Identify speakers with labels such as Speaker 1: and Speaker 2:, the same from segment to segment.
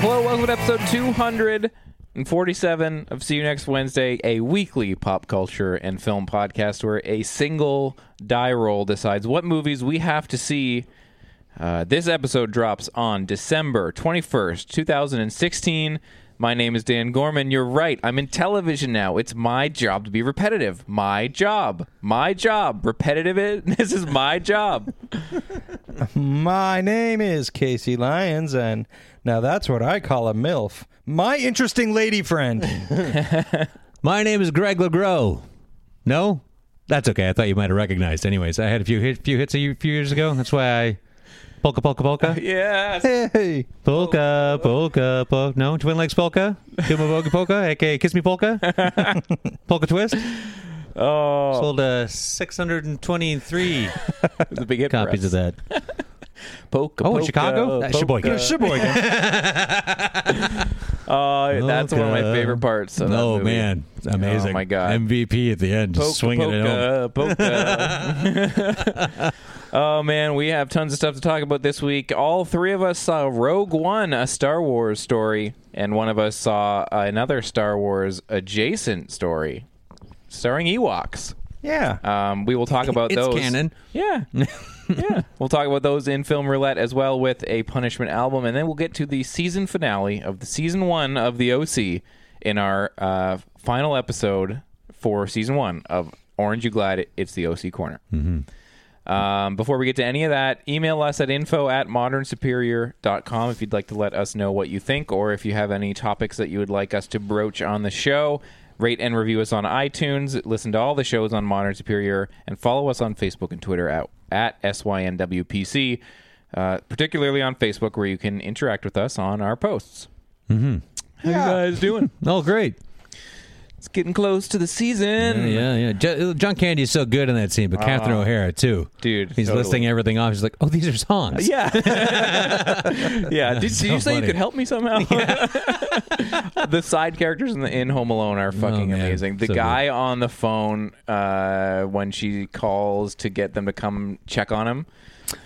Speaker 1: Hello, welcome to episode 247 of See You Next Wednesday, a weekly pop culture and film podcast where a single die roll decides what movies we have to see. Uh, this episode drops on December 21st, 2016. My name is Dan Gorman. You're right. I'm in television now. It's my job to be repetitive. My job. My job. Repetitive it. This is my job.
Speaker 2: My name is Casey Lyons, and now that's what I call a MILF. My interesting lady friend.
Speaker 3: My name is Greg LeGros. Oh. No? That's okay. I thought you might have recognized. Anyways, I had a few hit, few hits a few few years ago. That's why I polka polka polka.
Speaker 1: Yes.
Speaker 2: Hey.
Speaker 1: Oh.
Speaker 3: Polka polka polka. No, twin legs polka. Duma polka polka. AKA kiss me polka. polka twist.
Speaker 1: Oh,
Speaker 3: Sold uh, 623
Speaker 1: it's a big hit for
Speaker 3: copies
Speaker 1: us.
Speaker 3: of that.
Speaker 1: Poke,
Speaker 3: Oh,
Speaker 1: poke,
Speaker 3: in Chicago. That's
Speaker 1: poke.
Speaker 3: Sheboygan.
Speaker 2: Sheboygan.
Speaker 1: Uh, that's one of my
Speaker 3: Polka.
Speaker 1: favorite parts. Of that
Speaker 3: Oh
Speaker 1: movie.
Speaker 3: man, amazing!
Speaker 1: Oh, my God.
Speaker 3: MVP at the end, just
Speaker 1: Poke,
Speaker 3: swinging it home.
Speaker 1: poke, poke. oh man, we have tons of stuff to talk about this week. All three of us saw Rogue One, a Star Wars story, and one of us saw another Star Wars adjacent story, starring Ewoks.
Speaker 2: yeah.
Speaker 3: Uh,
Speaker 1: Um, we will talk about
Speaker 3: It's
Speaker 1: those.
Speaker 3: canon.
Speaker 1: Yeah. yeah. We'll talk about those in Film Roulette as well with a punishment album. And then we'll get to the season finale of the season one of The OC in our uh, final episode for season one of Orange You Glad It's the OC Corner. Um, before we get to any of that, email us at info at modernsuperior.com if you'd like to let us know what you think or if you have any topics that you would like us to broach on the show. Rate and review us on iTunes. Listen to all the shows on Modern Superior and follow us on Facebook and Twitter at, at SYNWPC, uh, particularly on Facebook where you can interact with us on our posts. Mm-hmm. How you guys doing?
Speaker 3: Oh, great!
Speaker 1: it's getting close to the season.
Speaker 3: Yeah, yeah. Jo- John Candy is so good in that scene, but Catherine O'Hara too.
Speaker 1: Ah. Dude,
Speaker 3: he's
Speaker 1: totally.
Speaker 3: listing everything off. He's like, "Oh, these are songs."
Speaker 1: Yeah. yeah. Did, did
Speaker 3: so
Speaker 1: you say you
Speaker 3: funny.
Speaker 1: could help me somehow? the side characters in the in Home Alone are fucking
Speaker 3: Oh, man.
Speaker 1: amazing. The
Speaker 3: So good.
Speaker 1: guy on the phone uh, when she calls to get them to come check on him.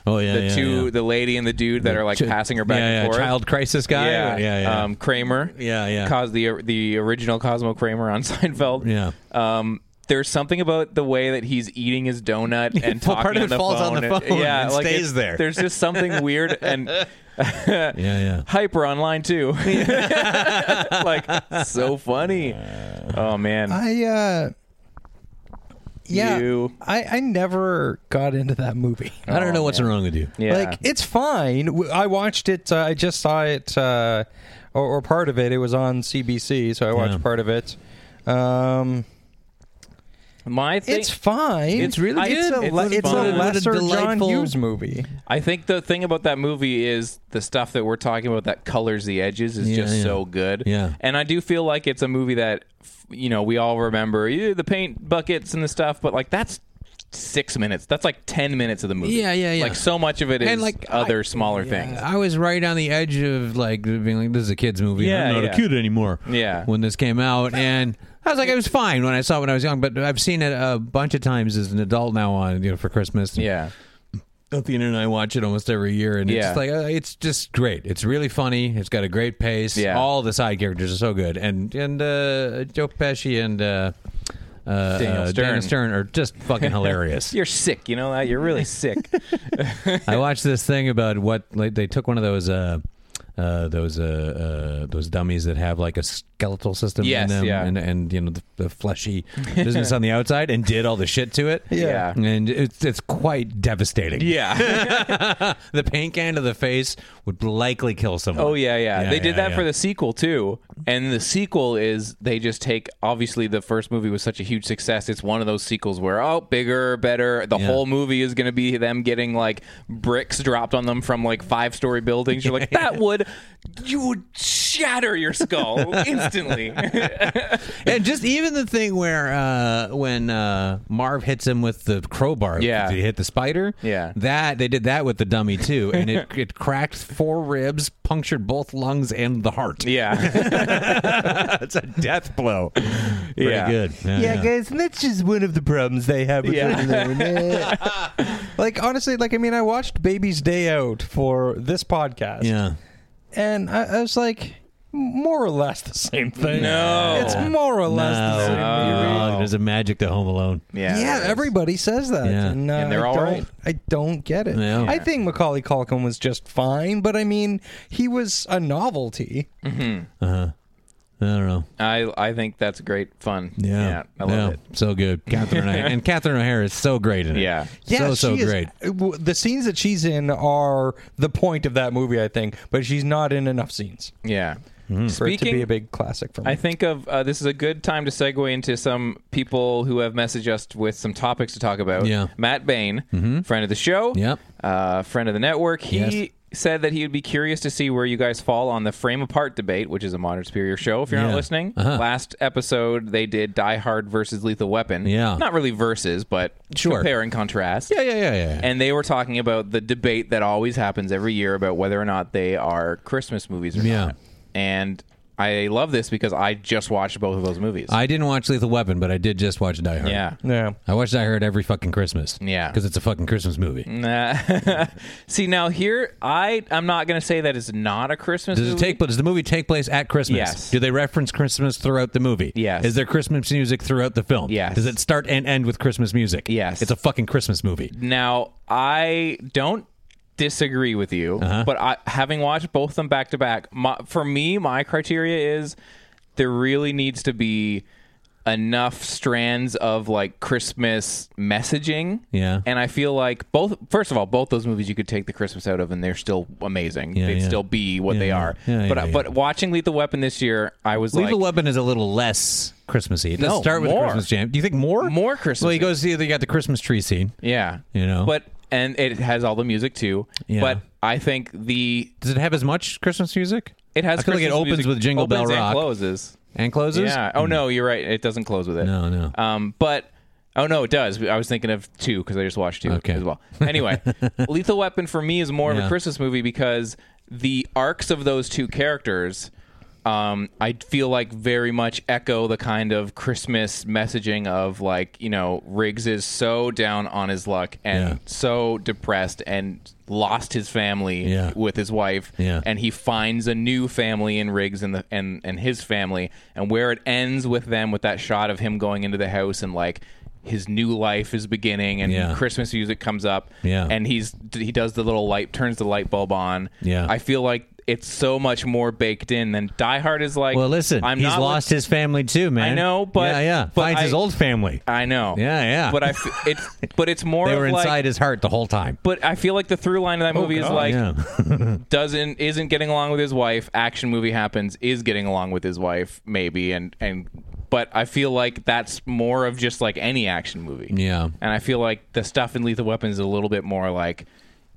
Speaker 3: Oh yeah.
Speaker 1: The
Speaker 3: yeah,
Speaker 1: two,
Speaker 3: yeah.
Speaker 1: the lady and the dude that are like
Speaker 3: Ch-
Speaker 1: passing her back
Speaker 3: yeah,
Speaker 1: and
Speaker 3: yeah,
Speaker 1: forth.
Speaker 3: Child crisis guy.
Speaker 1: Yeah,
Speaker 3: yeah, yeah.
Speaker 1: Um, Kramer.
Speaker 3: Yeah, yeah.
Speaker 1: Cos the the original Cosmo Kramer on Seinfeld.
Speaker 3: Yeah.
Speaker 1: Um, there's something about the way that he's eating his donut and
Speaker 3: Well,
Speaker 1: talking
Speaker 3: part of
Speaker 1: on
Speaker 3: it
Speaker 1: the
Speaker 3: falls
Speaker 1: phone.
Speaker 3: on the phone
Speaker 1: yeah,
Speaker 3: and
Speaker 1: like
Speaker 3: stays
Speaker 1: it-
Speaker 3: there.
Speaker 1: There's just something weird and
Speaker 3: yeah, yeah.
Speaker 1: hyper online too. like so funny.
Speaker 3: Uh,
Speaker 1: Oh man.
Speaker 2: I, uh, yeah.
Speaker 1: You.
Speaker 2: I, I never got into that movie.
Speaker 3: I don't know what's wrong with you.
Speaker 1: oh, yeah.
Speaker 2: Like, it's fine. W- I watched it. Uh, I just saw it, uh, or, or part of it. It was on CBC, so I watched
Speaker 3: Yeah.
Speaker 2: part of it. Um,
Speaker 1: My thing
Speaker 2: it's fine.
Speaker 1: It's really
Speaker 2: It's
Speaker 1: good.
Speaker 2: a,
Speaker 1: It's
Speaker 2: le- it's
Speaker 1: fun.
Speaker 2: a
Speaker 1: What a
Speaker 2: lesser John
Speaker 3: delightful-
Speaker 2: Hughes movie.
Speaker 1: I think the thing about that movie is the stuff that we're talking about that colors the edges is
Speaker 3: Yeah,
Speaker 1: just
Speaker 3: yeah.
Speaker 1: so good.
Speaker 3: Yeah.
Speaker 1: And I do feel like it's a movie that f- you know, we all remember "Ew, the paint buckets and the stuff, but like that's 6 minutes. That's like 10 minutes of the movie.
Speaker 3: Yeah, yeah, yeah.
Speaker 1: Like so much of it is
Speaker 3: And, like,
Speaker 1: other
Speaker 3: I-
Speaker 1: smaller things.
Speaker 3: I was right on the edge of like being like, "This is a kids movie.
Speaker 1: Yeah,
Speaker 3: I'm not
Speaker 1: yeah.
Speaker 3: a kid anymore."
Speaker 1: Yeah.
Speaker 3: When this came out, and I was like, it was fine when I saw it when I was young, but I've seen it a bunch of times as an adult now on you know for Christmas.
Speaker 1: Yeah.
Speaker 3: Athena and I watch it almost every year, and
Speaker 1: Yeah.
Speaker 3: it's just like uh, it's just great. It's really funny. It's got a great pace.
Speaker 1: Yeah.
Speaker 3: All the side characters are so good, and and uh, Joe Pesci and uh, uh,
Speaker 1: Daniel
Speaker 3: uh,
Speaker 1: Stern.
Speaker 3: are just fucking hilarious.
Speaker 1: You're sick, you know that. You're really sick.
Speaker 3: I watched this thing about what like, they took one of those uh, uh, those uh, uh, those dummies that have like a skeletal system in
Speaker 1: Yes,
Speaker 3: them,
Speaker 1: yeah.
Speaker 3: and and you know the, the fleshy business on the outside, and did all the shit to it.
Speaker 1: Yeah.
Speaker 3: and it's it's quite devastating.
Speaker 1: Yeah.
Speaker 3: the paint can to the face would likely kill someone.
Speaker 1: Oh yeah, yeah. they did
Speaker 3: yeah,
Speaker 1: that
Speaker 3: yeah.
Speaker 1: for the sequel too. And the sequel is they just take obviously the first movie was such a huge success. It's one of those sequels where oh, bigger, better. The whole movie is going to be them getting like bricks dropped on them from like five-story buildings. You're like that would you would shatter your skull instantly.
Speaker 3: and just even the thing where uh, when uh, Marv hits him with the crowbar,
Speaker 1: Yeah.
Speaker 3: to hit the spider.
Speaker 1: Yeah.
Speaker 3: that they did that with the dummy too, and it it cracked four ribs, punctured both lungs and the heart.
Speaker 1: yeah.
Speaker 3: That's a death blow. Pretty
Speaker 1: Yeah.
Speaker 3: good.
Speaker 2: guys, that's just one of the problems they have with
Speaker 1: Yeah.
Speaker 2: like honestly, like I mean, I watched Baby's Day Out for this podcast,
Speaker 3: Yeah.
Speaker 2: and I, I was like, more or less the same thing.
Speaker 1: No.
Speaker 2: it's more or less the
Speaker 3: No,
Speaker 2: same.
Speaker 3: you're
Speaker 2: thing.
Speaker 3: wrong. There's a magic to Home Alone.
Speaker 1: Oh. Yeah.
Speaker 2: Yeah, everybody says that.
Speaker 3: Yeah.
Speaker 2: And, uh,
Speaker 1: And they're
Speaker 2: I
Speaker 1: all
Speaker 2: don't,
Speaker 1: right.
Speaker 2: I don't get it.
Speaker 3: Yeah.
Speaker 2: I think Macaulay Culkin was just fine, but I mean, he was a novelty.
Speaker 3: I don't know.
Speaker 1: I I think that's great fun.
Speaker 3: Yeah,
Speaker 1: I love
Speaker 3: Yeah.
Speaker 1: it.
Speaker 3: So good, Catherine O'Hara, and Catherine O'Hara is so great in it.
Speaker 1: Yeah.
Speaker 3: so so
Speaker 2: she is-
Speaker 3: great.
Speaker 2: w- the scenes that she's in are the point of that movie, I think, but she's not in enough scenes
Speaker 1: Yeah.
Speaker 3: Hmm.
Speaker 2: for it to
Speaker 1: Speaking-
Speaker 2: be a big classic for me.
Speaker 1: I think of uh, this is a good time to segue into some people who have messaged us with some topics to talk about.
Speaker 3: Yeah. Mm-hmm.
Speaker 1: Matt Bain, friend of the show,
Speaker 3: Yep.
Speaker 1: uh, friend of the network. He
Speaker 3: Yes.
Speaker 1: said that he would be curious to see where you guys fall on the Frame Apart debate, which is a Modern Superior show. If you're
Speaker 3: Yeah.
Speaker 1: not listening,
Speaker 3: Uh-huh.
Speaker 1: last episode they did Die Hard versus Lethal Weapon.
Speaker 3: Yeah.
Speaker 1: not really versus, but
Speaker 3: Sure.
Speaker 1: compare and contrast.
Speaker 3: Yeah, yeah, yeah, yeah.
Speaker 1: And they were talking about the debate that always happens every year about whether or not they are Christmas movies or
Speaker 3: Yeah.
Speaker 1: not. And I love this because I just watched both of those movies.
Speaker 3: I didn't watch Lethal Weapon, but I did just watch Die Hard.
Speaker 1: yeah.
Speaker 2: yeah.
Speaker 3: I watch Die Hard every fucking Christmas.
Speaker 1: Yeah.
Speaker 3: because it's a fucking Christmas movie.
Speaker 1: Nah. See now here I I'm not gonna say that it's not a Christmas
Speaker 3: Does it
Speaker 1: movie.
Speaker 3: take place? Does the movie take place at Christmas?
Speaker 1: Yes.
Speaker 3: Do they reference Christmas throughout the movie?
Speaker 1: Yes.
Speaker 3: Is there Christmas music throughout the film?
Speaker 1: Yes.
Speaker 3: Does it start and end with Christmas music?
Speaker 1: Yes.
Speaker 3: It's a fucking Christmas movie.
Speaker 1: Now, I don't disagree with you,
Speaker 3: Uh-huh.
Speaker 1: but I, having watched both of them back to back, my- for me, my criteria is there really needs to be enough strands of like Christmas messaging.
Speaker 3: Yeah.
Speaker 1: And I feel like both, first of all, both those movies you could take the Christmas out of and they're still amazing.
Speaker 3: Yeah,
Speaker 1: They'd
Speaker 3: yeah.
Speaker 1: still be what
Speaker 3: Yeah,
Speaker 1: they
Speaker 3: yeah.
Speaker 1: are.
Speaker 3: Yeah,
Speaker 1: but
Speaker 3: yeah, yeah.
Speaker 1: but watching Lethal Weapon this year, I was
Speaker 3: Lethal
Speaker 1: like,
Speaker 3: Weapon is a little less Christmassy. It does
Speaker 1: No,
Speaker 3: start with
Speaker 1: more.
Speaker 3: a Christmas jam. Do you think more?
Speaker 1: More Christmas.
Speaker 3: Well, you go see they got the Christmas tree scene.
Speaker 1: yeah.
Speaker 3: You know.
Speaker 1: But, and it has all the music too.
Speaker 3: Yeah.
Speaker 1: But I think the
Speaker 3: Does it have as much Christmas music?
Speaker 1: It has.
Speaker 3: I feel like it
Speaker 1: Christmas
Speaker 3: opens
Speaker 1: music-
Speaker 3: with Jingle
Speaker 1: opens
Speaker 3: Bell
Speaker 1: and
Speaker 3: Rock
Speaker 1: Closes.
Speaker 3: and closes.
Speaker 1: Yeah. Oh no, you're right. It doesn't close with it.
Speaker 3: No, no.
Speaker 1: Um, but oh no, it does. I was thinking of two because I just watched two
Speaker 3: Okay.
Speaker 1: as well. Anyway, Lethal Weapon for me is more of
Speaker 3: Yeah.
Speaker 1: a Christmas movie because the arcs of those two characters. Um, I feel like very much echo the kind of Christmas messaging of like you know Riggs is so down on his luck and
Speaker 3: Yeah.
Speaker 1: so depressed and lost his family
Speaker 3: Yeah.
Speaker 1: with his wife
Speaker 3: Yeah.
Speaker 1: and he finds a new family in Riggs and the and and his family and where it ends with them with that shot of him going into the house and like his new life is beginning and
Speaker 3: Yeah.
Speaker 1: Christmas music comes up
Speaker 3: Yeah.
Speaker 1: and he's he does the little light turns the light bulb on
Speaker 3: Yeah.
Speaker 1: I feel like it's so much more baked in than Die Hard is like
Speaker 3: Well, listen,
Speaker 1: I'm
Speaker 3: he's
Speaker 1: not
Speaker 3: lost
Speaker 1: look-
Speaker 3: his family too, man.
Speaker 1: know, but-
Speaker 3: yeah, yeah,
Speaker 1: but
Speaker 3: finds
Speaker 1: I-
Speaker 3: his old family.
Speaker 1: I know
Speaker 3: Yeah, yeah.
Speaker 1: but I f- it's but it's more
Speaker 3: They
Speaker 1: of
Speaker 3: were
Speaker 1: like-
Speaker 3: inside his heart the whole time.
Speaker 1: but I feel like the through line of that movie is like
Speaker 3: yeah,
Speaker 1: doesn't isn't getting along with his wife action movie happens is getting along with his wife maybe and and but i feel like that's more of just like any action movie
Speaker 3: yeah,
Speaker 1: and i feel like the stuff in lethal weapons is a little bit more like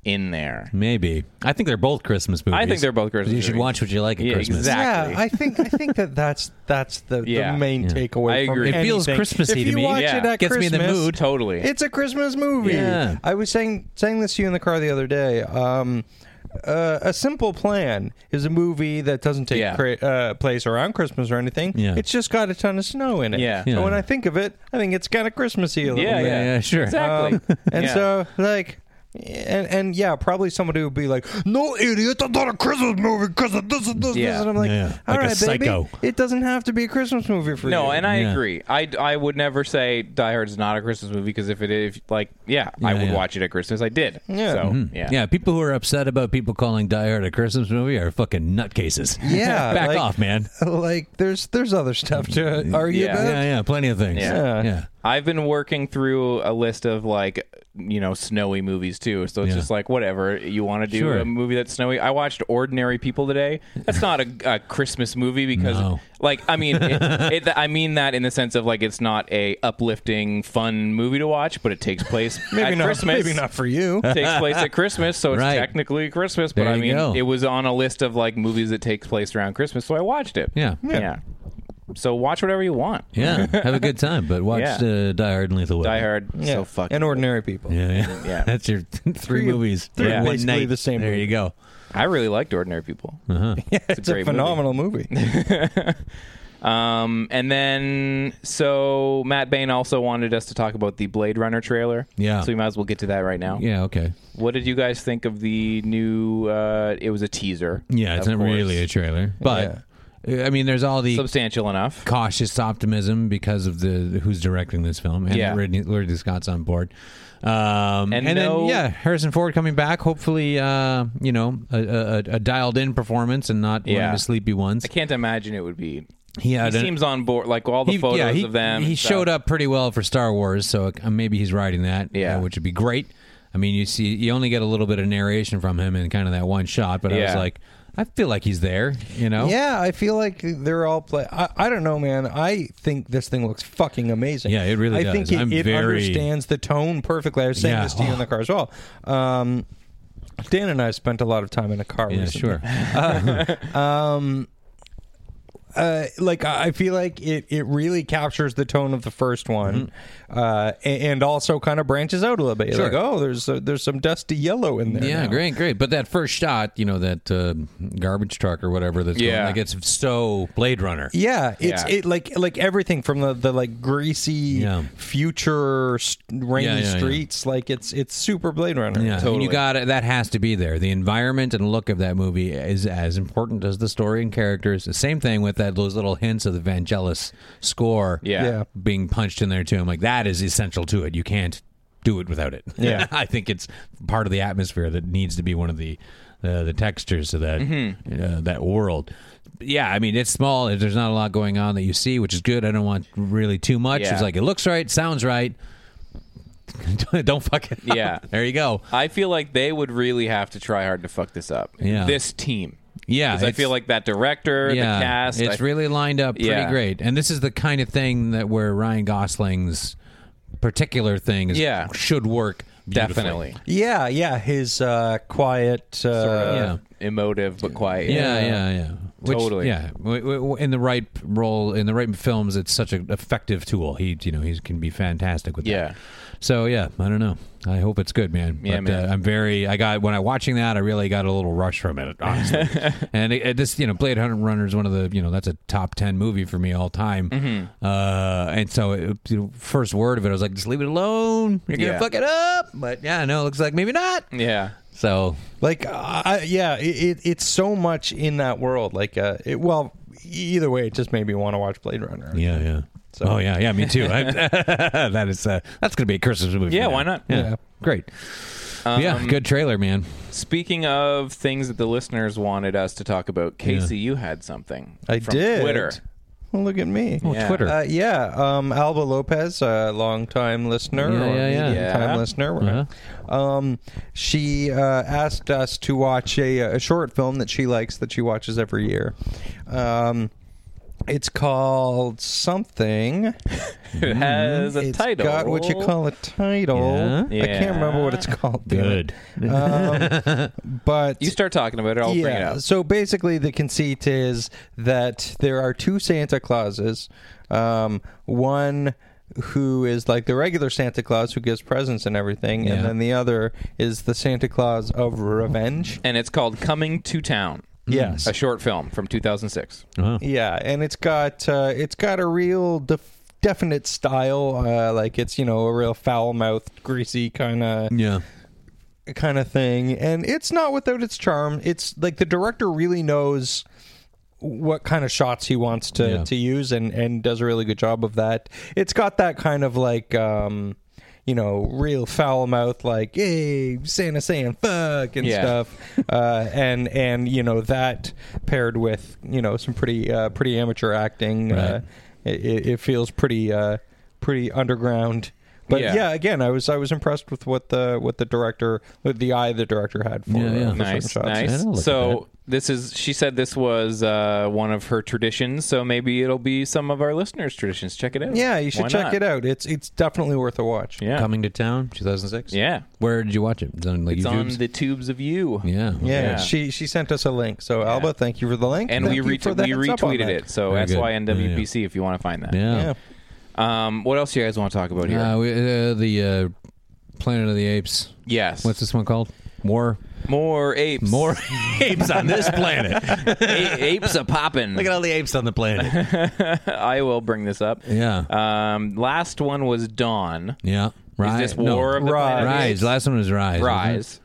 Speaker 1: in there
Speaker 3: maybe. I think they're both Christmas movies.
Speaker 1: I think they're both Christmas
Speaker 3: You should
Speaker 1: movies.
Speaker 3: watch what you like at
Speaker 1: Yeah,
Speaker 3: Christmas.
Speaker 1: exactly.
Speaker 2: Yeah, I think I think that that's that's the,
Speaker 1: Yeah.
Speaker 2: the main
Speaker 3: Yeah.
Speaker 2: takeaway.
Speaker 1: I
Speaker 2: from
Speaker 1: agree.
Speaker 3: It feels
Speaker 2: anything.
Speaker 3: Christmassy
Speaker 2: if
Speaker 3: to
Speaker 2: you
Speaker 3: me.
Speaker 2: Watch
Speaker 1: Yeah.
Speaker 2: it at
Speaker 3: Gets me in the
Speaker 2: Christmas,
Speaker 3: mood.
Speaker 1: totally
Speaker 2: It's a Christmas movie.
Speaker 3: Yeah.
Speaker 2: I was saying saying this to you in the car the other day. Um, uh, a simple plan is a movie that doesn't take
Speaker 1: Yeah.
Speaker 2: cra- uh, place around Christmas or anything.
Speaker 3: Yeah.
Speaker 2: It's just got a ton of snow in it.
Speaker 1: Yeah.
Speaker 3: Yeah.
Speaker 2: So when I think of it, I think it's kind of Christmassy a little
Speaker 1: yeah,
Speaker 2: bit.
Speaker 3: yeah, sure.
Speaker 1: exactly
Speaker 2: Um, and
Speaker 1: Yeah.
Speaker 2: so like and and yeah, probably somebody would be like, "No, idiot, that's not a Christmas movie because of this and this, and
Speaker 1: Yeah.
Speaker 2: this." And I'm like,
Speaker 3: Yeah,
Speaker 2: "All
Speaker 3: like a
Speaker 2: right, baby,
Speaker 3: psycho."
Speaker 2: it doesn't have to be a Christmas movie for you."
Speaker 1: No, and I
Speaker 3: Yeah.
Speaker 1: agree. I, I would never say Die Hard is not a Christmas movie because if it if like yeah, I
Speaker 3: Yeah,
Speaker 1: would
Speaker 3: yeah.
Speaker 1: watch it at Christmas. I did.
Speaker 2: Yeah.
Speaker 1: So yeah.
Speaker 3: people who are upset about people calling Die Hard a Christmas movie are fucking nutcases.
Speaker 2: Yeah,
Speaker 3: back
Speaker 2: like-
Speaker 3: off, man.
Speaker 2: like there's there's other stuff to argue
Speaker 1: Yeah.
Speaker 2: about.
Speaker 3: Mm-hmm. Yeah, yeah, plenty of things.
Speaker 1: Yeah.
Speaker 3: yeah.
Speaker 1: I've been working through a list of like you know snowy movies too. So it's
Speaker 3: Yeah.
Speaker 1: just like whatever you want to do
Speaker 3: Sure.
Speaker 1: a movie that's snowy. I watched Ordinary People today. That's not a, a Christmas movie because
Speaker 3: No.
Speaker 1: like I mean it, it, I mean that in the sense of like it's not a uplifting fun movie to watch, but it takes place
Speaker 2: Maybe
Speaker 1: at
Speaker 2: not.
Speaker 1: Christmas.
Speaker 2: Maybe not for you.
Speaker 1: takes place at Christmas, so it's
Speaker 3: Right.
Speaker 1: technically Christmas. But
Speaker 3: There
Speaker 1: I
Speaker 3: you
Speaker 1: mean,
Speaker 3: go.
Speaker 1: it was on a list of like movies that takes place around Christmas, so I watched it.
Speaker 3: Yeah.
Speaker 1: yeah. So watch whatever you want.
Speaker 3: Yeah, have a good time, but watch
Speaker 1: Yeah.
Speaker 3: uh, Die Hard and Lethal Weapon.
Speaker 1: Die Hard,
Speaker 2: Yeah.
Speaker 1: so fucking.
Speaker 2: and ordinary people.
Speaker 3: Yeah, yeah.
Speaker 1: Yeah.
Speaker 3: That's your three, movies.
Speaker 2: three
Speaker 3: in
Speaker 1: are
Speaker 3: one
Speaker 2: basically
Speaker 3: night.
Speaker 2: the same
Speaker 3: There
Speaker 2: movie.
Speaker 3: you go.
Speaker 1: I really liked Ordinary People.
Speaker 2: it's, a,
Speaker 1: great movie.
Speaker 2: phenomenal movie.
Speaker 1: Um, and then so Matt Bain also wanted us to talk about the Blade Runner trailer.
Speaker 3: Yeah.
Speaker 1: So we might as well get to that right now.
Speaker 3: Yeah, okay.
Speaker 1: What did you guys think of the new? Uh, it was a teaser.
Speaker 3: Yeah, it's
Speaker 1: of
Speaker 3: not
Speaker 1: course.
Speaker 3: really a trailer, but uh, I mean, there's all the
Speaker 1: substantial enough.
Speaker 3: cautious optimism because of the who's directing this film and
Speaker 1: Yeah.
Speaker 3: Ridley, Ridley Scott's on board. Um,
Speaker 1: And
Speaker 3: and
Speaker 1: no-
Speaker 3: then yeah, Harrison Ford coming back. Hopefully, uh, you know, a, a, a dialed in performance and not one
Speaker 1: Yeah.
Speaker 3: of the sleepy ones.
Speaker 1: I can't imagine it would be.
Speaker 3: He
Speaker 1: He
Speaker 3: had an-
Speaker 1: seems on board. Like all the photos
Speaker 3: yeah, he,
Speaker 1: of them.
Speaker 3: He
Speaker 1: and stuff.
Speaker 3: showed up pretty well for Star Wars, so uh, maybe he's riding that.
Speaker 1: Yeah.
Speaker 3: uh, which would be great. I mean, you see, you only get a little bit of narration from him in kind of that one shot, but I was
Speaker 1: Yeah.
Speaker 3: like, I feel like he's there. You know?
Speaker 2: Yeah, I feel like they're all play. I, I don't know, man. I think this thing looks fucking amazing.
Speaker 3: Yeah, it really
Speaker 2: I
Speaker 3: does.
Speaker 2: think it,
Speaker 3: I'm
Speaker 2: it
Speaker 3: very-
Speaker 2: understands the tone perfectly. I was saying
Speaker 3: Yeah.
Speaker 2: this to you in the car as well. Um, Dan and I spent a lot of time in a car.
Speaker 3: Yeah,
Speaker 2: recently.
Speaker 3: sure.
Speaker 2: uh, like I I feel like it, it really captures the tone of the first one, uh, a- and, also kind of branches out a little bit. You're
Speaker 3: Mm-hmm. Sure.
Speaker 2: Like oh, there's uh, there's some dusty yellow in there.
Speaker 3: Yeah,
Speaker 2: now.
Speaker 3: great, great. But that first shot, you know, that uh, garbage truck or whatever that's
Speaker 1: Yeah.
Speaker 3: going, like it's so Blade Runner.
Speaker 2: Yeah, it's
Speaker 1: Yeah.
Speaker 2: it like like everything from the, the like greasy
Speaker 3: Yeah.
Speaker 2: future s- rainy
Speaker 3: Yeah, yeah, yeah.
Speaker 2: streets. Like it's it's super Blade Runner.
Speaker 3: Yeah, I mean,
Speaker 1: Totally.
Speaker 3: you got that has to be there. The environment and look of that movie is as important as the story and characters. The same thing with that those little hints of the Vangelis score,
Speaker 1: Yeah.
Speaker 2: Yeah.
Speaker 3: being punched in there too. I'm like, that is essential to it. You can't do it without it.
Speaker 2: Yeah.
Speaker 3: I think it's part of the atmosphere that needs to be one of the uh, the textures of that
Speaker 1: Mm-hmm.
Speaker 3: uh, that world. Yeah, I mean it's small. There's not a lot going on that you see, which is good. I don't want really too much.
Speaker 1: Yeah.
Speaker 3: It's like it looks right, sounds right. don't fuck it. up.
Speaker 1: Yeah.
Speaker 3: there you go.
Speaker 1: I feel like they would really have to try hard to fuck this up.
Speaker 3: Yeah.
Speaker 1: This team.
Speaker 3: Yeah,
Speaker 1: 'Cause I
Speaker 3: it's-
Speaker 1: feel like that director, the cast.
Speaker 3: It's
Speaker 1: I-
Speaker 3: really lined up pretty
Speaker 1: Yeah.
Speaker 3: great. And this is the kind of thing that where Ryan Gosling's particular thing is,
Speaker 1: Yeah.
Speaker 3: should work. beautifully.
Speaker 1: definitely
Speaker 2: yeah, yeah. His uh, quiet. Uh,
Speaker 3: Yeah.
Speaker 1: emotive but quiet.
Speaker 3: Yeah, yeah, yeah. Which,
Speaker 1: Totally.
Speaker 3: Yeah, w- w- w- in the right role, in the right films, it's such an effective tool. He, you know, he can be fantastic with that.
Speaker 1: Yeah.
Speaker 3: So yeah, I don't know. I hope it's good, man.
Speaker 1: Yeah,
Speaker 3: but,
Speaker 1: man.
Speaker 3: Uh, I'm very. I got when I watching that, I really got a little rush from it, honestly. and it, it- this, you know, Blade Runner is one of the, you know, that's a top ten movie for me all time.
Speaker 1: Mm-hmm.
Speaker 3: Uh, and so, it, you know, first word of it, I was like, just leave it alone. You're gonna
Speaker 1: Yeah.
Speaker 3: fuck it up. But yeah, no, it looks like maybe not.
Speaker 1: Yeah.
Speaker 3: So
Speaker 2: Like, I, yeah, it, it, it's so much in that world. Like, uh, it, well, either way, it just made me want to watch Blade Runner.
Speaker 3: Yeah, yeah. oh yeah, yeah. Me too. I, that is uh, that's gonna be a Christmas movie.
Speaker 1: Yeah, Um,
Speaker 3: for me.
Speaker 1: why not?
Speaker 3: Yeah,
Speaker 2: Yeah.
Speaker 3: great. yeah, good trailer, man.
Speaker 1: Speaking of things that the listeners wanted us to talk about, Casey, you had something.
Speaker 2: I
Speaker 1: from
Speaker 2: did.
Speaker 1: Twitter.
Speaker 2: Well, look at me.
Speaker 3: Oh,
Speaker 1: Yeah.
Speaker 3: Twitter.
Speaker 2: Uh, yeah, um, Alba Lopez, a longtime listener, or
Speaker 3: Yeah, yeah, Uh-huh. yeah.
Speaker 2: medium-time
Speaker 1: Yeah.
Speaker 2: listener. Um, she uh, asked us to watch a, a short film that she likes that she watches every year. Um, it's called something.
Speaker 1: It has a
Speaker 2: Mm-hmm. It's
Speaker 1: title.
Speaker 2: Got what you call a title.
Speaker 3: Yeah?
Speaker 2: I can't remember what it's
Speaker 1: Yeah.
Speaker 2: called. damn it.
Speaker 3: good.
Speaker 2: But
Speaker 1: You start talking about it, I'll bring it up.
Speaker 2: so basically, the conceit is that there are two Santa Clauses. Um, one who is like the regular Santa Claus who gives presents and everything,
Speaker 3: Yeah.
Speaker 2: and then the other is the Santa Claus of revenge.
Speaker 1: And it's called Coming to Town.
Speaker 2: Yes.
Speaker 1: A short film from 2006.
Speaker 3: Oh.
Speaker 2: Yeah, and it's got uh, it's got a real def- definite style. Uh, like it's you know a real foul mouthed, greasy kind of
Speaker 3: Yeah,
Speaker 2: kind of thing, and it's not without its charm. It's like the director really knows what kind of shots he wants to
Speaker 3: Yeah.
Speaker 2: to use, and and does a really good job of that. It's got that kind of like. um you know, real foul mouth, like "Hey, Santa saying fuck" and
Speaker 1: Yeah.
Speaker 2: stuff, uh, and and you know that paired with you know some pretty uh, pretty amateur acting, uh,
Speaker 3: Right.
Speaker 2: it, it it feels pretty uh, pretty underground. But
Speaker 1: Yeah.
Speaker 2: yeah. again, I was I was impressed with what the what the director with the eye the director had for,
Speaker 3: Yeah, yeah.
Speaker 2: uh, for
Speaker 1: nice,
Speaker 2: certain shots.
Speaker 3: Yeah, I'll look
Speaker 1: nice.
Speaker 3: at
Speaker 1: So this is she said this was uh, one of her traditions. So maybe it'll be some of our listeners' traditions. Check it out.
Speaker 2: Yeah, you should
Speaker 1: Why
Speaker 2: check
Speaker 1: not?
Speaker 2: it out. It's it's definitely worth a watch.
Speaker 1: Yeah,
Speaker 3: Coming to town, 2006.
Speaker 1: yeah.
Speaker 3: Where did you watch it? It's on like
Speaker 1: It's on
Speaker 3: YouTube's?
Speaker 1: the tubes of you.
Speaker 3: yeah.
Speaker 2: Yeah,
Speaker 1: Yeah.
Speaker 2: she she sent us a link. So Alba, thank you for the link,
Speaker 1: And we,
Speaker 2: Thank you
Speaker 1: ret-
Speaker 2: for the
Speaker 1: we
Speaker 2: heads up on
Speaker 1: retweeted
Speaker 2: that.
Speaker 1: it, so
Speaker 3: Very
Speaker 1: that's
Speaker 3: good.
Speaker 1: why NWPC if you want to find that.
Speaker 3: Yeah.
Speaker 2: Yeah.
Speaker 1: Um, what else do you guys want to talk about here?
Speaker 3: Uh, we, uh, the uh, Planet of the Apes.
Speaker 1: yes,
Speaker 3: What's this one called? More,
Speaker 1: more apes?
Speaker 3: more apes on this planet.
Speaker 1: A- apes are popping.
Speaker 3: Look at all the apes on the planet.
Speaker 1: I will bring this up.
Speaker 3: Yeah.
Speaker 1: Um, last one was Dawn.
Speaker 3: Yeah. Rise.
Speaker 1: Is this War of the
Speaker 2: Rise.
Speaker 1: Planet of the
Speaker 3: Rise.
Speaker 1: Apes?
Speaker 3: Last one was Rise. wasn't it?
Speaker 1: Rise.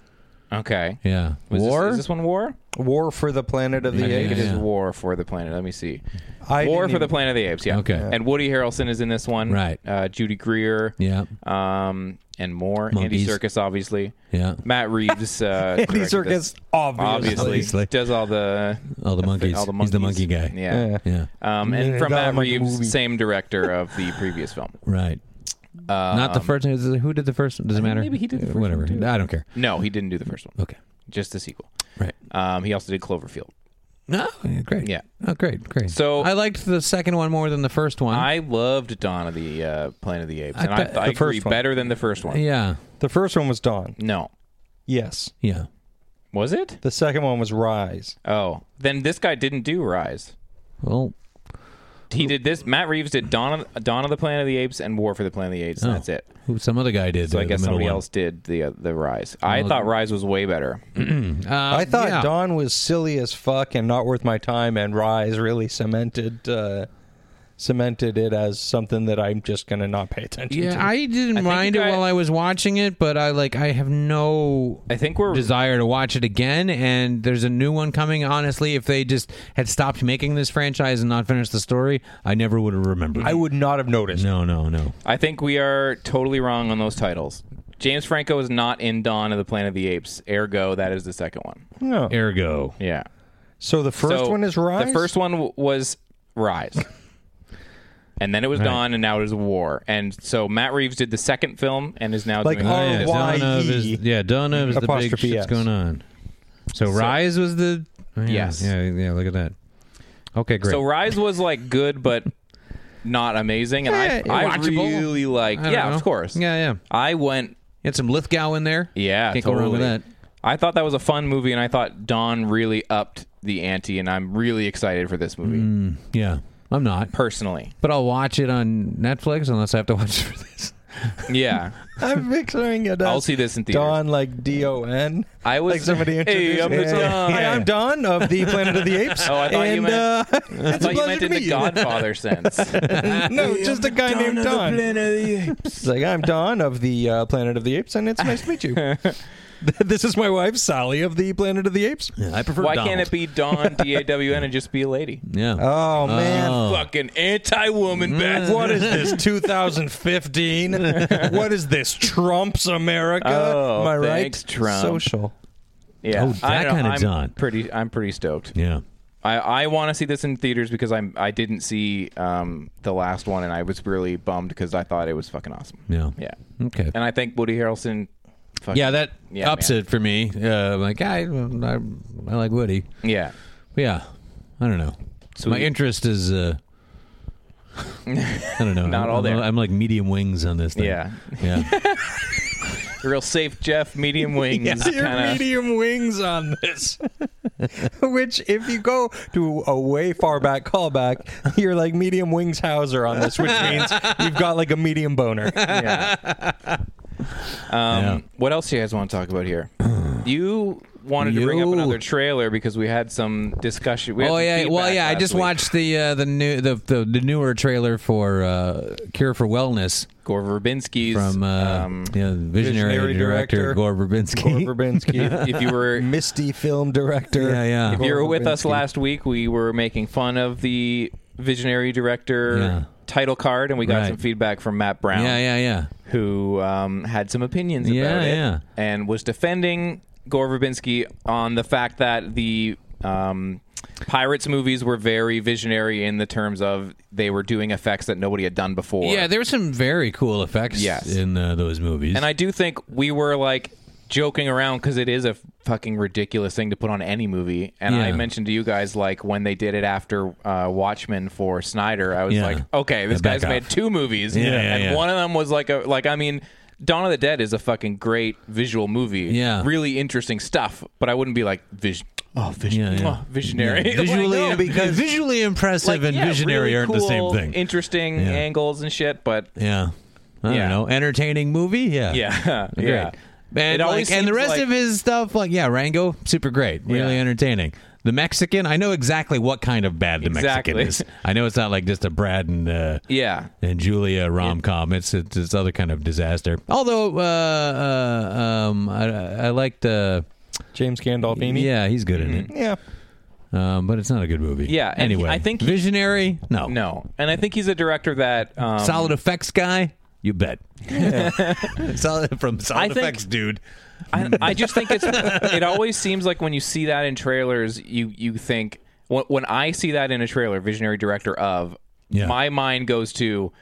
Speaker 1: Okay.
Speaker 3: Yeah.
Speaker 1: Was this-
Speaker 3: War.
Speaker 1: is this one War?
Speaker 2: War for the Planet of the
Speaker 1: I think
Speaker 2: Apes.
Speaker 1: it is
Speaker 3: yeah.
Speaker 1: War for the Planet. Let me see.
Speaker 2: I
Speaker 1: War
Speaker 2: didn't
Speaker 1: for the
Speaker 2: even-
Speaker 1: Planet of the Apes. Yeah.
Speaker 3: Okay.
Speaker 1: And Woody Harrelson is in this one.
Speaker 3: Right.
Speaker 1: Uh, Judy Greer.
Speaker 3: Yeah.
Speaker 1: Um, and more. Andy
Speaker 3: Monkeys.
Speaker 1: Circus, obviously.
Speaker 3: Yeah.
Speaker 1: Matt Reeves. Uh,
Speaker 2: Andy
Speaker 1: directed
Speaker 2: Serkis,
Speaker 1: this.
Speaker 2: obviously.
Speaker 1: Obviously.
Speaker 3: Obviously.
Speaker 1: does all the
Speaker 3: All Oh, the monkeys.
Speaker 1: all the
Speaker 3: He's the
Speaker 1: monkeys.
Speaker 3: monkey guy.
Speaker 1: Yeah.
Speaker 2: Yeah.
Speaker 3: Yeah.
Speaker 1: Um, and
Speaker 2: Yeah,
Speaker 1: from
Speaker 2: that
Speaker 1: Matt
Speaker 2: monkey
Speaker 1: Reeves,
Speaker 2: movie.
Speaker 1: same director of the previous film. Uh,
Speaker 3: Right. Not the first. is it- Who did the first? one? Does it matter?
Speaker 1: Um,
Speaker 3: Uh,
Speaker 1: maybe he did the first one,
Speaker 3: Whatever.
Speaker 1: too.
Speaker 3: I don't care.
Speaker 1: No, he didn't do the first one.
Speaker 3: Okay.
Speaker 1: Just the sequel.
Speaker 3: Right.
Speaker 1: Um, he also did Cloverfield.
Speaker 3: No. yeah, Great.
Speaker 1: Yeah.
Speaker 3: Oh, great. Great.
Speaker 1: So-
Speaker 3: I liked the second one more than the first one.
Speaker 1: I loved Dawn of the uh, Planet of the Apes,
Speaker 3: I
Speaker 1: and I,
Speaker 3: bet-
Speaker 1: I
Speaker 3: the
Speaker 1: agree
Speaker 2: first one.
Speaker 1: better than the first one.
Speaker 3: yeah.
Speaker 2: The first one was Dawn.
Speaker 1: No,
Speaker 2: Yes.
Speaker 3: Yeah.
Speaker 1: was it?
Speaker 2: The second one was Rise.
Speaker 1: Oh, then this guy didn't do Rise.
Speaker 3: Well.
Speaker 1: He did this. Matt Reeves did Dawn of, Dawn of the Planet of the Apes and War for the Planet of the Apes.
Speaker 3: Oh.
Speaker 1: And that's it.
Speaker 3: Who? Some other guy did.
Speaker 1: So
Speaker 3: the,
Speaker 1: I guess
Speaker 3: the middle
Speaker 1: somebody
Speaker 3: one.
Speaker 1: else did the uh, the Rise. I thought Rise was way better.
Speaker 3: Uh,
Speaker 2: I thought
Speaker 3: yeah.
Speaker 2: Dawn was silly as fuck and not worth my time, and Rise really cemented uh, cemented it as something that I'm just gonna not pay attention to.
Speaker 3: Yeah, I didn't
Speaker 1: I think
Speaker 3: mind
Speaker 1: you
Speaker 3: it
Speaker 1: guys-
Speaker 3: while I was watching it, but I like I have no
Speaker 1: I think we're
Speaker 3: desire to watch it again. And there's a new one coming. Honestly, if they just had stopped making this franchise and not finished the story, I never would have remembered.
Speaker 2: I would not have noticed.
Speaker 3: Mm. no, no, no.
Speaker 1: I think we are totally wrong on those titles. James Franco is not in Dawn of the Planet of the Apes. Ergo, that is the second one.
Speaker 2: No.
Speaker 3: Ergo,
Speaker 1: Yeah.
Speaker 2: So the first
Speaker 1: So,
Speaker 2: one is Rise.
Speaker 1: The first one w- was Rise. and then it was Dawn, and now it is War. And so Matt Reeves did the second film and is now
Speaker 2: Like,
Speaker 1: doing.
Speaker 2: oh,
Speaker 3: yeah,
Speaker 2: yeah,
Speaker 3: Dawn of
Speaker 2: Y-E.
Speaker 3: is yeah, Dawn of is the big
Speaker 2: Apostrophe S.
Speaker 3: shit's going on. So, Rise was the oh, yeah,
Speaker 1: Yes.
Speaker 3: yeah, yeah. Look at that. Okay, great.
Speaker 1: so Rise was like good, but not amazing. And
Speaker 3: Eh,
Speaker 1: I, I
Speaker 3: watchable.
Speaker 1: really like.
Speaker 3: I don't
Speaker 1: Yeah,
Speaker 3: know.
Speaker 1: of course.
Speaker 3: Yeah, yeah.
Speaker 1: I went.
Speaker 3: You had some Lithgow in there.
Speaker 1: Yeah,
Speaker 3: can't
Speaker 1: totally.
Speaker 3: go wrong with that.
Speaker 1: I thought that was a fun movie, and I thought Dawn really upped the ante, and I'm really excited for this movie
Speaker 3: Mm. Yeah, I'm not.
Speaker 1: personally.
Speaker 3: But I'll watch it on Netflix unless I have to watch it for this.
Speaker 1: Yeah,
Speaker 2: I'm picturing it.
Speaker 1: I'll
Speaker 2: as
Speaker 1: see this in theaters.
Speaker 2: Dawn like D O N.
Speaker 1: I was
Speaker 2: Like somebody introduced.
Speaker 1: Hey, I'm the
Speaker 2: Yeah.
Speaker 1: Dawn.
Speaker 2: Hi, I'm Don of the Planet of the Apes.
Speaker 1: Oh, I thought
Speaker 2: and,
Speaker 1: you meant.
Speaker 2: uh,
Speaker 1: I thought you
Speaker 2: pleasure
Speaker 1: meant
Speaker 2: to
Speaker 1: in the
Speaker 2: meet you.
Speaker 1: Godfather sense.
Speaker 2: no, just a guy named Don. It's like I'm Don of the uh, Planet of the Apes, and it's nice to meet you. this is my wife Sally of the Planet of the Apes.
Speaker 3: I prefer.
Speaker 1: Why can't it be Dawn D A W N and just be a lady?
Speaker 3: Yeah.
Speaker 2: Oh man,
Speaker 1: Fucking anti-woman back.
Speaker 2: what is this 2015? what is this Trump's America?
Speaker 1: Oh,
Speaker 2: Am I
Speaker 1: thanks,
Speaker 2: right?
Speaker 1: Trump.
Speaker 2: Social.
Speaker 1: Yeah,
Speaker 3: Oh,
Speaker 1: I
Speaker 3: that
Speaker 1: don't know.
Speaker 3: kinda
Speaker 1: I'm
Speaker 3: Dawn.
Speaker 1: Pretty, I'm pretty stoked.
Speaker 3: yeah.
Speaker 1: I, I want to see this in theaters because I'm I didn't see um, the last one and I was really bummed because I thought it was fucking awesome.
Speaker 3: Yeah.
Speaker 1: Yeah,
Speaker 3: Okay.
Speaker 1: and I think Woody Harrelson. fucking-
Speaker 3: Hmm. yeah, that
Speaker 1: Yeah,
Speaker 3: ups
Speaker 1: man.
Speaker 3: it for me. Uh, like I, I, I like Woody.
Speaker 1: yeah.
Speaker 3: But yeah. I don't know. My
Speaker 1: we-
Speaker 3: interest is. Uh, I don't know.
Speaker 1: Not
Speaker 3: I'm,
Speaker 1: all
Speaker 3: I'm,
Speaker 1: there.
Speaker 3: I'm like medium wings on this thing.
Speaker 1: Yeah.
Speaker 3: Yeah.
Speaker 1: Real safe, Jeff. Medium
Speaker 2: Mm,
Speaker 1: wings. kinda.
Speaker 2: medium wings on this. Which, if you go to a way far back callback, you're like medium wings Hauser on this, which means you've got like a medium boner.
Speaker 1: yeah. Um,
Speaker 3: Yeah.
Speaker 1: What else do you guys want to talk about here? You wanted to bring up
Speaker 3: You.
Speaker 1: another trailer because we had some discussion. We had
Speaker 3: oh
Speaker 1: some
Speaker 3: yeah. Well
Speaker 1: feedback
Speaker 3: yeah. I
Speaker 1: last
Speaker 3: just
Speaker 1: week.
Speaker 3: watched the uh, the new the, the the newer trailer for uh, Cure for Wellness.
Speaker 1: Gore Verbinski's
Speaker 3: from uh,
Speaker 1: um,
Speaker 3: yeah, visionary,
Speaker 2: visionary
Speaker 3: director,
Speaker 2: director,
Speaker 3: Gore Verbinski.
Speaker 2: Gore Verbinski,
Speaker 1: if you were
Speaker 2: Misty film director.
Speaker 3: Yeah, yeah.
Speaker 1: if you were
Speaker 2: Gore
Speaker 1: with us
Speaker 2: Verbinski.
Speaker 1: last week, we were making fun of the visionary director
Speaker 3: Yeah.
Speaker 1: title card, and we got
Speaker 3: Right.
Speaker 1: some feedback from Matt Brown,
Speaker 3: yeah, yeah, yeah.
Speaker 1: who um, had some opinions
Speaker 3: Yeah,
Speaker 1: about it
Speaker 3: yeah.
Speaker 1: and was defending Gore Verbinski on the fact that the um, Pirates movies were very visionary in the terms of they were doing effects that nobody had done before.
Speaker 3: Yeah, there were some very cool effects
Speaker 1: Yes.
Speaker 3: in uh, those movies.
Speaker 1: And I do think we were like joking around because it is a fucking ridiculous thing to put on any movie. And I
Speaker 3: Yeah.
Speaker 1: mentioned to you guys like when they did it after uh, Watchmen for Snyder, I was
Speaker 3: Yeah.
Speaker 1: like, okay, this
Speaker 3: Yeah, back
Speaker 1: guy's made
Speaker 3: off.
Speaker 1: two movies,
Speaker 3: Yeah, yeah,
Speaker 1: and
Speaker 3: yeah.
Speaker 1: one of them was like a like I mean. Dawn of the Dead is a fucking great visual movie.
Speaker 3: Yeah.
Speaker 1: Really interesting stuff, but I wouldn't be like, vision. Oh, vision.
Speaker 3: Yeah, yeah.
Speaker 1: oh, visionary. Like,
Speaker 3: visually,
Speaker 1: no,
Speaker 3: because visually impressive
Speaker 1: like,
Speaker 3: and
Speaker 1: yeah,
Speaker 3: visionary
Speaker 1: really
Speaker 3: aren't the same
Speaker 1: cool,
Speaker 3: thing.
Speaker 1: Interesting
Speaker 3: Yeah.
Speaker 1: angles and shit, but
Speaker 3: yeah, I
Speaker 1: Yeah.
Speaker 3: don't know. Entertaining movie. Yeah,
Speaker 1: yeah.
Speaker 3: Great.
Speaker 1: yeah. It
Speaker 3: And,
Speaker 1: always
Speaker 3: like, and the
Speaker 1: seems
Speaker 3: rest
Speaker 1: like-
Speaker 3: of his stuff, like yeah, Rango, super great, really
Speaker 1: Yeah.
Speaker 3: entertaining. The Mexican, I know exactly what kind of bad the
Speaker 1: Exactly.
Speaker 3: Mexican is. I know it's not like just a Brad and uh,
Speaker 1: Yeah.
Speaker 3: and Julia rom com. It's it's this other kind of disaster. Although, uh, uh, um, I, I liked uh,
Speaker 2: James Gandolfini.
Speaker 3: yeah, he's good in it.
Speaker 2: yeah.
Speaker 3: Um, but it's not a good movie.
Speaker 1: Mm-hmm. Yeah, and he-
Speaker 3: Anyway,
Speaker 1: I think he-
Speaker 3: visionary. No,
Speaker 1: No, and I think he's a director that um,
Speaker 3: Solid effects guy. You bet. solid from solid
Speaker 1: I think-
Speaker 3: effects, dude.
Speaker 1: I, I just think it's. it always seems like when you see that in trailers, you you think when, when I see that in a trailer, visionary director of,
Speaker 3: Yeah.
Speaker 1: my mind goes to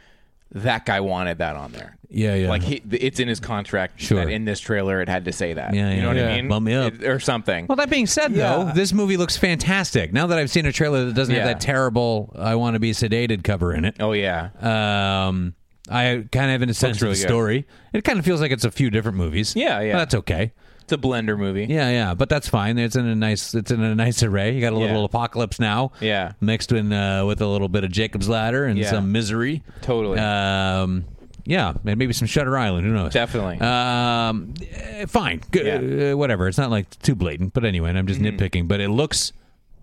Speaker 1: that guy wanted that on there.
Speaker 3: Yeah, yeah.
Speaker 1: Like he, it's in his contract
Speaker 3: Sure.
Speaker 1: that in this trailer it had to say that.
Speaker 3: Yeah,
Speaker 1: you
Speaker 3: yeah.
Speaker 1: know what I
Speaker 3: Yeah.
Speaker 1: mean?
Speaker 3: Bump me up.
Speaker 1: It- or something.
Speaker 3: Well, that being said, though, this movie looks fantastic. Now that I've seen a trailer that doesn't have
Speaker 1: Yeah.
Speaker 3: that terrible "I want to be sedated" cover in it,
Speaker 1: oh yeah,
Speaker 3: um, I kind of have a sense
Speaker 1: really
Speaker 3: of the
Speaker 1: good.
Speaker 3: story. It kind of feels like it's a few different movies.
Speaker 1: Yeah, yeah.
Speaker 3: But that's okay.
Speaker 1: it's a blender movie.
Speaker 3: Yeah, yeah, but that's fine. It's in a nice, it's in a nice array. You got a little
Speaker 1: Yeah.
Speaker 3: apocalypse now,
Speaker 1: Yeah.
Speaker 3: mixed in uh, with a little bit of Jacob's Ladder and
Speaker 1: Yeah.
Speaker 3: some misery.
Speaker 1: Totally.
Speaker 3: Um, yeah, and maybe some Shutter Island. Who knows?
Speaker 1: Definitely.
Speaker 3: Um, eh, fine. Good.
Speaker 1: Yeah. Mm-hmm.
Speaker 3: Uh, whatever. It's not like too blatant, but anyway, and I'm just nitpicking. But it looks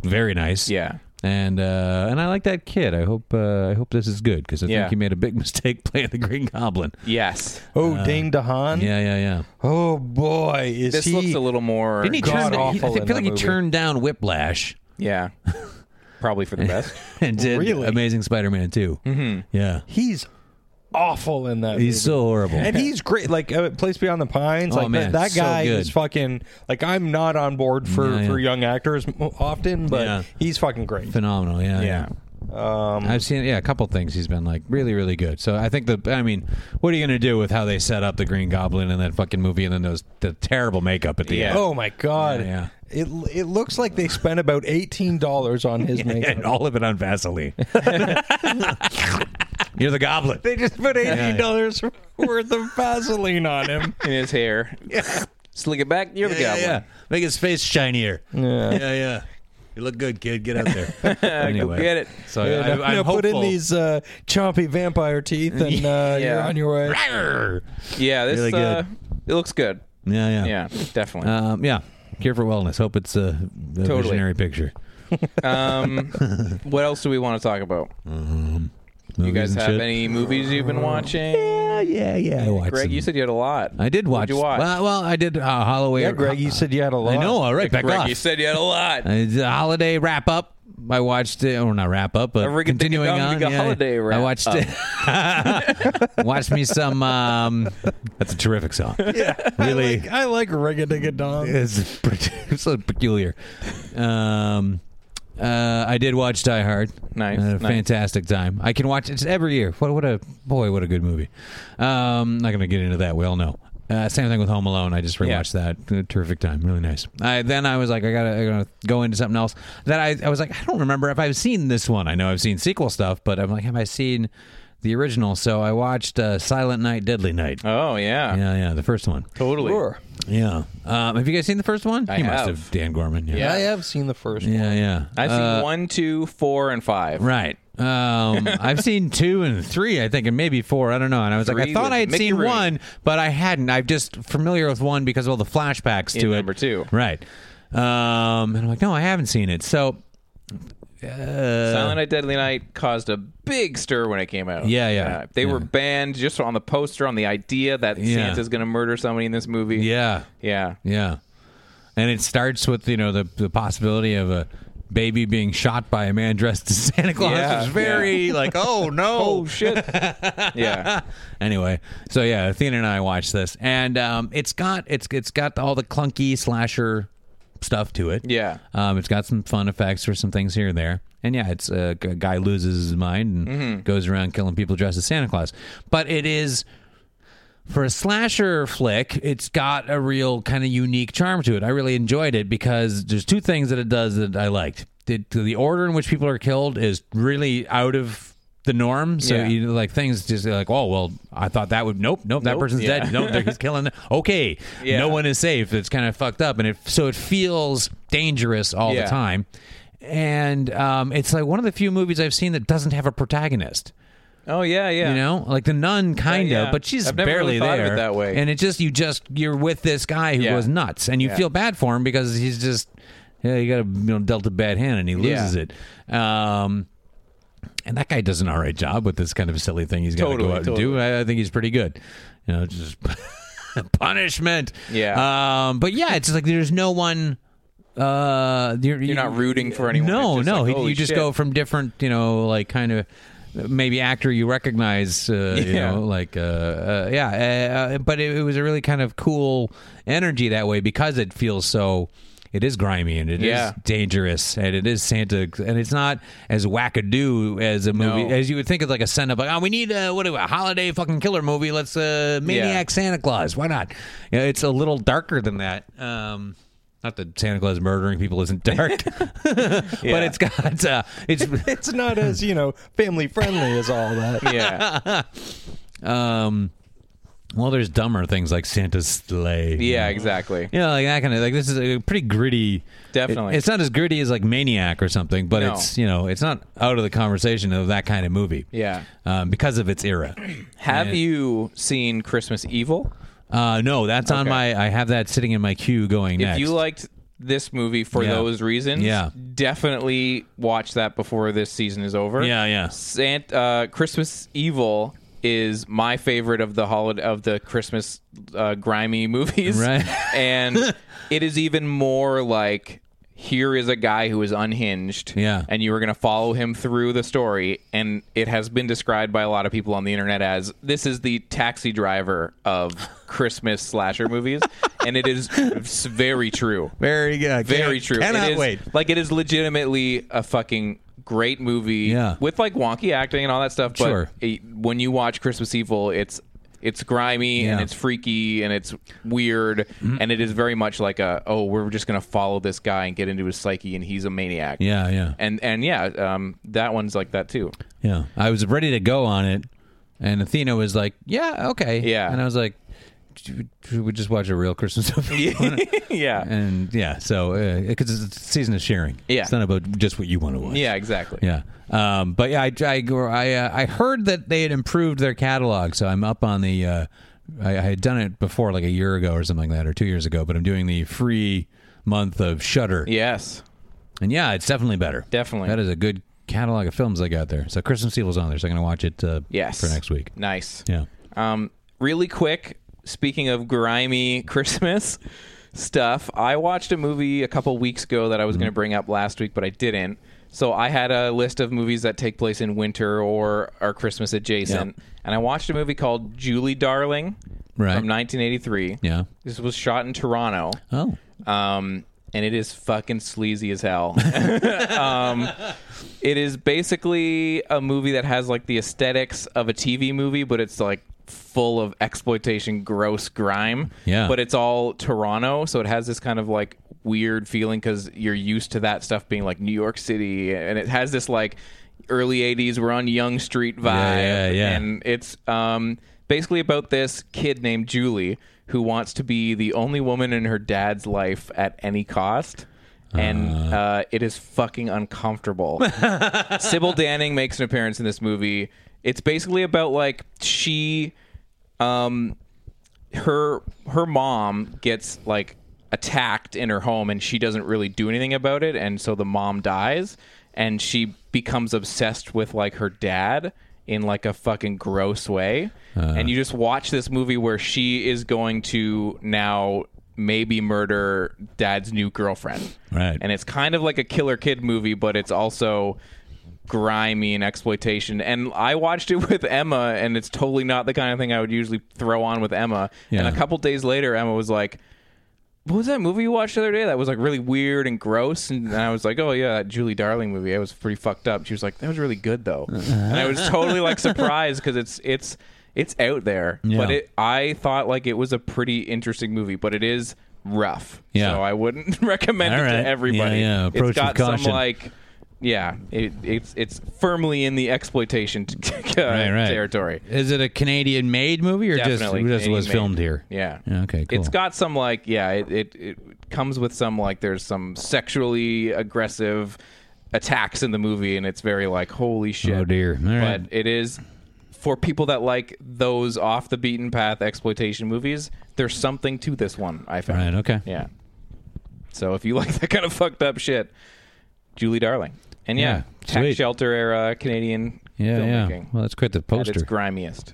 Speaker 3: very nice.
Speaker 1: Yeah.
Speaker 3: And uh, and I like that kid. I hope uh, I hope this is good because I
Speaker 1: Yeah.
Speaker 3: think he made a big mistake playing the Green Goblin.
Speaker 1: Yes,
Speaker 2: Oh, Dane DeHaan.
Speaker 3: Yeah, yeah, yeah.
Speaker 2: Oh boy, is
Speaker 1: this
Speaker 2: he?
Speaker 1: looks a little more.
Speaker 3: Didn't he
Speaker 2: God
Speaker 3: turn? He, I
Speaker 2: awful
Speaker 3: feel
Speaker 2: in
Speaker 3: like
Speaker 2: that
Speaker 3: he
Speaker 2: movie.
Speaker 3: turned down Whiplash.
Speaker 1: yeah, probably for the best.
Speaker 3: and did
Speaker 2: Really?
Speaker 3: Amazing Spider-Man 2. Mm-hmm. Yeah,
Speaker 2: he's awful in that.
Speaker 3: he's
Speaker 2: movie.
Speaker 3: so horrible.
Speaker 2: and he's great. Like uh, Place Beyond the Pines,
Speaker 3: Oh,
Speaker 2: like
Speaker 3: man,
Speaker 2: that, that
Speaker 3: so
Speaker 2: guy
Speaker 3: good.
Speaker 2: is fucking. Like I'm not on board for
Speaker 3: Yeah, yeah.
Speaker 2: for young actors m- often, but
Speaker 3: Yeah.
Speaker 2: he's fucking great.
Speaker 3: Phenomenal. Yeah,
Speaker 1: Yeah.
Speaker 2: Um,
Speaker 3: I've seen yeah a couple things he's been like really really good. So I think the I mean what are you gonna do with how they set up the Green Goblin in that fucking movie and then those the terrible makeup at the
Speaker 1: Yeah.
Speaker 3: end.
Speaker 2: oh my god,
Speaker 3: Yeah, yeah.
Speaker 2: it it looks like they spent about eighteen dollars on his makeup.
Speaker 3: and all of it on Vaseline. You're the Goblin.
Speaker 2: They just put eighteen dollars worth of Vaseline on him.
Speaker 1: in his hair. Slick it back. You're the
Speaker 3: yeah,
Speaker 1: goblin.
Speaker 3: yeah. make his face shinier. Yeah, yeah, yeah. You look good, kid. Get out there. anyway,
Speaker 1: Uh, get it.
Speaker 3: So
Speaker 2: Yeah,
Speaker 3: I,
Speaker 2: now-
Speaker 3: I'm
Speaker 2: now put in
Speaker 3: hopeful.
Speaker 2: these uh, chompy vampire teeth, and uh, you're
Speaker 1: Yeah.
Speaker 2: on your way.
Speaker 3: Yeah,
Speaker 1: Yeah, this
Speaker 3: Really
Speaker 1: uh,
Speaker 3: good.
Speaker 1: it looks good.
Speaker 3: yeah,
Speaker 1: Yeah, definitely.
Speaker 3: Um, yeah. Cure for wellness. Hope it's a, a
Speaker 1: Totally.
Speaker 3: visionary picture.
Speaker 1: Um, what else do we want to talk about? You guys have any movies you've been watching?
Speaker 3: Yeah, yeah, yeah. I watched.
Speaker 1: Greg,
Speaker 3: some.
Speaker 1: you said you had a lot.
Speaker 3: I did watch.
Speaker 1: What'd you watch?
Speaker 3: Well, well, I did uh, Holloway.
Speaker 2: Yeah, Greg, you said you had a lot.
Speaker 3: I know. All right, back
Speaker 1: Greg,
Speaker 3: off.
Speaker 1: you said you had a lot.
Speaker 3: I did a holiday wrap up. I watched it, or not wrap up, but
Speaker 1: Never get to get
Speaker 3: continuing
Speaker 1: down to
Speaker 3: on.
Speaker 1: the
Speaker 3: yeah,
Speaker 1: holiday wrap
Speaker 3: I watched it. watched me some. Um, that's a terrific song. Yeah, really.
Speaker 2: I like ring a ding a dong.
Speaker 3: It's, pretty, it's so peculiar. Um, uh, I did watch Die Hard.
Speaker 1: Nice,
Speaker 3: I had a
Speaker 1: nice.
Speaker 3: fantastic time. I can watch it every year. What, what a boy! What a good movie. Um, not going to get into that. We all know. Uh, same thing with Home Alone. I just rewatched that. Uh, Terrific time. Really nice. I, then I was like, I gotta, I gotta go into something else. That I, I was like, I don't remember if I've seen this one. I know I've seen sequel stuff, but I'm like, have I seen the original? So I watched uh, Silent Night, Deadly Night.
Speaker 1: Oh yeah,
Speaker 3: yeah, yeah, the first one.
Speaker 1: totally.
Speaker 2: Sure.
Speaker 3: Yeah. Um, have you guys seen the first one?
Speaker 1: I
Speaker 3: you
Speaker 1: have.
Speaker 3: must have. Dan Gorman. Yeah.
Speaker 1: Yeah.
Speaker 2: I have seen the first one.
Speaker 3: Yeah. yeah.
Speaker 1: I've seen
Speaker 3: Uh,
Speaker 1: one, two, four, and five.
Speaker 3: Right. Um, I've seen two and three, I think, and maybe four. I don't know. And I was like,
Speaker 1: Three
Speaker 3: I thought
Speaker 1: with
Speaker 3: I had
Speaker 1: Mickey
Speaker 3: seen
Speaker 1: Rooney.
Speaker 3: one, but I hadn't. I'm just familiar with one because of all the flashbacks
Speaker 1: In
Speaker 3: to it.
Speaker 1: number two.
Speaker 3: Right. Um, and I'm like, no, I haven't seen it. So uh,
Speaker 1: Silent Night, Deadly Night caused a big stir when it came out. Uh,
Speaker 3: Yeah, yeah.
Speaker 1: they
Speaker 3: Yeah.
Speaker 1: were banned just on the poster, on the idea that
Speaker 3: Yeah.
Speaker 1: Santa's going to murder somebody in this movie.
Speaker 3: Yeah.
Speaker 1: Yeah.
Speaker 3: Yeah. And it starts with, you know, the, the possibility of a baby being shot by a man dressed as Santa Claus.
Speaker 1: Yeah,
Speaker 3: It's very like, oh no.
Speaker 1: Oh, shit. yeah.
Speaker 3: anyway, so yeah, Athena and I watched this, and um, it's got it's it's got all the clunky slasher stuff to it.
Speaker 1: Yeah.
Speaker 3: um, it's got some fun effects or some things here and there, and yeah, it's uh, a guy loses his mind and goes around killing people dressed as Santa Claus. But it is for a slasher flick, it's got a real kind of unique charm to it. I really enjoyed it because there's two things that it does that I liked. The, the order in which people are killed is really out of the norm. So
Speaker 1: Yeah.
Speaker 3: you know, like things just like, oh well, I thought that would nope, nope, that
Speaker 1: Nope,
Speaker 3: person's
Speaker 1: yeah.
Speaker 3: dead. Nope, they're- he's killing. them. Okay,
Speaker 1: Yeah.
Speaker 3: no one is safe. It's kind of fucked up, and it so it feels dangerous all
Speaker 1: Yeah.
Speaker 3: the time. And um, it's like one of the few movies I've seen that doesn't have a protagonist.
Speaker 1: Oh, yeah, yeah.
Speaker 3: You know, like the nun, kind of,
Speaker 1: yeah.
Speaker 3: but she's
Speaker 1: I've never really
Speaker 3: barely
Speaker 1: thought of
Speaker 3: there.
Speaker 1: it that way.
Speaker 3: And it just you just you're with this guy who
Speaker 1: Yeah.
Speaker 3: goes nuts, and you
Speaker 1: Yeah.
Speaker 3: feel bad for him because he's just yeah, you got a you know, dealt a bad hand, and he loses
Speaker 1: Yeah.
Speaker 3: it. Um, and that guy does an all right job with this kind of silly thing he's got to
Speaker 1: Totally,
Speaker 3: go out and do.
Speaker 1: totally.
Speaker 3: I, I think he's pretty good. You know, just punishment.
Speaker 1: Yeah.
Speaker 3: Um, but yeah, it's just like there's no one. Uh, you're,
Speaker 1: You're not rooting for anyone.
Speaker 3: no,
Speaker 1: It's just
Speaker 3: no.
Speaker 1: like,
Speaker 3: he-
Speaker 1: holy
Speaker 3: you just
Speaker 1: shit.
Speaker 3: go from different, you know, like kind of maybe actor you recognize, uh, you
Speaker 1: Yeah.
Speaker 3: know, like, uh, uh, yeah. Uh, uh, but it, it was a really kind of cool energy that way because it feels so. It is grimy and it is
Speaker 1: Yeah.
Speaker 3: dangerous and it is Santa and it's not as wackadoo as a movie
Speaker 1: No.
Speaker 3: as you would think of like a send up like oh we need a what do we- a holiday fucking killer movie let's uh maniac Santa Claus why not yeah, it's a little darker than that um not that Santa Claus murdering people isn't dark but it's got uh, it's
Speaker 2: It's not as you know family friendly as all that.
Speaker 1: Yeah.
Speaker 3: um well there's dumber things like santa's sleigh
Speaker 1: Yeah, exactly.
Speaker 3: yeah like that kind of like this is a pretty gritty
Speaker 1: Definitely.
Speaker 3: it- it's not as gritty as like maniac or something but
Speaker 1: No.
Speaker 3: it's you know it's not out of the conversation of that kind of movie
Speaker 1: Yeah.
Speaker 3: um, because of its era
Speaker 1: Have you seen Christmas Evil?
Speaker 3: uh no that's on
Speaker 1: Okay.
Speaker 3: my i have that sitting in my queue going
Speaker 1: If
Speaker 3: next
Speaker 1: you liked this movie for
Speaker 3: Yeah.
Speaker 1: those reasons,
Speaker 3: Yeah.
Speaker 1: definitely watch that before this season is over.
Speaker 3: Yeah, yeah.
Speaker 1: Sant, uh, Christmas Evil is my favorite of the holiday of the Christmas uh, grimy movies,
Speaker 3: Right.
Speaker 1: and it is even more like. Here is a guy who is unhinged,
Speaker 3: Yeah.
Speaker 1: and you are going to follow him through the story. And it has been described by a lot of people on the internet as this is the taxi driver of Christmas slasher movies, and it is s- very true
Speaker 3: very good
Speaker 1: very true. it is, Like it is legitimately a fucking great movie.
Speaker 3: Yeah.
Speaker 1: With like wonky acting and all that stuff. But
Speaker 3: Sure.
Speaker 1: it- when you watch Christmas Evil, it's it's grimy and
Speaker 3: Yeah. Mm-hmm.
Speaker 1: it's freaky and it's weird and it is very much like a oh we're just gonna follow this guy and get into his psyche and he's a maniac.
Speaker 3: yeah yeah
Speaker 1: And and yeah, um, that one's like that too.
Speaker 3: Yeah. I was ready to go on it, and Athena was like, "Yeah, okay."
Speaker 1: Yeah.
Speaker 3: And I was like, "Should we- "Should we just watch a real Christmas movie?"
Speaker 1: yeah.
Speaker 3: and yeah, so because it's a season of sharing.
Speaker 1: Yeah.
Speaker 3: It's not about just what you want to watch.
Speaker 1: Yeah. Exactly.
Speaker 3: Yeah. Um, but yeah, I I I, uh, I heard that they had improved their catalog, so I'm up on the. Uh, I, I had done it before, like a year ago or something like that, or two years ago. But I'm doing the free month of Shutter,
Speaker 1: Yes.
Speaker 3: and yeah, it's definitely better.
Speaker 1: Definitely.
Speaker 3: that is a good catalog of films they got there. So Christmas Evil's on there, so I'm gonna watch it. Uh,
Speaker 1: Yes.
Speaker 3: for next week.
Speaker 1: Nice.
Speaker 3: Yeah.
Speaker 1: Um, really quick, speaking of grimy Christmas stuff, I watched a movie a couple weeks ago that I was
Speaker 3: Mm-hmm.
Speaker 1: going to bring up last week, but I didn't. So I had a list of movies that take place in winter or are Christmas adjacent, and I watched a movie called Julie Darling
Speaker 3: Right.
Speaker 1: from 1983.
Speaker 3: Yeah.
Speaker 1: This was shot in Toronto.
Speaker 3: Oh.
Speaker 1: Um, and it is fucking sleazy as hell. um, it is basically a movie that has like the aesthetics of a TV movie, but it's like full of exploitation, gross grime.
Speaker 3: Yeah.
Speaker 1: But it's all Toronto, so it has this kind of like weird feeling because you're used to that stuff being like New York City, and it has this like early '80s we're on Young Street vibe.
Speaker 3: Yeah, yeah, yeah.
Speaker 1: And it's um, basically about this kid named Julie who wants to be the only woman in her dad's life at any cost. And uh, it is fucking uncomfortable. Sybil Danning makes an appearance in this movie. It's basically about like she, um, her her mom gets like attacked in her home, and she doesn't really do anything about it, and so the mom dies, and she becomes obsessed with like her dad in like a fucking gross way. and you just watch this movie where she is going to now maybe murder dad's new girlfriend.
Speaker 3: Right.
Speaker 1: And it's kind of like a killer kid movie, but it's also grimy and exploitation. And I watched it with Emma, and it's totally not the kind of thing I would usually throw on with Emma. And
Speaker 3: Yeah.
Speaker 1: a couple days later, Emma was like, what was that movie you watched the other day that was like really weird and gross? And I was like, oh yeah, that Julie Darling movie. It was pretty fucked up. She was like, that was really good though, and I was totally like surprised because it's it's it's out there. But it, I thought like it was a pretty interesting movie, but it is rough.
Speaker 3: Yeah.
Speaker 1: So I wouldn't recommend
Speaker 3: All
Speaker 1: it
Speaker 3: right.
Speaker 1: to everybody.
Speaker 3: Yeah, yeah. Approach
Speaker 1: It's got
Speaker 3: with
Speaker 1: some
Speaker 3: caution.
Speaker 1: like. Yeah, it, it's it's firmly in the exploitation t- uh,
Speaker 3: Right, right.
Speaker 1: territory.
Speaker 3: Is it a Canadian made movie or
Speaker 1: Definitely
Speaker 3: just, just was
Speaker 1: Canadian-made.
Speaker 3: filmed here?
Speaker 1: Yeah.
Speaker 3: Okay, cool.
Speaker 1: It's got some like yeah, it, it it comes with some like there's some sexually aggressive attacks in the movie and it's very like holy shit.
Speaker 3: Oh, dear. All
Speaker 1: but
Speaker 3: right.
Speaker 1: it is for people that like those off the beaten path exploitation movies, there's something to this one, I found.
Speaker 3: Right, okay.
Speaker 1: Yeah. So if you like that kind of fucked up shit, Julie Darling. And yeah,
Speaker 3: Yeah,
Speaker 1: tax
Speaker 3: sweet.
Speaker 1: shelter era Canadian
Speaker 3: Yeah, yeah.
Speaker 1: filmmaking.
Speaker 3: Well, that's quite the
Speaker 1: At its
Speaker 3: poster.
Speaker 1: grimiest.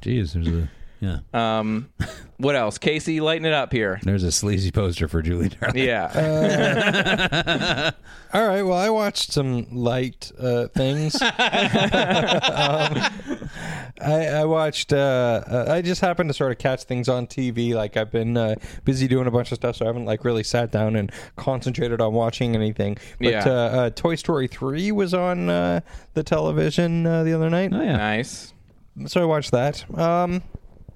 Speaker 3: Jeez, there's a yeah.
Speaker 1: Uh, What else? Casey, lighten it up here.
Speaker 3: there's a sleazy poster for Julie Darling.
Speaker 1: Yeah.
Speaker 2: All right. Well, I watched some light uh, things. um, I, I watched. Uh, uh, I just happened to sort of catch things on TV. Like I've been uh, busy doing a bunch of stuff, so I haven't like really sat down and concentrated on watching anything. But
Speaker 1: Yeah.
Speaker 2: uh, uh, Toy Story three was on uh, the television uh, the other night,
Speaker 3: Oh yeah.
Speaker 1: Nice.
Speaker 2: so I watched that. Um,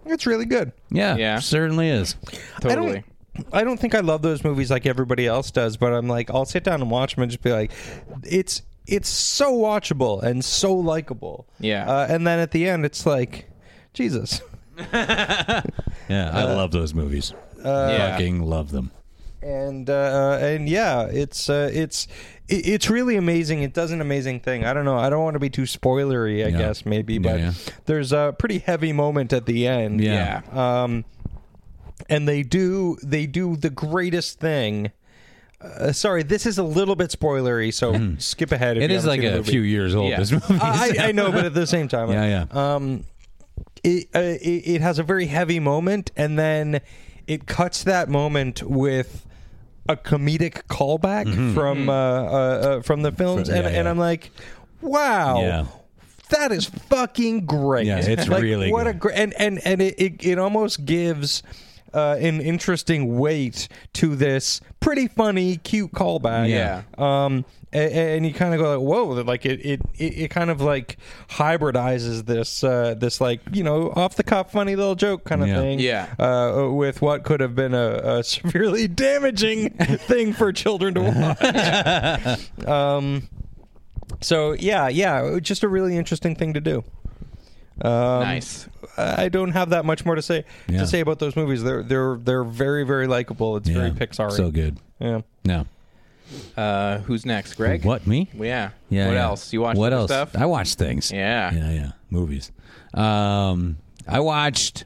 Speaker 2: it's really good.
Speaker 3: yeah,
Speaker 1: Yeah.
Speaker 3: certainly is.
Speaker 1: Totally.
Speaker 2: I don't, I don't think I love those movies like everybody else does, but I'm like, I'll sit down and watch them and just be like, it's it's so watchable and so likable.
Speaker 1: Yeah.
Speaker 2: Uh, and then at the end, it's like, Jesus.
Speaker 3: Yeah, I love those movies.
Speaker 1: Uh,
Speaker 2: uh,
Speaker 1: yeah.
Speaker 3: Fucking love them.
Speaker 2: and uh, and yeah, it's uh, it's it- it's really amazing. It does an amazing thing. I don't know. I don't want to be too spoilery. I
Speaker 3: Yeah.
Speaker 2: guess maybe,
Speaker 3: Yeah,
Speaker 2: but
Speaker 3: yeah.
Speaker 2: there's a pretty heavy moment at the end.
Speaker 3: Yeah.
Speaker 2: Um, and they do they do the greatest thing. Uh, sorry, this is a little bit spoilery, so skip ahead. If
Speaker 3: Hmm. It
Speaker 2: you
Speaker 3: is
Speaker 2: haven't
Speaker 3: like
Speaker 2: seen the
Speaker 3: a
Speaker 2: movie.
Speaker 3: few years old.
Speaker 1: Yeah.
Speaker 3: This movie.
Speaker 2: I, I I know, but at the same time,
Speaker 3: yeah, yeah.
Speaker 2: Um, it, uh, it it has a very heavy moment, and then it cuts that moment with a comedic callback from uh, uh, uh, from the films,
Speaker 3: From-
Speaker 2: and,
Speaker 3: Mm-hmm. yeah,
Speaker 2: and
Speaker 3: yeah.
Speaker 2: I'm like, wow.
Speaker 3: Yeah.
Speaker 2: That is fucking great.
Speaker 3: Yeah, it's
Speaker 2: Like,
Speaker 3: really
Speaker 2: what a
Speaker 3: good.
Speaker 2: great and and and it it, it almost gives uh, an interesting weight to this pretty funny, cute callback
Speaker 1: Yeah.
Speaker 2: um a- a- and you kind of go like whoa like it it, it it kind of like hybridizes this uh this like you know off the cuff funny little joke kind of
Speaker 3: Yeah.
Speaker 2: thing
Speaker 1: Yeah.
Speaker 2: uh with what could have been a, a severely damaging thing for children to watch um so yeah yeah just a really interesting thing to do um,
Speaker 1: nice.
Speaker 2: I don't have that much more to say
Speaker 3: Yeah.
Speaker 2: to say about those movies. They're they're they're very very likable. It's very
Speaker 3: Yeah.
Speaker 2: Pixar.
Speaker 3: So good.
Speaker 2: Yeah.
Speaker 3: No.
Speaker 1: Uh, who's next, Greg?
Speaker 3: What me?
Speaker 1: Yeah.
Speaker 3: Yeah.
Speaker 1: What
Speaker 3: yeah.
Speaker 1: else? You watched
Speaker 3: what
Speaker 1: other
Speaker 3: else?
Speaker 1: stuff?
Speaker 3: I watched things.
Speaker 1: Yeah.
Speaker 3: Yeah, yeah. Movies. Um, I watched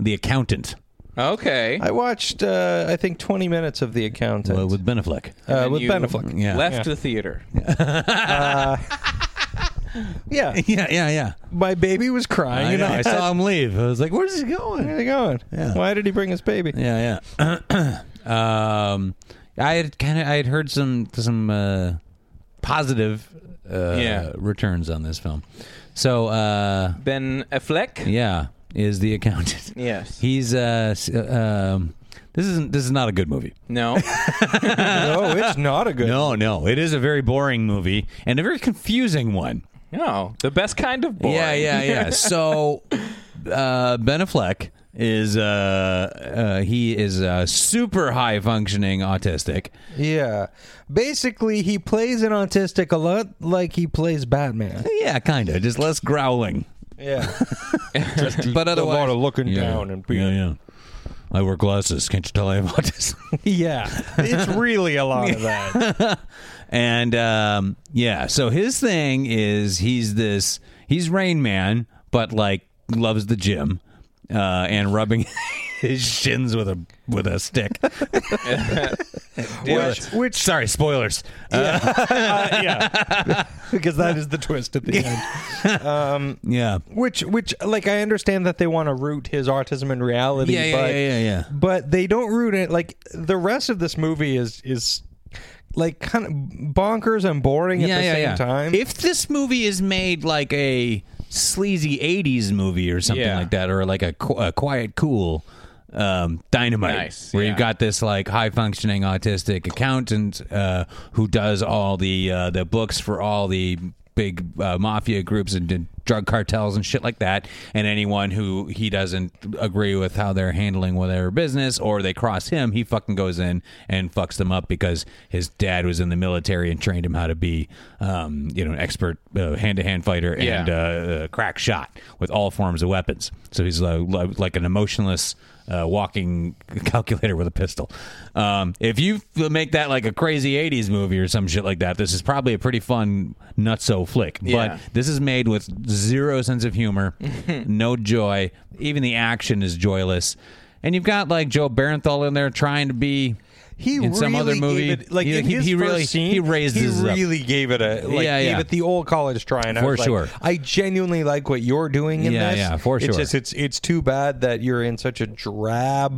Speaker 3: The Accountant
Speaker 1: Okay.
Speaker 2: I watched, uh, I think, 20 minutes of The Accountant
Speaker 3: uh, with Ben Affleck.
Speaker 2: uh,
Speaker 1: And
Speaker 2: with
Speaker 1: you
Speaker 2: Ben Affleck.
Speaker 3: Yeah.
Speaker 1: Left the theater.
Speaker 2: Yeah,
Speaker 3: Yeah, yeah, yeah.
Speaker 2: my baby was crying.
Speaker 3: I
Speaker 2: and
Speaker 3: know. I
Speaker 2: had-
Speaker 3: saw him leave. I was like, "Where's he going?"
Speaker 2: Where are they going? Why did he bring his baby?
Speaker 3: Yeah, yeah. um, I had kind of I had heard some some uh, positive uh,
Speaker 1: Yeah.
Speaker 3: returns on this film. So uh,
Speaker 1: Ben Affleck.
Speaker 3: yeah, is the accountant.
Speaker 1: Yes.
Speaker 3: He's uh, s- uh, um, this isn't this is not a good movie.
Speaker 1: No.
Speaker 2: no, it's not a good.
Speaker 3: No, no, it is a very boring movie and a very confusing one.
Speaker 1: no. The best kind of boy.
Speaker 3: Yeah, yeah, yeah. so uh, Ben Affleck is uh, uh, he is uh, super high functioning autistic.
Speaker 2: Yeah, basically, he plays an autistic a lot like he plays Batman.
Speaker 3: Yeah, kind of. Just less growling.
Speaker 2: Yeah,
Speaker 3: But
Speaker 2: a
Speaker 3: otherwise,
Speaker 2: lot of looking down and being.
Speaker 3: yeah, yeah. I wear glasses. Can't you tell I have autism?
Speaker 2: Yeah. it's really a lot of that.
Speaker 3: and um, yeah, so his thing is he's this he's Rain Man, but like loves the gym uh, and rubbing his shins with a with a stick.
Speaker 2: Which, which
Speaker 3: Sorry, spoilers.
Speaker 2: uh, yeah, because that is the twist at the end. Um,
Speaker 3: Yeah.
Speaker 2: Which, which, like, I understand that they want to root his autism in reality.
Speaker 3: Yeah, yeah,
Speaker 2: but,
Speaker 3: yeah, yeah, yeah.
Speaker 2: But they don't root it. Like the rest of this movie is is like kind of bonkers and boring at the same time.
Speaker 3: If this movie is made like a sleazy '80s movie or something
Speaker 1: Yeah.
Speaker 3: like that, or like a, qu- a quiet, cool um, dynamite,
Speaker 1: Nice,
Speaker 3: where
Speaker 1: yeah.
Speaker 3: you've got this like high functioning autistic accountant uh, who does all the uh, the books for all the big uh, mafia groups and, and drug cartels and shit like that and anyone who he doesn't agree with how they're handling whatever business or they cross him he fucking goes in and fucks them up because his dad was in the military and trained him how to be um, you know an expert uh, hand-to-hand fighter
Speaker 1: Yeah.
Speaker 3: and uh, uh, crack shot with all forms of weapons. So he's uh, li- like an emotionless uh, walking calculator with a pistol. Um, if you f- make that like a crazy 80s movie or some shit like that, this is probably a pretty fun nutso flick.
Speaker 1: Yeah.
Speaker 3: But this is made with zero sense of humor, no joy. Even the action is joyless. And you've got like Joe Barenthal in there trying to be.
Speaker 2: he
Speaker 3: in some other
Speaker 2: really
Speaker 3: movie,
Speaker 2: gave it, like
Speaker 3: he,
Speaker 2: in
Speaker 3: he-
Speaker 2: his
Speaker 3: he
Speaker 2: first
Speaker 3: really
Speaker 2: scene,
Speaker 3: he raised
Speaker 2: he
Speaker 3: his up.
Speaker 2: really gave it a like
Speaker 3: Yeah,
Speaker 2: gave
Speaker 3: yeah.
Speaker 2: it the old college try and I
Speaker 3: For
Speaker 2: was like,
Speaker 3: sure.
Speaker 2: I genuinely like what you're doing in
Speaker 3: Yeah,
Speaker 2: this
Speaker 3: yeah, for
Speaker 2: it's
Speaker 3: sure.
Speaker 2: just, it's it's too bad that you're in such a drab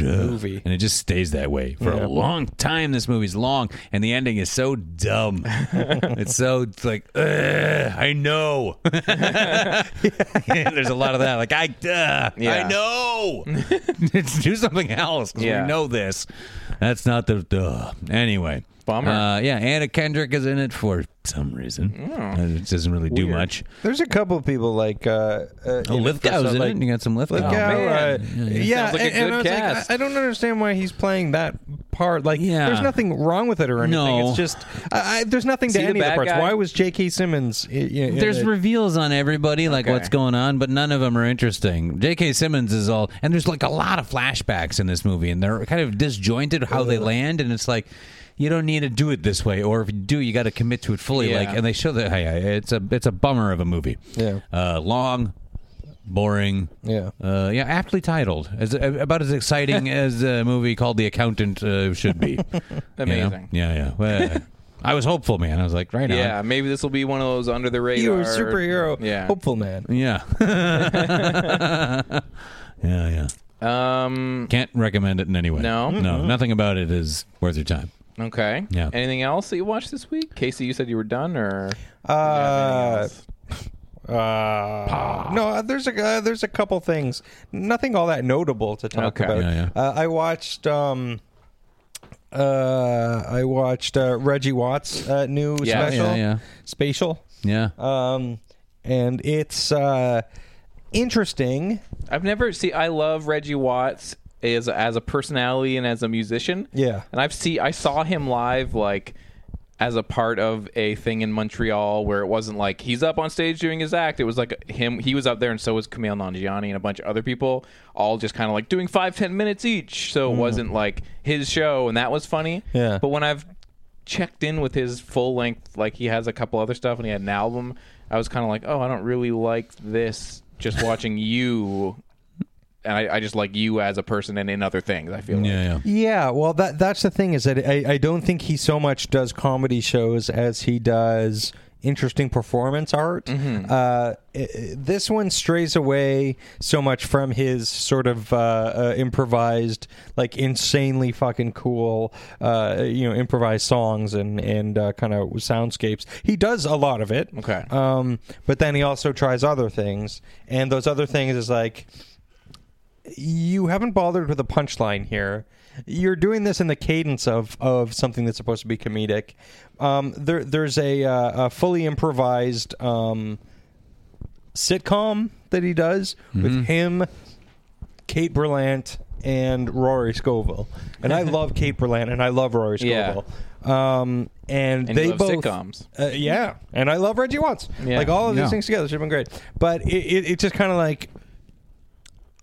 Speaker 2: movie
Speaker 3: and it just stays that way for a long time. This movie's long, and the ending is so dumb. it's so it's like "Ugh, I know. There's a lot of that. Like I, uh,
Speaker 1: Yeah.
Speaker 3: I know. Do something else. 'cause
Speaker 1: Yeah.
Speaker 3: We know this. That's not the. Uh. Anyway.
Speaker 1: Bummer.
Speaker 3: Uh, yeah, Anna Kendrick is in it for some reason. Uh, It doesn't really do much.
Speaker 2: There's a couple of people like uh, uh,
Speaker 3: Oh,
Speaker 2: you know,
Speaker 3: Lithgow's
Speaker 2: first,
Speaker 3: in
Speaker 2: like,
Speaker 3: it. You "Oh, got some Lithgow.
Speaker 2: Lithgow, uh, yeah,
Speaker 1: Sounds like a
Speaker 2: and, and
Speaker 1: good
Speaker 2: I was like,
Speaker 1: cast.
Speaker 2: I, I don't understand why he's playing that part. Like,
Speaker 3: Yeah.
Speaker 2: there's nothing wrong with it or anything.
Speaker 3: No.
Speaker 2: It's just I, I, there's nothing
Speaker 1: Is he
Speaker 2: to
Speaker 1: the
Speaker 2: any of the
Speaker 1: bad
Speaker 2: parts.
Speaker 1: guy?
Speaker 2: Why was J.K. Simmons? i- i- in
Speaker 3: There's
Speaker 2: it?
Speaker 3: reveals on everybody, like
Speaker 1: Okay.
Speaker 3: what's going on, but none of them are interesting. J.K. Simmons is all, and there's like a lot of flashbacks in this movie, and they're kind of disjointed how they land, and it's like you don't need to do it this way, or if you do, you got to commit to it fully.
Speaker 1: Yeah.
Speaker 3: Like, and they show that hey, hey, it's a it's a bummer of a movie.
Speaker 2: Yeah.
Speaker 3: uh, long. Boring,
Speaker 2: Yeah.
Speaker 3: uh, yeah. Aptly titled, as uh, about as exciting as a movie called The Accountant uh, should be. You know?
Speaker 1: Amazing.
Speaker 3: yeah, yeah. Well, I was hopeful, man. I was like, right on.
Speaker 1: Yeah, maybe this will be one of those under the radar.
Speaker 2: you a superhero,
Speaker 1: Yeah.
Speaker 2: hopeful man.
Speaker 3: Yeah. yeah, yeah.
Speaker 1: Um.
Speaker 3: Can't recommend it in any way.
Speaker 1: No?
Speaker 3: No, nothing about it is worth your time.
Speaker 1: Okay.
Speaker 3: Yeah.
Speaker 1: Anything else that you watched this week, Casey? You said you were done, or
Speaker 2: Uh, uh, no, uh, there's a uh, there's a couple things, nothing all that notable to talk
Speaker 1: Okay.
Speaker 2: about.
Speaker 3: Yeah, yeah.
Speaker 2: Uh, I watched um, uh, I watched uh, Reggie Watts' uh, new
Speaker 1: Yeah.
Speaker 3: Yeah,
Speaker 2: special,
Speaker 3: yeah.
Speaker 2: Spatial,
Speaker 3: Yeah.
Speaker 2: um, and it's uh, interesting.
Speaker 1: I've never see. I love Reggie Watts as as a personality and as a musician.
Speaker 2: Yeah.
Speaker 1: and I've see I saw him live like as a part of a thing in Montreal where it wasn't like he's up on stage doing his act. It was like him. He was up there, and so was Camille Nanjiani and a bunch of other people, all just kind of like doing five ten minutes each. So it wasn't like his show, and that was funny.
Speaker 2: Mm-hmm. Yeah.
Speaker 1: but when I've checked in with his full length, like he has a couple other stuff and he had an album, I was kind of like, oh, I don't really like this. Just watching you. And I, I just like you as a person and in other things. I feel like.
Speaker 3: Yeah, yeah.
Speaker 2: Yeah, well, that that's the thing is that I, I don't think he so much does comedy shows as he does interesting performance art. Uh, i- i- this one strays away so much from his sort of uh, uh, improvised, like insanely fucking cool, uh, you know, improvised songs and and uh, kind of soundscapes. He does a lot of it.
Speaker 1: Okay.
Speaker 2: Um, but then he also tries other things, and those other things is like you haven't bothered with a punchline here. You're doing this in the cadence of of something that's supposed to be comedic. Um, there, there's a, uh, a fully improvised um, sitcom that he does
Speaker 1: Mm-hmm.
Speaker 2: with him, Kate Berlant, and Rory Scovel. And I love Kate Berlant, and I love Rory
Speaker 1: Yeah.
Speaker 2: Scovel. Um, and,
Speaker 1: And
Speaker 2: they
Speaker 1: you love
Speaker 2: both
Speaker 1: sitcoms.
Speaker 2: uh, yeah, and I love Reggie Watts.
Speaker 1: Yeah.
Speaker 2: Like all of these
Speaker 3: Yeah.
Speaker 2: things together should have been great. But it, it, it's just kind of like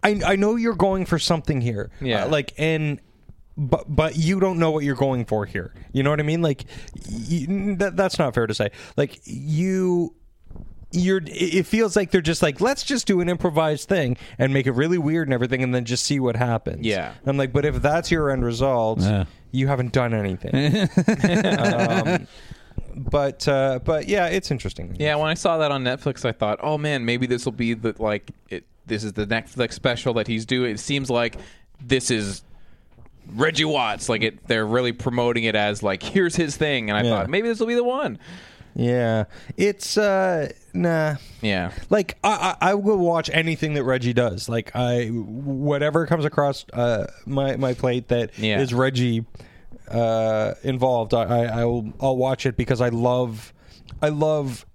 Speaker 2: I I know you're going for something here.
Speaker 1: Yeah.
Speaker 2: Uh, like and but but you don't know what you're going for here. You know what I mean? Like y y- that, that's not fair to say. Like you you're it feels like they're just like let's just do an improvised thing and make it really weird and everything and then just see what happens
Speaker 1: Yeah.
Speaker 2: i'm like but if that's your end result
Speaker 4: Yeah.
Speaker 2: you haven't done anything um, but uh, but yeah it's interesting
Speaker 1: Yeah, when I saw that on Netflix, I thought, "Oh man, maybe this will be the like it, this is the Netflix special that he's doing." It seems like this is Reggie Watts. Like it, they're really promoting it as like here's his thing, and I
Speaker 2: Yeah.
Speaker 1: thought maybe this will be the one.
Speaker 2: yeah it's uh nah
Speaker 1: Yeah,
Speaker 2: like I, I I will watch anything that Reggie does. Like I, whatever comes across uh, my my plate that is
Speaker 1: Yeah.
Speaker 2: Reggie uh, involved, I, I I will I'll watch it because I love I love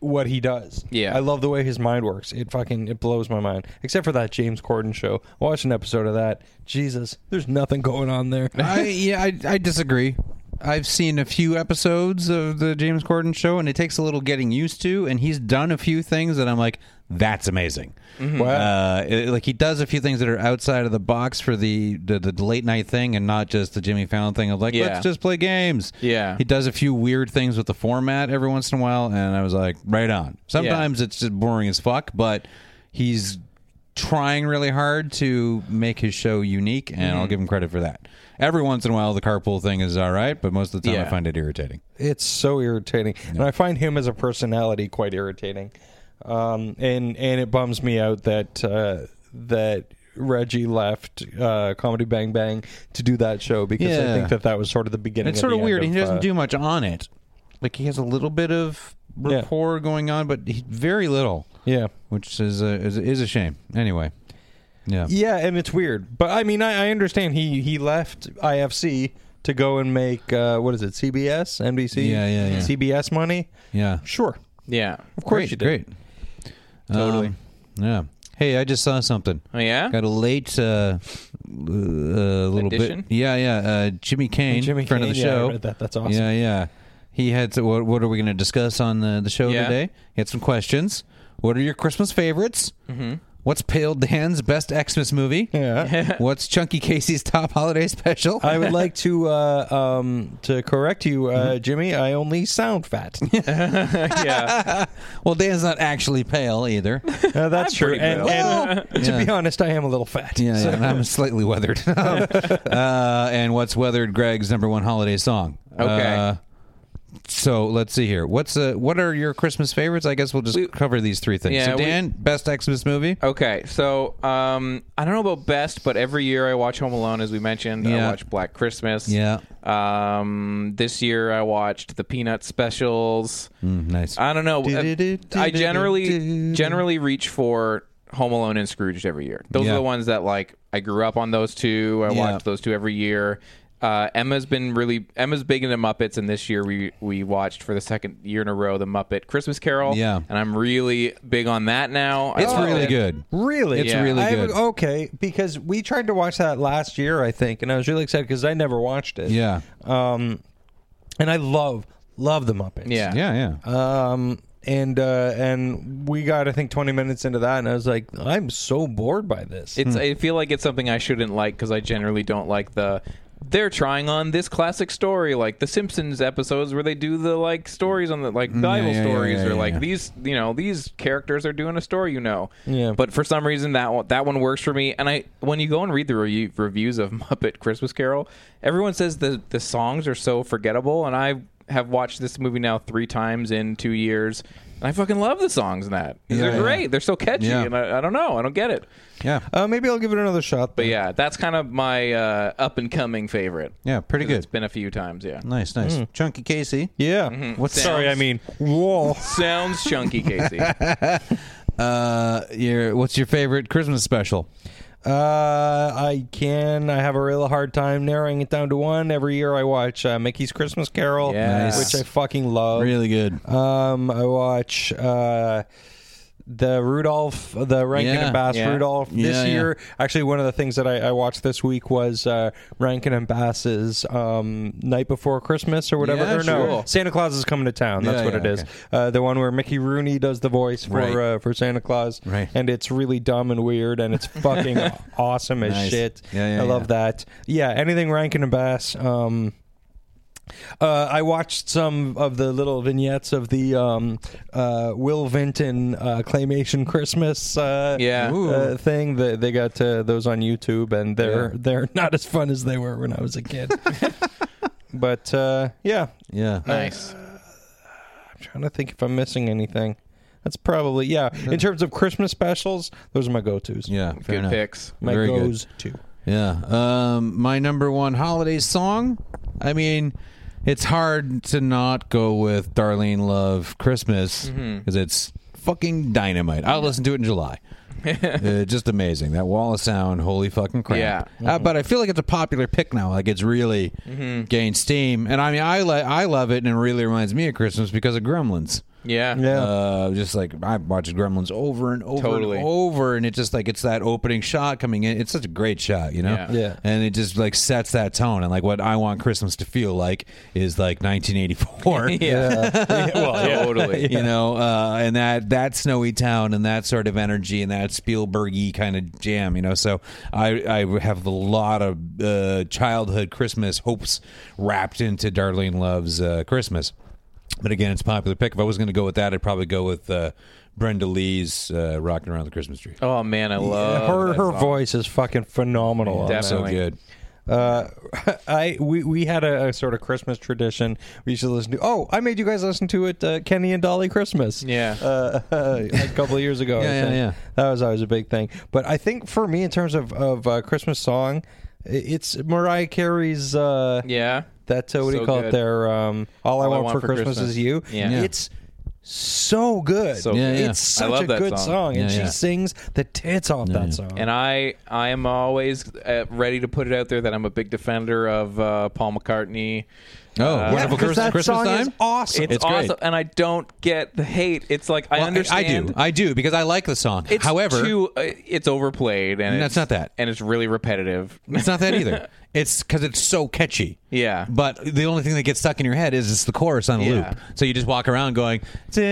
Speaker 2: what he does.
Speaker 1: Yeah.
Speaker 2: I love the way his mind works. It fucking it blows my mind. Except for that James Corden show. I watched an episode of that. Jesus, there's nothing going on there.
Speaker 3: I, yeah, I, I disagree. I've seen a few episodes of the James Corden show, and it takes a little getting used to. And he's done a few things that I'm like, that's amazing.
Speaker 1: Mm-hmm.
Speaker 3: Uh, it- like he does a few things that are outside of the box for the the, the late night thing, and not just the Jimmy Fallon thing of like,
Speaker 1: Yeah.
Speaker 3: let's just play games.
Speaker 1: Yeah.
Speaker 3: he does a few weird things with the format every once in a while, and I was like, right on. Sometimes it's just boring as fuck, but he's trying really hard to make his show unique, and
Speaker 2: Mhm.
Speaker 3: I'll give him credit for that. Every once in a while, the carpool thing is all right, but most of the time,
Speaker 1: Yeah.
Speaker 3: I find it irritating.
Speaker 2: It's so irritating, and I find him as a personality quite irritating. Um, and and it bums me out that uh, that Reggie left uh, Comedy Bang Bang to do that show because I
Speaker 3: Yeah.
Speaker 2: think that that was sort of the beginning.
Speaker 3: it's
Speaker 2: and
Speaker 3: sort
Speaker 2: the
Speaker 3: of
Speaker 2: end
Speaker 3: weird.
Speaker 2: Of,
Speaker 3: he doesn't
Speaker 2: uh,
Speaker 3: do much on it. Like he has a little bit of
Speaker 2: Yeah.
Speaker 3: rapport going on, but he, very little,
Speaker 2: Yeah,
Speaker 3: which is a, is, is a shame. Anyway, yeah.
Speaker 2: yeah, and it's weird. But I mean, I, I understand he he left IFC to go and make uh, what is it? CBS, NBC,
Speaker 3: Yeah, yeah, yeah.
Speaker 2: CBS money.
Speaker 3: Yeah.
Speaker 2: Sure,
Speaker 1: yeah,
Speaker 2: of course
Speaker 3: great,
Speaker 2: you did.
Speaker 3: great.
Speaker 2: Totally.
Speaker 3: Um, yeah. Hey, I just saw something.
Speaker 1: oh yeah.
Speaker 3: Got a late uh, uh, little
Speaker 1: Edition?
Speaker 3: bit. Yeah, yeah. Uh, Jimmy Kane,
Speaker 2: Jimmy
Speaker 3: friend of
Speaker 2: Kane,
Speaker 3: the
Speaker 2: yeah, I
Speaker 3: show.
Speaker 2: read that. That's awesome.
Speaker 3: Yeah, yeah. He had. To, what, what are we going to discuss on the, the show
Speaker 1: Yeah.
Speaker 3: today? He had some questions. What are your Christmas favorites? Mm-hmm. What's Pale Dan's best Xmas movie?
Speaker 2: Yeah.
Speaker 3: What's Chunky Casey's top holiday special?
Speaker 2: I would like to uh, um, to correct you,
Speaker 3: Mm-hmm.
Speaker 2: uh, Jimmy. I only sound fat.
Speaker 3: well, Dan's not actually pale either.
Speaker 2: Uh, that's true.
Speaker 1: pretty
Speaker 2: And,
Speaker 1: good.
Speaker 2: and uh, to be honest, I am a little fat.
Speaker 3: Yeah,
Speaker 2: So-
Speaker 3: yeah, and I'm slightly weathered. uh, and what's weathered Greg's number one holiday song?
Speaker 1: Okay.
Speaker 3: Uh, so let's see here. What's uh, what are your Christmas favorites? I guess we'll just cover these three things.
Speaker 1: Yeah,
Speaker 3: so
Speaker 1: we- Uh,
Speaker 3: Dan, best Xmas movie.
Speaker 1: Okay, so um, I don't know about best, but every year I watch Home Alone, as we mentioned. I
Speaker 3: Yeah.
Speaker 1: watch Black Christmas.
Speaker 3: Yeah.
Speaker 1: Um, this year I watched the Peanut specials.
Speaker 3: Mm, nice.
Speaker 1: I don't know. Uh,
Speaker 3: Do-do-do-do-do-do-do.
Speaker 1: I generally generally reach for Home Alone and Scrooge every year. Those
Speaker 3: Yeah.
Speaker 1: are the ones that like I grew up on. Those two, I
Speaker 3: Yeah.
Speaker 1: watched those two every year. Uh, Emma's been really Emma's big into Muppets, and this year we we watched for the second year in a row the Muppet Christmas Carol.
Speaker 3: Yeah.
Speaker 1: and I'm really big on that now. Oh. I
Speaker 3: it's
Speaker 1: love
Speaker 3: really
Speaker 1: it.
Speaker 3: good.
Speaker 2: Really?
Speaker 3: It's
Speaker 1: Yeah.
Speaker 3: really
Speaker 2: I
Speaker 3: good.
Speaker 2: haven't- okay, because we tried to watch that last year, I think, and I was really excited because I never watched it.
Speaker 3: Yeah.
Speaker 1: Uh,
Speaker 2: Um, and I love love the Muppets.
Speaker 1: Yeah.
Speaker 3: yeah, yeah.
Speaker 1: uh,
Speaker 2: Um, and uh, and we got I think twenty minutes into that, and I was like, I'm so bored by this.
Speaker 3: Hmm.
Speaker 1: It's I feel like it's something I shouldn't like because I generally don't like the. They're trying on this classic story, like the Simpsons episodes where they do the like stories on the like Bible
Speaker 3: Mm, yeah, yeah,
Speaker 1: stories,
Speaker 3: yeah,
Speaker 1: or
Speaker 3: yeah,
Speaker 1: like
Speaker 3: yeah.
Speaker 1: these you know these characters are doing a story, you know.
Speaker 2: Yeah.
Speaker 1: But for some reason that one, that one works for me, and I when you go and read the re- reviews of Muppet Christmas Carol, everyone says the the songs are so forgettable, and I have watched this movie now three times in two years. And I fucking love the songs in that.
Speaker 3: Yeah,
Speaker 1: They're
Speaker 3: yeah.
Speaker 1: great. They're so catchy.
Speaker 3: Yeah.
Speaker 1: And I, I don't know. I don't get it.
Speaker 3: yeah.
Speaker 2: uh, maybe I'll give it another shot.
Speaker 1: But yeah, that's kind of my uh, up and coming favorite.
Speaker 3: Yeah, pretty
Speaker 1: 'Cause It's Mm.
Speaker 3: good.
Speaker 1: been a few times, yeah.
Speaker 3: Nice, nice. Chunky Casey.
Speaker 2: yeah.
Speaker 3: What's
Speaker 2: Sorry, I mean, whoa.
Speaker 1: Sounds chunky, Casey.
Speaker 3: Uh, your what's your favorite Christmas special?
Speaker 2: Uh, I can. I have a real hard time narrowing it down to one. Every year I watch uh, Mickey's Christmas Carol,
Speaker 1: Yes.
Speaker 2: which I fucking
Speaker 1: Uh,
Speaker 2: love.
Speaker 3: Really good.
Speaker 2: Um, I watch uh, the Rudolph, the Rankin
Speaker 3: Yeah,
Speaker 2: and Bass
Speaker 1: yeah.
Speaker 2: Rudolph. This
Speaker 3: Yeah, yeah.
Speaker 2: year, actually, one of the things that I, I watched this week was uh, Rankin and Bass's um, Night Before Christmas or whatever.
Speaker 3: Yeah,
Speaker 2: or no,
Speaker 3: sure.
Speaker 2: Santa Claus is coming to town. That's
Speaker 3: Yeah,
Speaker 2: what
Speaker 3: yeah,
Speaker 2: it is.
Speaker 3: okay.
Speaker 2: Uh, the one where Mickey Rooney does the voice for
Speaker 3: Right.
Speaker 2: uh, for Santa Claus,
Speaker 3: Right.
Speaker 2: and it's really dumb and weird, and it's fucking awesome as
Speaker 3: Nice.
Speaker 2: shit.
Speaker 3: Yeah, yeah,
Speaker 2: I love
Speaker 3: yeah.
Speaker 2: that. Yeah, anything Rankin and Bass. Um, Uh, I watched some of the little vignettes of the um, uh, Will Vinton uh, claymation Christmas uh,
Speaker 1: Yeah.
Speaker 2: uh, thing. They, they got uh, those on YouTube, and they're they're not as fun as they were when I was a kid. but uh, yeah,
Speaker 3: Yeah.
Speaker 1: Nice.
Speaker 2: I'm trying to think if I'm missing anything. That's probably yeah. In terms of Christmas specials, those are my go tos.
Speaker 3: Yeah. fair
Speaker 1: Good
Speaker 3: enough.
Speaker 1: picks.
Speaker 2: my
Speaker 3: very good.
Speaker 2: goes to.
Speaker 3: Yeah. Um, my number one holiday song. I mean, it's hard to not go with Darlene Love Christmas because it's fucking dynamite. I'll listen to it in July. uh, just amazing. That wall of sound, holy fucking crap.
Speaker 1: Yeah.
Speaker 3: Uh, but I feel like it's a popular pick now. Like it's really gained steam. And I mean, I, li- I love it and it really reminds me of Christmas because of Gremlins.
Speaker 1: Yeah.
Speaker 2: Yeah.
Speaker 3: Uh, just like I watched Gremlins over and over
Speaker 1: Totally.
Speaker 3: and over, and it just like it's that opening shot coming in. It's such a great shot, you know.
Speaker 1: Yeah.
Speaker 2: Yeah.
Speaker 3: And it just like sets that tone, and like what I want Christmas to feel like is like 1984.
Speaker 1: Yeah. well, totally.
Speaker 3: You know, uh, and that that snowy town and that sort of energy and that Spielbergy kind of jam, you know. So I I have a lot of uh, childhood Christmas hopes wrapped into Darlene Love's uh, Christmas. But again, it's a popular pick. If I was going to go with that, I'd probably go with uh, Brenda Lee's uh, "Rocking Around the Christmas Tree."
Speaker 1: Oh man, I
Speaker 3: Uh,
Speaker 1: love.
Speaker 2: her her voice is fucking phenomenal. on that.
Speaker 3: so
Speaker 1: definitely.
Speaker 3: good.
Speaker 2: Uh, I we, we had a, a sort of Christmas tradition we used to listen to. Oh, I made you guys listen to it, uh, Kenny and Dolly Christmas.
Speaker 1: Yeah.
Speaker 2: uh, a couple of years ago.
Speaker 3: Yeah,
Speaker 2: I
Speaker 3: yeah,
Speaker 2: think.
Speaker 3: yeah.
Speaker 2: That was always a big thing. But I think for me, in terms of of uh, Christmas song, i- it's Mariah Carey's. Uh,
Speaker 1: Yeah.
Speaker 2: That uh, what do
Speaker 1: So
Speaker 2: you call it?
Speaker 1: good.
Speaker 2: There, um, all, I, want for, Christmas, is you.
Speaker 1: Yeah. Yeah.
Speaker 2: it's so good.
Speaker 1: So Yeah,
Speaker 3: good. yeah.
Speaker 2: It's
Speaker 1: I
Speaker 2: such
Speaker 1: love
Speaker 2: a
Speaker 1: that
Speaker 2: good
Speaker 1: song.
Speaker 2: song, and
Speaker 3: Yeah,
Speaker 2: she
Speaker 3: yeah.
Speaker 2: sings the tits off that song.
Speaker 1: And I, I am always uh, ready to put it out there that I'm a big defender of uh, Paul McCartney.
Speaker 3: Oh,
Speaker 1: Uh,
Speaker 2: yeah,
Speaker 3: wonderful
Speaker 2: because
Speaker 3: Christmas,
Speaker 2: that
Speaker 3: Christmas
Speaker 2: song
Speaker 3: time.
Speaker 2: is awesome.
Speaker 1: It's,
Speaker 3: It's great.
Speaker 1: awesome, and I don't get the hate. It's like I
Speaker 3: Well,
Speaker 1: understand.
Speaker 3: do. I do because I like the song.
Speaker 1: It's
Speaker 3: However,
Speaker 1: too, uh, it's overplayed, and
Speaker 3: That's
Speaker 1: it's-
Speaker 3: not that.
Speaker 1: and it's really repetitive.
Speaker 3: It's not that either. It's because it's so catchy.
Speaker 1: Yeah.
Speaker 3: But the only thing that gets stuck in your head is it's the chorus on a
Speaker 1: Yeah.
Speaker 3: loop. So you just walk around going,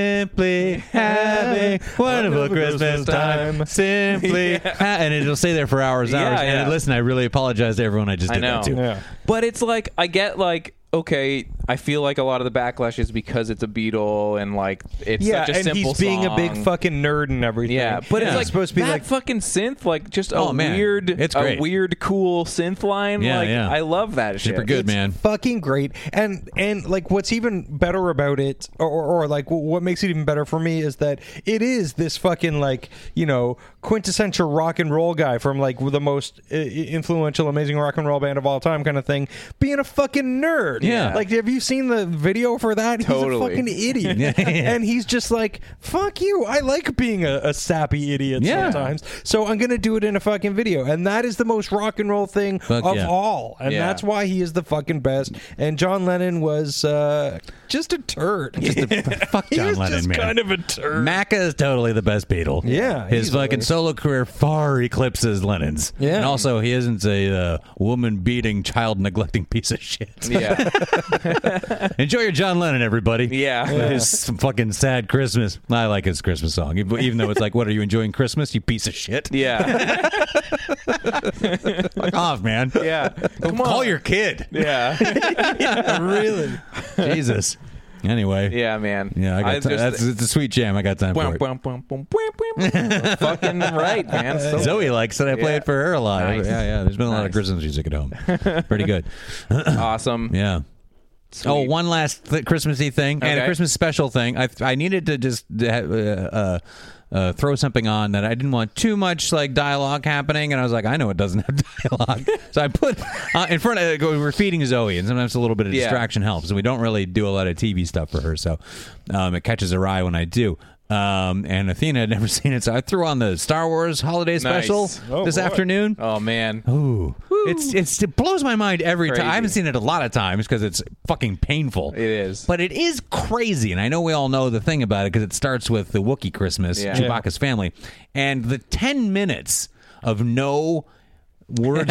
Speaker 3: simply having wonderful Christmas time. Simply. ha-" and it'll stay there for hours and
Speaker 1: Yeah,
Speaker 3: hours.
Speaker 1: yeah.
Speaker 3: And listen, I really apologize to everyone I just
Speaker 1: I
Speaker 3: did
Speaker 1: know.
Speaker 3: that to.
Speaker 2: Yeah.
Speaker 1: But it's like I get like okay, I feel like a lot of the backlash is because it's a Beatle and like it's such a
Speaker 2: and
Speaker 1: simple
Speaker 2: he's being a big
Speaker 1: song.
Speaker 2: fucking nerd and everything.
Speaker 1: Yeah, but it's
Speaker 2: He's
Speaker 1: like
Speaker 2: supposed to be
Speaker 1: that
Speaker 2: like
Speaker 1: fucking synth, like just a
Speaker 3: Oh, man.
Speaker 1: weird,
Speaker 3: It's
Speaker 1: a
Speaker 3: great.
Speaker 1: weird, cool synth line.
Speaker 3: Yeah,
Speaker 1: like
Speaker 3: yeah.
Speaker 1: I love that shit.
Speaker 3: Super good,
Speaker 2: it's
Speaker 3: man.
Speaker 2: fucking great. And and like what's even better about it, or, or or, like what makes it even better for me is that it is this fucking like you know quintessential rock and roll guy from like the most uh, influential, amazing rock and roll band of all time, kind of thing, being a fucking nerd.
Speaker 3: Yeah.
Speaker 2: Like, have you seen the video for that?
Speaker 1: Totally.
Speaker 2: He's a fucking idiot, and he's just like, "Fuck you! I like being a, a sappy idiot
Speaker 3: Yeah.
Speaker 2: sometimes, so I'm gonna do it in a fucking video." And that is the most rock and roll thing
Speaker 3: Fuck
Speaker 2: of
Speaker 3: yeah.
Speaker 2: all, and
Speaker 1: Yeah.
Speaker 2: that's why he is the fucking best. And John Lennon was uh, just a turd.
Speaker 3: Fuck
Speaker 2: he
Speaker 3: John
Speaker 2: was
Speaker 3: Lennon,
Speaker 2: just
Speaker 3: man.
Speaker 2: kind of a turd.
Speaker 3: Macca is totally the best Beatle.
Speaker 2: Yeah,
Speaker 3: his
Speaker 2: easily.
Speaker 3: fucking solo career far eclipses Lennon's.
Speaker 2: Yeah.
Speaker 3: and also he isn't a uh, woman beating, child neglecting piece of shit.
Speaker 1: Yeah,
Speaker 3: Enjoy your John Lennon, everybody.
Speaker 1: Yeah.
Speaker 3: With his fucking sad Christmas. I like his Christmas song, even even though it's like, what are you enjoying Christmas? You piece of shit.
Speaker 1: yeah,
Speaker 3: Fuck off, man.
Speaker 1: yeah. Come
Speaker 3: Call
Speaker 1: on.
Speaker 3: your kid.
Speaker 1: yeah,
Speaker 2: really.
Speaker 3: Jesus. Anyway.
Speaker 1: yeah, man.
Speaker 3: Yeah, I got ti-
Speaker 1: just-
Speaker 3: that's it's a sweet jam. I got time for
Speaker 1: Bwomp,
Speaker 3: it.
Speaker 1: bwomp, bwomp, bwomp, bwomp, bwomp. Fucking right, man. So
Speaker 3: Zoe likes it. I play
Speaker 1: Yeah.
Speaker 3: it for her a lot.
Speaker 1: Nice.
Speaker 3: Yeah, yeah. There's been a lot of
Speaker 1: Nice.
Speaker 3: Christmas music at home. Pretty good.
Speaker 1: awesome.
Speaker 3: Yeah.
Speaker 1: Sweet.
Speaker 3: Oh, one last th- Christmassy thing and a
Speaker 1: Okay.
Speaker 3: Christmas special thing. I I needed to just uh, uh, uh, throw something on that I didn't want too much like dialogue happening, and I was like, I know it doesn't have dialogue, so I put uh, in front of. We're feeding Zoe, and sometimes a little bit of
Speaker 1: Yeah.
Speaker 3: distraction helps, and we don't really do a lot of TV stuff for her, so um, it catches her eye when I do. Um, and Athena had never seen it, so I threw on the Star Wars holiday special
Speaker 2: Oh,
Speaker 3: this
Speaker 2: boy.
Speaker 3: afternoon.
Speaker 1: Oh man.
Speaker 3: Ooh. It's, it's it blows my mind every time.
Speaker 1: Crazy.
Speaker 3: I haven't seen it a lot of times because it's fucking painful.
Speaker 1: It is.
Speaker 3: but it is crazy, and I know we all know the thing about it because it starts with the Wookiee Christmas,
Speaker 1: Yeah.
Speaker 3: Chewbacca's family, and the ten minutes of no words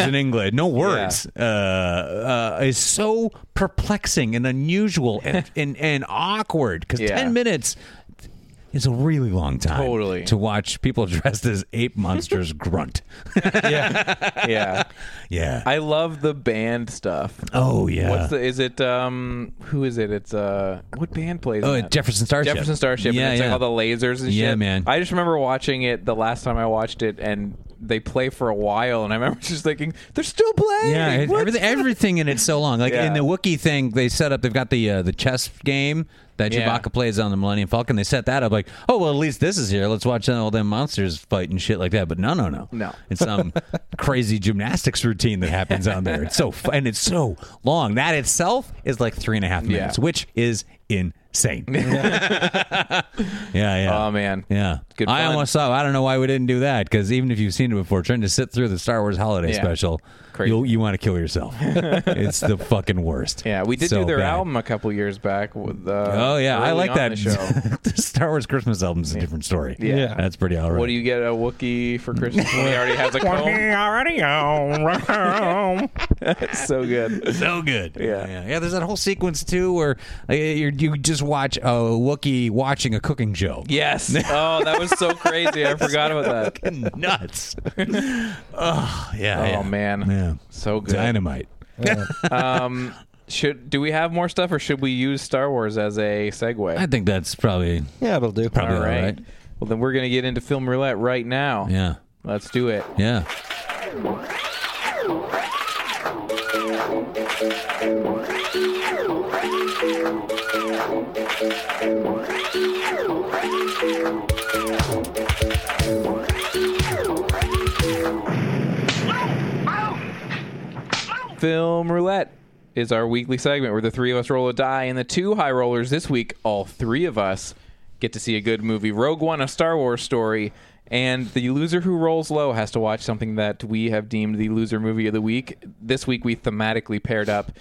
Speaker 3: in English, no words, uh, uh, is so perplexing and unusual and and, and awkward because
Speaker 1: Yeah.
Speaker 3: ten minutes. is a really long time.
Speaker 1: Totally.
Speaker 3: To watch people dressed as ape monsters grunt.
Speaker 1: yeah.
Speaker 3: Yeah.
Speaker 1: I love the band stuff.
Speaker 3: oh yeah.
Speaker 1: What's the? Is it um? Who is it? It's uh. What band plays?
Speaker 3: oh,
Speaker 1: in that?
Speaker 3: Jefferson Starship.
Speaker 1: Jefferson Starship.
Speaker 3: Yeah,
Speaker 1: and it's
Speaker 3: yeah.
Speaker 1: like all the lasers and
Speaker 3: Yeah,
Speaker 1: shit.
Speaker 3: man.
Speaker 1: I just remember watching it the last time I watched it, and they play for a while, and I remember just thinking they're still playing.
Speaker 3: Yeah, it-
Speaker 1: What?
Speaker 3: everything, everything in it's so long. Like in the Wookiee thing, they set up. They've got the uh, the chess game that
Speaker 1: Yeah.
Speaker 3: Chewbacca plays on the Millennium Falcon. They set that up like, oh well, at least this is here. Let's watch all them monsters fight and shit like that. But no, no, no,
Speaker 1: No.
Speaker 3: It's some crazy gymnastics routine that happens on there. It's so fu- and it's so long. That itself is like three and a half minutes, which is insane. yeah, yeah.
Speaker 1: Oh man.
Speaker 3: yeah,
Speaker 1: Good
Speaker 3: I
Speaker 1: fun.
Speaker 3: almost saw. I don't know why we didn't do that because even if you've seen it before, trying to sit through the Star Wars Holiday
Speaker 1: Yeah.
Speaker 3: Special,
Speaker 1: Crazy.
Speaker 3: you'll you want to kill yourself. it's the fucking worst.
Speaker 1: Yeah, we did
Speaker 3: So
Speaker 1: do their
Speaker 3: bad.
Speaker 1: album a couple years back. With, uh,
Speaker 3: Oh yeah, I
Speaker 1: early
Speaker 3: like
Speaker 1: on
Speaker 3: that.
Speaker 1: in The show.
Speaker 3: The Star Wars Christmas album's a different story.
Speaker 1: Yeah.
Speaker 3: that's pretty all right.
Speaker 1: What do you get a Wookiee for Christmas when he already has a comb?
Speaker 3: already oh,
Speaker 1: It's so good.
Speaker 3: so good.
Speaker 1: Yeah.
Speaker 3: yeah, yeah. There's that whole sequence too where uh, you're, you just watch a Wookiee watching a cooking show.
Speaker 1: Yes. Oh, that was so crazy. I forgot about that.
Speaker 3: nuts. oh yeah.
Speaker 1: Oh
Speaker 3: yeah.
Speaker 1: man.
Speaker 3: Yeah.
Speaker 1: So good.
Speaker 3: Dynamite.
Speaker 1: Um, should do we have more stuff, or should we use Star Wars as a segue?
Speaker 3: I think that's probably
Speaker 2: Yeah, it'll do.
Speaker 3: probably all right.
Speaker 1: Well, then we're gonna get into film roulette right now.
Speaker 3: Yeah.
Speaker 1: Let's do it.
Speaker 3: Yeah.
Speaker 1: Film roulette is our weekly segment where the three of us roll a die, and the two high rollers this week, all three of us, get to see a good movie, Rogue One, a Star Wars story, and the loser who rolls low has to watch something that we have deemed the loser movie of the week. This week we thematically paired up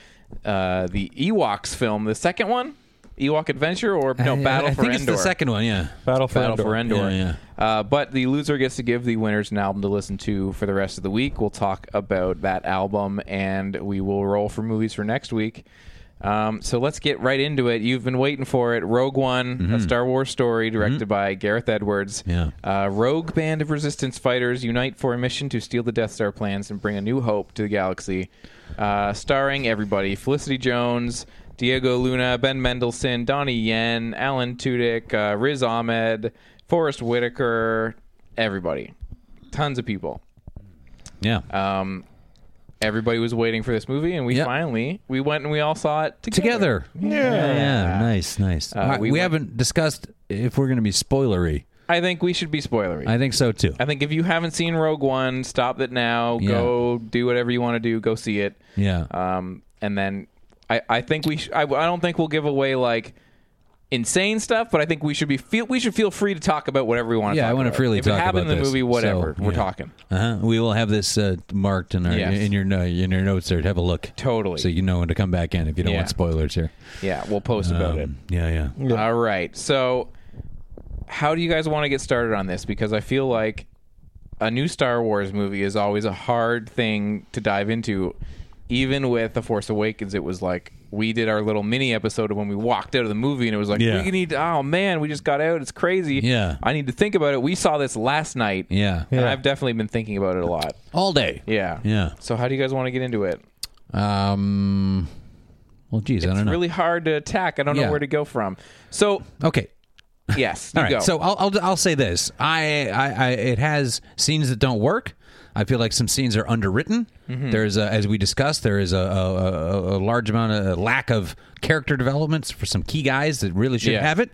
Speaker 1: uh, the Ewoks film, the second one, Ewok Adventure, or no
Speaker 3: I-
Speaker 1: Battle
Speaker 3: I
Speaker 1: for
Speaker 3: think
Speaker 1: Endor.
Speaker 3: It's the second one, yeah.
Speaker 2: Battle for
Speaker 1: Battle
Speaker 2: Endor.
Speaker 1: for Endor.
Speaker 3: Yeah,
Speaker 1: Uh, but the loser gets to give the winners an album to listen to for the rest of the week. We'll talk about that album and we will roll for movies for next week. Um, so let's get right into it. You've been waiting for it. Rogue One, a Star Wars story directed by Gareth Edwards.
Speaker 3: Yeah.
Speaker 1: Uh, rogue band of resistance fighters unite for a mission to steal the Death Star plans and bring a new hope to the galaxy. Uh, starring everybody Felicity Jones, Diego Luna, Ben Mendelsohn, Donnie Yen, Alan Tudyk, uh, Riz Ahmed, Forrest Whitaker, everybody. Tons of people.
Speaker 3: Yeah.
Speaker 1: Uh, Everybody was waiting for this movie, and we
Speaker 3: Yep.
Speaker 1: finally we went and we all saw it together.
Speaker 3: Together. Yeah. Yeah. Nice, nice. All right,
Speaker 1: Uh, we
Speaker 3: we
Speaker 1: went-
Speaker 3: haven't discussed if we're going to be spoilery.
Speaker 1: I think we should be spoilery.
Speaker 3: I think so too.
Speaker 1: I think if you haven't seen Rogue One, stop it now.
Speaker 3: Yeah.
Speaker 1: Go do whatever you want to do. Go see it.
Speaker 3: yeah.
Speaker 1: Um, and then I, I think we sh- I, I don't think we'll give away like insane stuff, but I think we should be feel we should feel free to talk about whatever we want. to
Speaker 3: Yeah,
Speaker 1: talk
Speaker 3: I wanna
Speaker 1: about.
Speaker 3: freely
Speaker 1: if
Speaker 3: talk
Speaker 1: it happened
Speaker 3: about
Speaker 1: in the
Speaker 3: this.
Speaker 1: movie, whatever
Speaker 3: So,
Speaker 1: we're
Speaker 3: yeah.
Speaker 1: talking.
Speaker 3: uh-huh. We will have this uh, marked in our
Speaker 1: Yes.
Speaker 3: in your no- in your notes there. Have a look.
Speaker 1: Totally.
Speaker 3: So you know when to come back in if you don't
Speaker 1: Yeah.
Speaker 3: want spoilers here.
Speaker 1: Yeah, we'll post about it. Mm.
Speaker 3: Um, yeah, yeah.
Speaker 1: All right. So, how do you guys want to get started on this? Because I feel like a new Star Wars movie is always a hard thing to dive into. Even with The Force Awakens, it was like we did our little mini episode of when we walked out of the movie, and it was like,
Speaker 3: Yeah.
Speaker 1: we need to, oh man, we just got out. It's crazy.
Speaker 3: Yeah.
Speaker 1: I need to think about it. We saw this last night.
Speaker 3: Yeah.
Speaker 1: And I've definitely been thinking about it a lot.
Speaker 3: All day.
Speaker 1: Yeah.
Speaker 3: Yeah.
Speaker 1: So, how do you guys want to get into it?
Speaker 3: Um well, geez, I
Speaker 1: It's
Speaker 3: don't know.
Speaker 1: really hard to attack. I don't
Speaker 3: Yeah.
Speaker 1: know where to go from. So,
Speaker 3: okay.
Speaker 1: yes.
Speaker 3: All
Speaker 1: you
Speaker 3: right,
Speaker 1: go.
Speaker 3: so I'll, I'll I'll say this. I, I I it has scenes that don't work. I feel like some scenes are underwritten.
Speaker 1: Mm-hmm.
Speaker 3: There's a, as we discussed, there is a, a, a- a large amount of a lack of character developments for some key guys that really should
Speaker 1: Yeah.
Speaker 3: have it.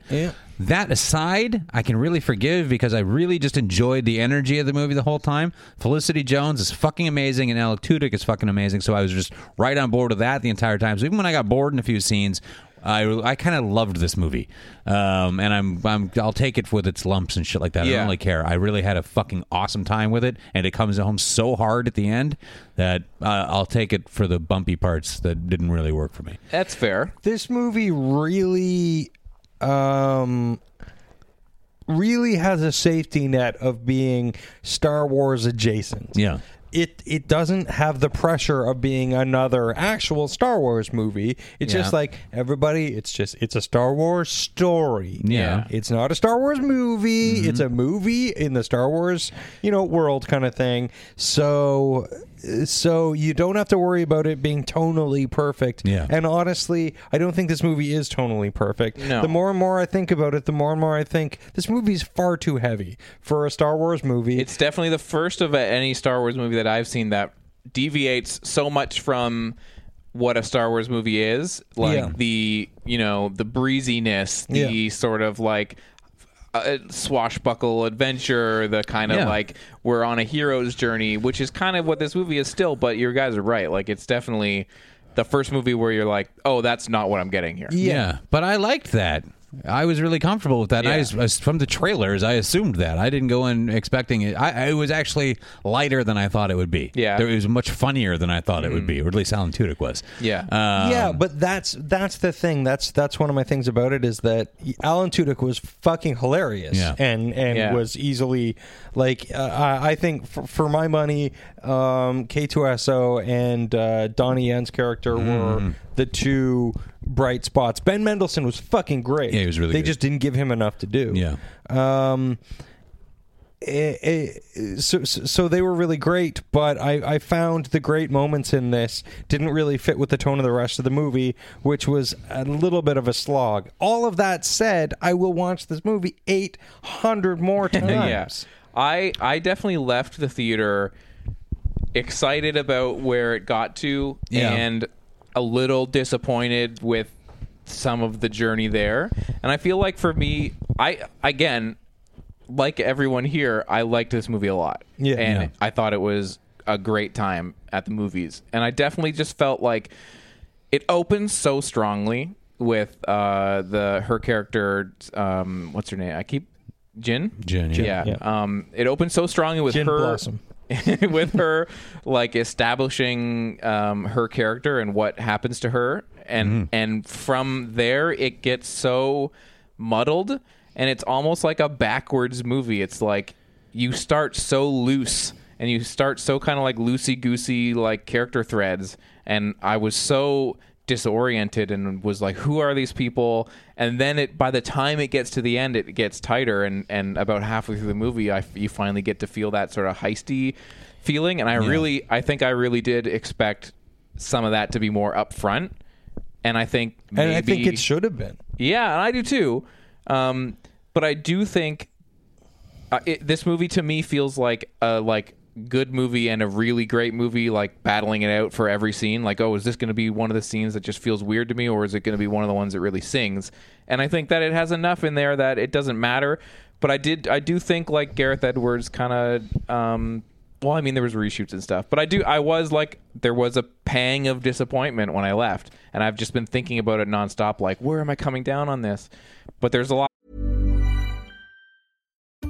Speaker 3: That aside, I can really forgive because I really just enjoyed the energy of the movie the whole time. Felicity Jones is fucking amazing, and Alec Tudyk is fucking amazing. So I was just right on board with that the entire time. So even when I got bored in a few scenes, I, I kind of loved this movie, um, and I'm, I'm I'll take it with its lumps and shit like that. I
Speaker 1: Yeah.
Speaker 3: don't really care. I really had a fucking awesome time with it, and it comes home so hard at the end that uh, I'll take it for the bumpy parts that didn't really work for me.
Speaker 1: that's fair.
Speaker 2: This movie really, um, really has a safety net of being Star Wars adjacent.
Speaker 3: Yeah,
Speaker 2: it it doesn't have the pressure of being another actual Star Wars movie. It's just like everybody. It's just it's a Star Wars story.
Speaker 3: Yeah.
Speaker 2: it's not a Star Wars movie. It's a movie in the Star Wars you know world kind of thing. So so you don't have to worry about it being tonally perfect.
Speaker 3: Yeah.
Speaker 2: and honestly, I don't think this movie is tonally perfect.
Speaker 1: No.
Speaker 2: The more and more I think about it, the more and more I think this movie's far too heavy for a Star Wars movie.
Speaker 1: It's definitely the first of uh, any Star Wars movie that I've seen that deviates so much from what a Star Wars movie is, like
Speaker 2: Yeah.
Speaker 1: the you know the breeziness, the
Speaker 2: Yeah.
Speaker 1: sort of like uh, swashbuckle adventure, the kind of
Speaker 3: Yeah.
Speaker 1: like we're on a hero's journey, which is kind of what this movie is still. But your guys are right; like it's definitely the first movie where you're like, oh, that's not what I'm getting here.
Speaker 3: Yeah. but I liked that. I was really comfortable with that. and I
Speaker 1: Yeah.
Speaker 3: was- was, from the trailers, I assumed that. I didn't go in expecting it. I, it was actually lighter than I thought it would be.
Speaker 1: Yeah. Mm.
Speaker 3: There- it was much funnier than I thought it would be, or at least Alan Tudyk was.
Speaker 1: Yeah.
Speaker 3: Uh,
Speaker 2: yeah, but that's that's the thing. That's that's one of my things about it is that Alan Tudyk was fucking hilarious
Speaker 3: Yeah.
Speaker 2: and and
Speaker 1: Yeah.
Speaker 2: was easily like uh, I I think for, for my money, um, K2SO and uh, Donnie Yen's character
Speaker 3: Mm.
Speaker 2: were the two bright spots. Ben Mendelsohn was fucking great.
Speaker 3: Yeah, he was really
Speaker 2: They
Speaker 3: good.
Speaker 2: just didn't give him enough to do.
Speaker 3: Yeah.
Speaker 2: Um, eh, eh, so, so so they were really great, but I, I found the great moments in this didn't really fit with the tone of the rest of the movie, which was a little bit of a slog. All of that said, I will watch this movie 800 more times.
Speaker 1: Yes, I I definitely left the theater excited about where it got to
Speaker 3: Yeah.
Speaker 1: and a little disappointed with some of the journey there. And I feel like for me, I again, like everyone here, I liked this movie a lot.
Speaker 2: Yeah.
Speaker 1: And
Speaker 3: Yeah.
Speaker 1: I thought it was a great time at the movies. And I definitely just felt like it opens so strongly with uh the her character um what's her name? I keep Jin?
Speaker 3: Jin, yeah.
Speaker 1: Yeah. Um it opens so strongly with
Speaker 2: Jin
Speaker 1: her
Speaker 2: Blossom.
Speaker 1: with her like establishing um, her character and what happens to her and and from there it gets so muddled and it's almost like a backwards movie it's like you start so loose and you start so kind of like loosey goosey like character threads and i was so disoriented and was like who are these people and then it by the time it gets to the end it gets tighter and and about halfway through the movie I f- you finally get to feel that sort of heisty feeling and i really i think i really did expect some of that to be more upfront and i think maybe,
Speaker 2: And I think it should have been.
Speaker 1: yeah, and I do too. Um, but I do think uh, it, this movie to me feels like a like good movie and a really great movie, like battling it out for every scene. Like, oh, is this going to be one of the scenes that just feels weird to me, or is it going to be one of the ones that really sings? And I think that it has enough in there that it doesn't matter. But I did, I do think like Gareth Edwards kind of. Um, well, I mean, there was reshoots and stuff, but I do. I was like, there was a pang of disappointment when I left, and I've just been thinking about it nonstop. Like, where am I coming down on this? But there's a lot.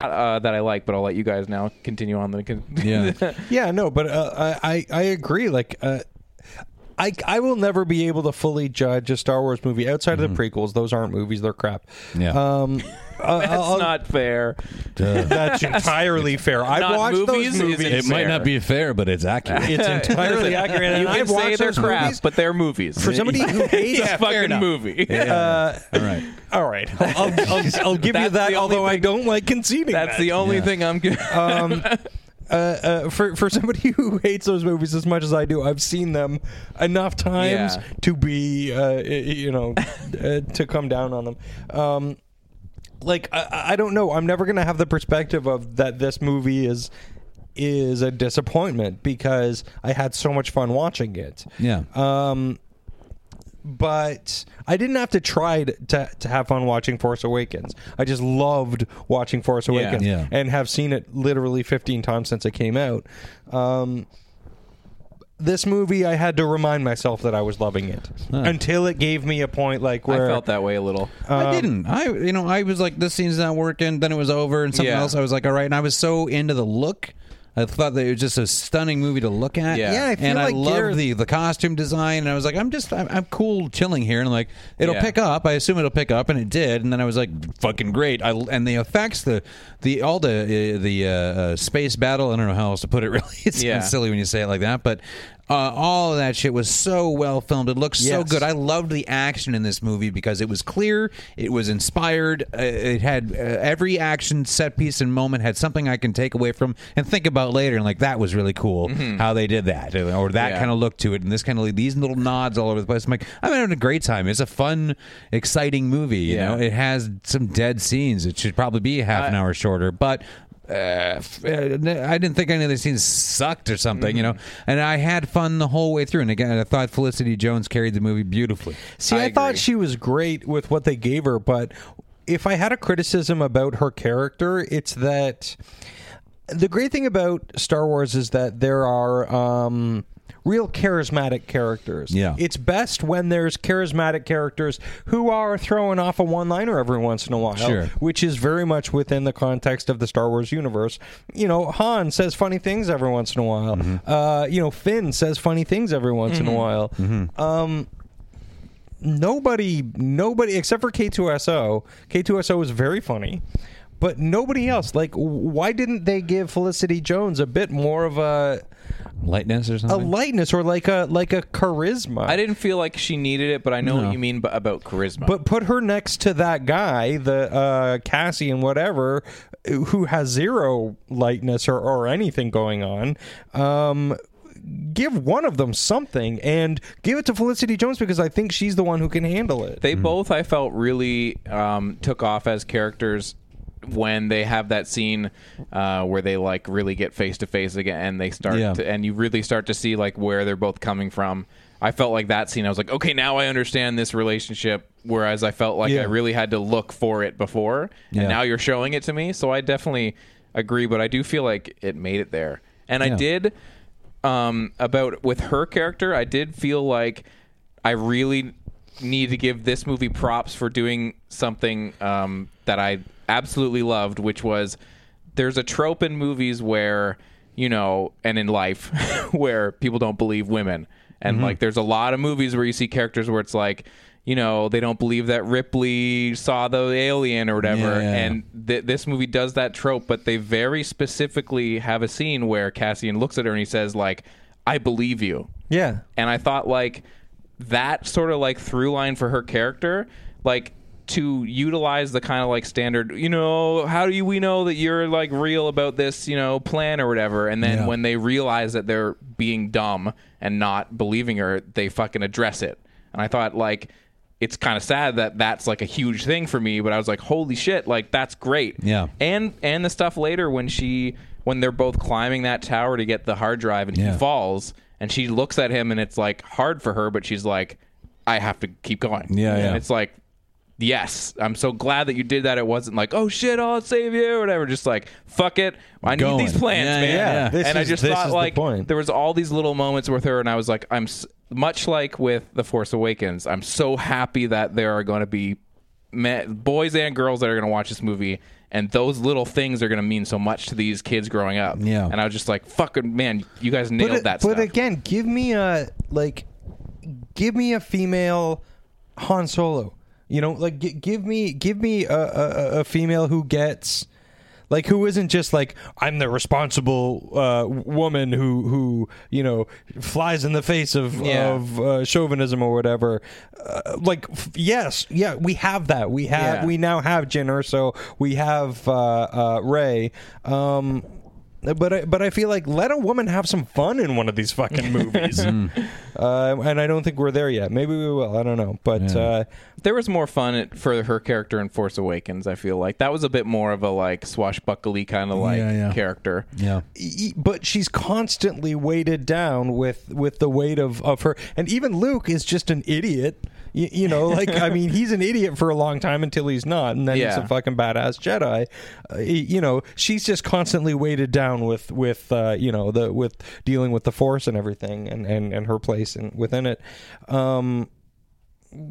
Speaker 1: uh, that I like, but I'll let you guys now continue on the. Con-
Speaker 3: Yeah.
Speaker 2: Yeah, no, but uh, I, I I agree. Like, uh, I I will never be able to fully judge a Star Wars movie outside of the prequels. Those aren't movies; they're crap.
Speaker 3: Yeah.
Speaker 2: Um, uh,
Speaker 1: Mm-hmm. That's
Speaker 2: I'll-
Speaker 1: not fair.
Speaker 2: That's entirely fair. I've
Speaker 1: Not
Speaker 2: watched
Speaker 1: movies,
Speaker 2: those
Speaker 1: isn't
Speaker 2: movies.
Speaker 5: It might not be fair, but it's accurate.
Speaker 2: It's entirely accurate. and
Speaker 1: You can
Speaker 2: I've
Speaker 1: say
Speaker 2: watched
Speaker 1: they're
Speaker 2: those
Speaker 1: crap,
Speaker 2: movies.
Speaker 1: but they're movies.
Speaker 2: for somebody who hates
Speaker 1: it's a fucking
Speaker 2: enough.
Speaker 1: movie.
Speaker 2: Uh,
Speaker 5: All right.
Speaker 2: all right, I'll, I'll, I'll, I'll give you
Speaker 1: That's
Speaker 2: that.
Speaker 1: the only
Speaker 2: Although I
Speaker 1: thing-
Speaker 2: don't like conceding.
Speaker 1: That's
Speaker 2: that.
Speaker 1: the only thing I'm good.
Speaker 2: um, uh, uh, for for somebody who hates those movies as much as I do, I've seen them enough times
Speaker 1: Yeah.
Speaker 2: to be uh, i- i- you know uh, to come down on them. Um, like I, I don't know. I'm never gonna have the perspective of that this movie is is a disappointment because I had so much fun watching it.
Speaker 5: Yeah.
Speaker 2: Um, but I didn't have to try to, to, to have fun watching Force Awakens. I just loved watching Force Awakens
Speaker 5: yeah.
Speaker 2: and have seen it literally 15 times since it came out. Um, this movie, I had to remind myself that I was loving it until it gave me a point like
Speaker 1: I
Speaker 2: where
Speaker 1: felt that way a little.
Speaker 3: I didn't. I you know I was like this scene's not working. Then it was over, and something
Speaker 1: Yeah.
Speaker 3: else. I was like, all right. And I was so into the look. I thought that it was just a stunning movie to look at.
Speaker 1: Yeah. Yeah, I
Speaker 2: feel
Speaker 3: and
Speaker 2: like
Speaker 3: I loved
Speaker 2: Gareth-
Speaker 3: the the costume design. And I was like, I'm just I'm, I'm cool chilling here, and like it'll
Speaker 1: Yeah.
Speaker 3: pick up. I assume it'll pick up, and it did. And then I was like, fucking great. I, and the effects, the the all the uh, the uh, uh, space battle. I don't know how else to put it. Really, it sounds
Speaker 1: Yeah.
Speaker 3: silly when you say it like that, but. Uh, all of that shit was so well filmed. It looks so
Speaker 2: Yes.
Speaker 3: good. I loved the action in this movie because it was clear, it was inspired, uh, it had uh, every action set piece and moment had something I can take away from and think about later. And like that was really cool how they did that, uh, or that
Speaker 1: Mm-hmm. Yeah.
Speaker 3: kind of look to it, and this kind of these little nods all over the place. I'm like, I'm having a great time. It's a fun, exciting movie. You
Speaker 1: Yeah.
Speaker 3: know, it has some dead scenes. It should probably be half an hour shorter, but uh, f- uh, I didn't think any of the scenes sucked or something, you know. And I had fun the whole way through. And again, I thought Felicity Jones carried the movie beautifully.
Speaker 2: See, I, thought she was great with what they gave her, but if I had a criticism about her character, it's that the great thing about Star Wars is that there are um, real charismatic characters.
Speaker 3: Yeah.
Speaker 2: It's best when there's charismatic characters who are throwing off a one liner every once in a while,
Speaker 3: Sure.
Speaker 2: which is very much within the context of the Star Wars universe. You know, Han says funny things every once in a while.
Speaker 1: Mm-hmm.
Speaker 2: Uh, you know, Finn says funny things every once in a while
Speaker 1: Mm-hmm.
Speaker 2: Um, nobody nobody except for K2SO. K2SO is very funny. But nobody else. Like why didn't they give Felicity Jones a bit more of a
Speaker 3: Lightness or
Speaker 2: a
Speaker 3: something.
Speaker 2: lightness or like a like a charisma?
Speaker 1: I didn't feel like she needed it, but I know what you mean b- about charisma.
Speaker 2: but put her next to that guy, the uh, Cassie and whatever, who has zero lightness or, or anything going on. Um, give one of them something and give it to Felicity Jones because I think she's the one who can handle it.
Speaker 3: Mm-hmm.
Speaker 1: They both, I felt, really um, took off as characters when they have that scene uh, where they like really get face to face again, and they start,
Speaker 3: Yeah.
Speaker 1: to, and you really start to see like where they're both coming from. I felt like that scene. I was like, okay, now I understand this relationship. Whereas I felt like I really had to look for it before,
Speaker 3: Yeah.
Speaker 1: and now you're showing it to me. So I definitely agree, but I do feel like it made it there, and I
Speaker 3: Yeah.
Speaker 1: did um, about with her character, I did feel like I really need to give this movie props for doing something um, that I absolutely loved, which was there's a trope in movies where you know, and in life where people don't believe women, and
Speaker 3: Mm-hmm.
Speaker 1: like there's a lot of movies where you see characters where it's like. You know they don't believe that Ripley saw the alien or whatever,
Speaker 3: Yeah, yeah, yeah.
Speaker 1: and th- this movie does that trope, but they very specifically have a scene where Cassian looks at her and he says like, "I believe you."
Speaker 2: Yeah.
Speaker 1: And I thought like that sort of like through line for her character, like to utilize the kind of like standard, you know, how do you, we know that you're like real about this, you know, plan or whatever? And then
Speaker 3: Yeah.
Speaker 1: when they realize that they're being dumb and not believing her, they fucking address it. And I thought like it's kind of sad that that's like a huge thing for me, but I was like, holy shit, like that's great.
Speaker 3: Yeah.
Speaker 1: And and the stuff later when she when they're both climbing that tower to get the hard drive and
Speaker 3: Yeah.
Speaker 1: he falls and she looks at him and it's like hard for her, but she's like, I have to keep going.
Speaker 3: Yeah,
Speaker 1: And
Speaker 3: yeah.
Speaker 1: it's like, yes, I'm so glad that you did that. It wasn't like, oh shit, I'll save you or whatever. Just like, fuck it. I need
Speaker 3: Going.
Speaker 1: these plans,
Speaker 3: Yeah,
Speaker 1: man.
Speaker 3: yeah, yeah.
Speaker 2: This
Speaker 1: And I
Speaker 2: is-
Speaker 1: just
Speaker 2: this
Speaker 1: thought
Speaker 2: is the
Speaker 1: like
Speaker 2: point.
Speaker 1: there was all these little moments with her and I was like, I'm s- much like with The Force Awakens. I'm so happy that there are going to be me- boys and girls that are going to watch this movie. And those little things are going to mean so much to these kids growing up.
Speaker 3: Yeah.
Speaker 1: And I was just like, fucking man, you guys nailed
Speaker 2: but,
Speaker 1: that
Speaker 2: but
Speaker 1: stuff.
Speaker 2: again, give me a like, give me a female Han Solo. You know, like g- give me give me a, a, a- a female who gets like who isn't just like I'm the responsible uh, woman who who you know flies in the face of
Speaker 1: Yeah.
Speaker 2: of uh, chauvinism or whatever. Uh, like f- yes, yeah, we have that. We have
Speaker 1: Yeah.
Speaker 2: we now have Jyn Erso. We have uh, uh, Ray. Um, but I, but I feel like let a woman have some fun in one of these fucking movies, uh, and I don't think we're there yet. Maybe we will. I don't know, but uh,
Speaker 1: There was more fun at- for her character in Force Awakens. I feel like that was a bit more of a like swashbuckly kind of like
Speaker 6: Yeah, yeah.
Speaker 1: character.
Speaker 6: Yeah.
Speaker 2: e- but she's constantly weighted down with with the weight of of her and even luke is just an idiot you, you know like i mean he's an idiot for a long time until he's not and then he's
Speaker 1: Yeah.
Speaker 2: a fucking badass jedi uh, he- you know she's just constantly weighted down with with uh, you know the with dealing with the force and everything and and, and her place and within it um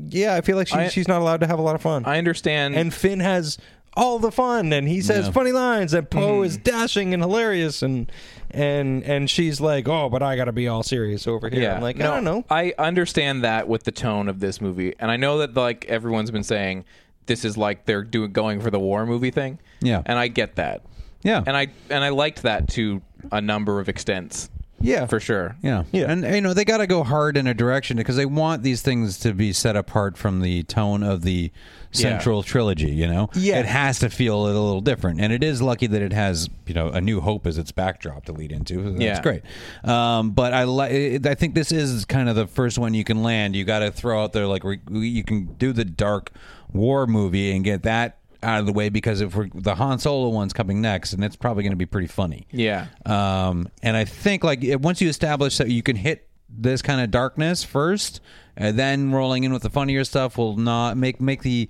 Speaker 2: yeah i feel like she,
Speaker 1: I-
Speaker 2: she's not allowed to have a lot of fun
Speaker 1: I understand.
Speaker 2: and Finn has all the fun and he says funny lines and Poe is dashing and hilarious and and and she's like, "Oh, but I got to be all serious over here." I'm like, "I don't know."
Speaker 1: I understand that with the tone of this movie, and I know that like everyone's been saying this is like they're doing going for the war movie thing.
Speaker 3: Yeah.
Speaker 1: and I get that.
Speaker 3: Yeah.
Speaker 1: and I and I liked that to a number of extents.
Speaker 2: Yeah.
Speaker 1: for sure.
Speaker 3: Yeah.
Speaker 2: Yeah.
Speaker 3: And, you know, they got to go hard in a direction because they want these things to be set apart from the tone of the central trilogy, you know?
Speaker 2: Yeah.
Speaker 3: It has to feel a little different. And it is lucky that it has, you know, A New Hope as its backdrop to lead into. That's
Speaker 1: Yeah.
Speaker 3: great. Um, but I, li- I think this is kind of the first one you can land. You got to throw out there, like, re- you can do the dark war movie and get that out of the way because if we're, the Han Solo one's coming next, and it's probably going to be pretty funny.
Speaker 1: Yeah.
Speaker 3: Um, and I think like it- once you establish that you can hit this kind of darkness first, and then rolling in with the funnier stuff will not make make the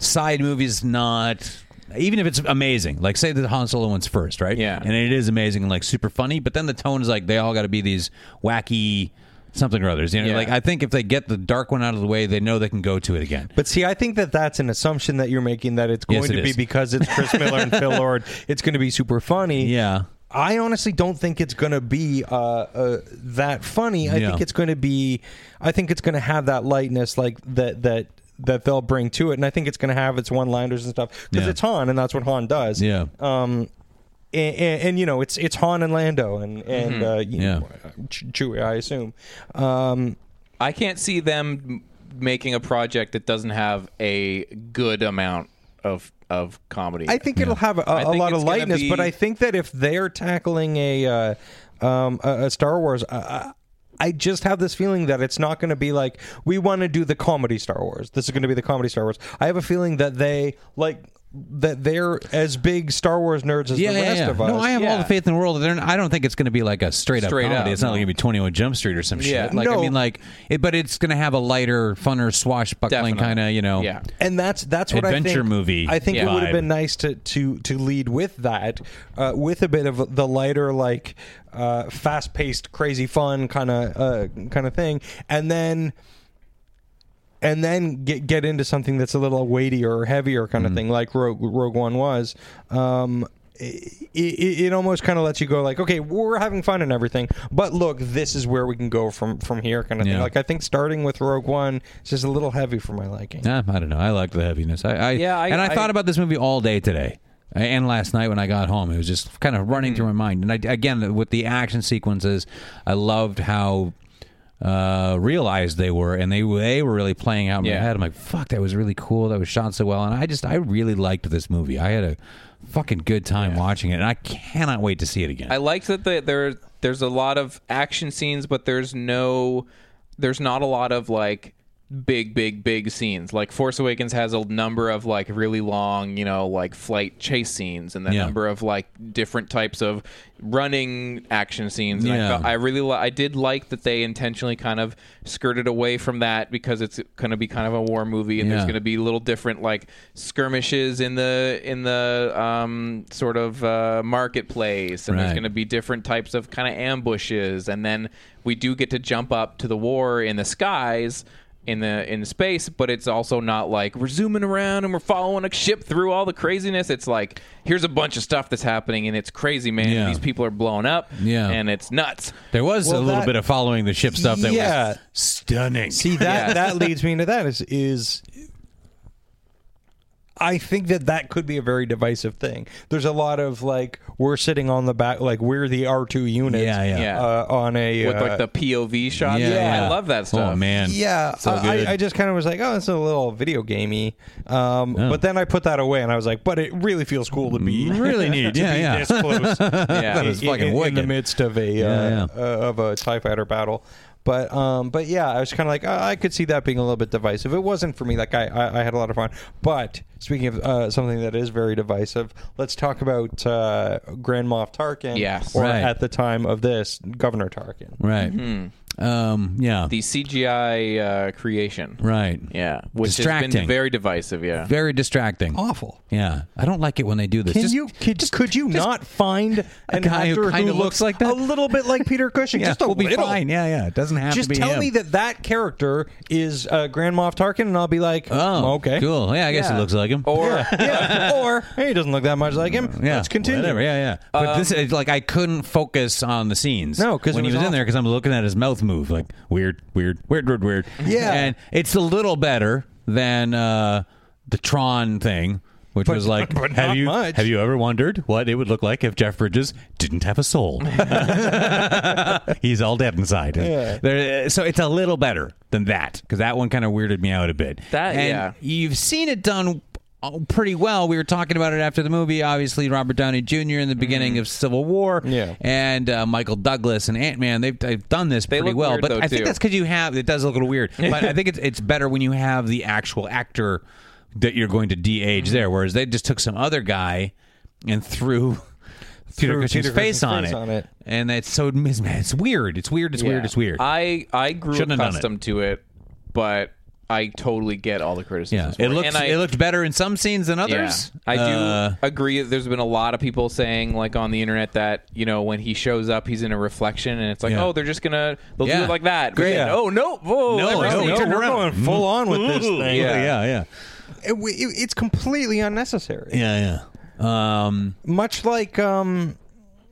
Speaker 3: side movies not. Even if it's amazing, like say the Han Solo one's first, right?
Speaker 1: Yeah.
Speaker 3: and it is amazing and like super funny, but then the tone is like they all got to be these wacky something or others. You know,
Speaker 1: Yeah.
Speaker 3: like I think if they get the dark one out of the way, they know they can go to it again.
Speaker 2: But see, I think that that's an assumption that you're making that it's going
Speaker 3: Yes, it
Speaker 2: to be
Speaker 3: is.
Speaker 2: because it's Chris Miller and Phil Lord, it's going to be super funny.
Speaker 3: Yeah.
Speaker 2: I honestly don't think it's going to be uh, uh, that funny. I
Speaker 3: Yeah.
Speaker 2: think it's going to be, I think it's going to have that lightness, like that that that they'll bring to it, and I think it's going to have its one-liners and stuff because
Speaker 3: Yeah.
Speaker 2: it's Han, and that's what Han does.
Speaker 3: Yeah.
Speaker 2: Um, and, and, and, you know, it's it's Han and Lando and and uh, you
Speaker 3: Mm-hmm. Yeah.
Speaker 2: know, Ch- Chewie, I assume. Um,
Speaker 1: I can't see them m- making a project that doesn't have a good amount of of comedy.
Speaker 2: I think it'll have a,
Speaker 1: I
Speaker 2: a
Speaker 1: think
Speaker 2: lot
Speaker 1: it's
Speaker 2: of
Speaker 1: gonna
Speaker 2: lightness,
Speaker 1: be-
Speaker 2: but I think that if they're tackling a uh, um, a, a Star Wars, uh, I just have this feeling that it's not going to be like we want to do the comedy Star Wars. This is going to be the comedy Star Wars. I have a feeling that they like that they're as big Star Wars nerds as the rest of us.
Speaker 3: No, I have all
Speaker 1: Yeah.
Speaker 3: the faith in the world. They're not- I don't think it's going to be like a straight up
Speaker 1: Straight
Speaker 3: comedy.
Speaker 1: up,
Speaker 3: it's not
Speaker 1: no.
Speaker 3: going to be Twenty One Jump Street or some
Speaker 1: Yeah.
Speaker 3: shit. Like
Speaker 2: No.
Speaker 3: I mean, like, it, but it's going to have a lighter, funner, swashbuckling
Speaker 1: Definitely.
Speaker 3: kind of you know.
Speaker 1: Yeah.
Speaker 2: and that's that's what I
Speaker 3: Adventure
Speaker 2: think,
Speaker 3: movie
Speaker 2: I think it
Speaker 3: Yeah.
Speaker 2: would have
Speaker 3: vibe.
Speaker 2: been nice to to to lead with that, uh, with a bit of the lighter, like uh, fast paced, crazy fun kind of uh, kind of thing, and then and then get get into something that's a little weightier or heavier kind
Speaker 3: Mm-hmm.
Speaker 2: of thing, like Rogue, Rogue One was. Um, it, it, it almost kind of lets you go like, okay, we're having fun and everything, but look, this is where we can go from from here, kind of thing.
Speaker 3: Yeah.
Speaker 2: Like I think starting with Rogue One is just a little heavy for my liking.
Speaker 3: Nah, I don't know. I like the heaviness. I, I
Speaker 1: Yeah, I-
Speaker 3: and I,
Speaker 1: I-
Speaker 3: thought about this movie all day today. I- And last night when I got home, it was just kind of
Speaker 2: Mm-hmm.
Speaker 3: running through my mind. And I, again, with the action sequences, I loved how uh, realized they were, and they they were really playing out in
Speaker 1: Yeah.
Speaker 3: my head. I'm like, "Fuck, that was really cool. That was shot so well." And I just, I really liked this movie. I had a fucking good time watching it, and I cannot wait to see it again.
Speaker 1: I liked that the, there there's a lot of action scenes, but there's no there's not a lot of like big big big scenes. Like Force Awakens has a number of like really long, you know, like flight chase scenes and the
Speaker 3: Yeah.
Speaker 1: number of like different types of running action scenes. And I,
Speaker 3: Yeah.
Speaker 1: felt, I really li- I did like that they intentionally kind of skirted away from that because it's going to be kind of a war movie and there's
Speaker 3: Yeah.
Speaker 1: going to be little different like skirmishes in the in the um, sort of uh, marketplace and there's
Speaker 3: Right.
Speaker 1: going to be different types of kind of ambushes and then we do get to jump up to the war in the skies in the in space but it's also not like we're zooming around and we're following a ship through all the craziness it's like here's a bunch of stuff that's happening and it's crazy man
Speaker 3: Yeah.
Speaker 1: these people are blown up
Speaker 3: Yeah.
Speaker 1: and it's nuts
Speaker 3: there was
Speaker 2: Well,
Speaker 3: a little
Speaker 2: that-
Speaker 3: bit of following the ship stuff that
Speaker 2: Yeah.
Speaker 3: was stunning.
Speaker 2: See that
Speaker 1: Yes.
Speaker 2: that leads me into that is is I think that that could be a very divisive thing. There's a lot of like we're sitting on the back, like we're the R two units,
Speaker 3: Yeah, yeah.
Speaker 1: Yeah.
Speaker 2: Uh, on a
Speaker 1: with
Speaker 2: uh,
Speaker 1: like the POV shots.
Speaker 3: Yeah,
Speaker 1: I
Speaker 3: yeah.
Speaker 1: love that stuff.
Speaker 3: Oh man,
Speaker 2: Yeah,
Speaker 3: so
Speaker 2: I-
Speaker 3: good.
Speaker 2: I, I just kind of was like, oh, it's a little video gamey. Um, But then I put that away, and I was like, but it really feels cool to be
Speaker 3: Really neat.
Speaker 2: to
Speaker 3: Yeah,
Speaker 2: be
Speaker 3: Mm-hmm. yeah.
Speaker 2: this close.
Speaker 1: Yeah.
Speaker 2: in-
Speaker 3: is fucking
Speaker 2: in, in the
Speaker 3: wicked.
Speaker 2: midst of a
Speaker 3: Yeah,
Speaker 2: uh, uh, of a Tie Fighter battle. But um, but yeah, I was kind of like I I could see that being a little bit divisive. It wasn't for me. Like I, I, I had a lot of fun. But speaking of uh, something that is very divisive, let's talk about uh, Grand Moff Tarkin.
Speaker 1: Yes.
Speaker 2: or
Speaker 3: Right.
Speaker 2: at the time of this, Governor Tarkin.
Speaker 3: Right. Um. Yeah.
Speaker 1: Mm-hmm. The CGI uh, creation.
Speaker 3: right.
Speaker 1: Yeah. Which has been
Speaker 3: Distracting.
Speaker 1: very divisive, yeah.
Speaker 3: Very distracting.
Speaker 2: Awful.
Speaker 3: Yeah. I don't like it when they do this.
Speaker 2: Can
Speaker 3: Just-
Speaker 2: you could, could you not find an
Speaker 3: guy who
Speaker 2: actor who,
Speaker 3: kinda
Speaker 2: looks,
Speaker 3: looks like that?
Speaker 2: a little bit like Peter Cushing?
Speaker 3: yeah,
Speaker 2: just a
Speaker 3: we'll be
Speaker 2: little.
Speaker 3: fine. Yeah. Yeah. It doesn't have
Speaker 2: Just
Speaker 3: to be
Speaker 2: tell
Speaker 3: him.
Speaker 2: me that that character is uh, Grand Moff Tarkin, and I'll be like,
Speaker 3: Oh.
Speaker 2: okay,
Speaker 3: Cool. Yeah. I guess
Speaker 1: Yeah.
Speaker 3: it looks like him.
Speaker 1: Or
Speaker 2: yeah. or hey, he doesn't look that much like him.
Speaker 3: Yeah,
Speaker 2: Let's continue. Um,
Speaker 3: Whatever. Yeah, yeah. But this is like I couldn't focus on the scenes.
Speaker 2: No, 'cause it
Speaker 3: when he
Speaker 2: was
Speaker 3: was in there, because I'm looking at his mouth move, like weird, weird, weird, weird, weird.
Speaker 2: Yeah.
Speaker 3: and it's a little better than uh, the Tron thing. Which was like,
Speaker 2: but
Speaker 3: have
Speaker 2: not
Speaker 3: you
Speaker 2: much.
Speaker 3: have you ever wondered what it would look like if Jeff Bridges didn't have a soul? He's all dead inside. There- so it's a little better than that because that one kind of weirded me out a bit.
Speaker 1: That-
Speaker 3: And
Speaker 1: yeah.
Speaker 3: you've seen it done uh, pretty well. We were talking about it after the movie. Obviously, Robert Downey Jr. in the
Speaker 1: Mm-hmm.
Speaker 3: beginning of Civil War,
Speaker 2: Yeah.
Speaker 3: and uh, Michael Douglas and Ant Man. They've, they've done this pretty
Speaker 1: look
Speaker 3: well,
Speaker 1: weird,
Speaker 3: but
Speaker 1: though,
Speaker 3: I think
Speaker 1: too.
Speaker 3: that's because you have it does look a little weird. But I think it's it's better when you have the actual actor that you're going to
Speaker 1: Mm-hmm.
Speaker 3: de-age there, whereas they just took some other guy and threw. Peter
Speaker 2: Threw
Speaker 3: Cushing's
Speaker 2: Peter
Speaker 3: face,
Speaker 2: Cushing's
Speaker 3: on,
Speaker 2: face
Speaker 3: it.
Speaker 2: on it.
Speaker 3: and that's so mismatched. It's weird. It's weird. It's weird.
Speaker 1: Yeah. Uh,
Speaker 3: It's weird.
Speaker 1: I I grew
Speaker 3: Shouldn't have done it.
Speaker 1: accustomed to it, but I totally get all the criticisms.
Speaker 3: yeah,
Speaker 1: for
Speaker 3: it looked
Speaker 1: And I,
Speaker 3: it looked better in some scenes than
Speaker 1: yeah.
Speaker 3: others.
Speaker 1: I do
Speaker 3: Uh,
Speaker 1: agree. that There's been a lot of people saying, like on the internet, that you know when he shows up, he's in a reflection, and it's like,
Speaker 3: Yeah.
Speaker 1: oh, they're just gonna they'll do
Speaker 3: Yeah.
Speaker 1: it like that. But
Speaker 3: Great.
Speaker 1: then,
Speaker 3: Yeah.
Speaker 1: Oh no! Whoa,
Speaker 3: No,
Speaker 1: everything
Speaker 3: no,
Speaker 2: No,
Speaker 3: Turn
Speaker 2: we're
Speaker 3: around.
Speaker 2: going full on with this thing.
Speaker 3: yeah, yeah, yeah.
Speaker 2: It- it- it's completely unnecessary.
Speaker 3: Yeah, yeah. Um,
Speaker 2: much like um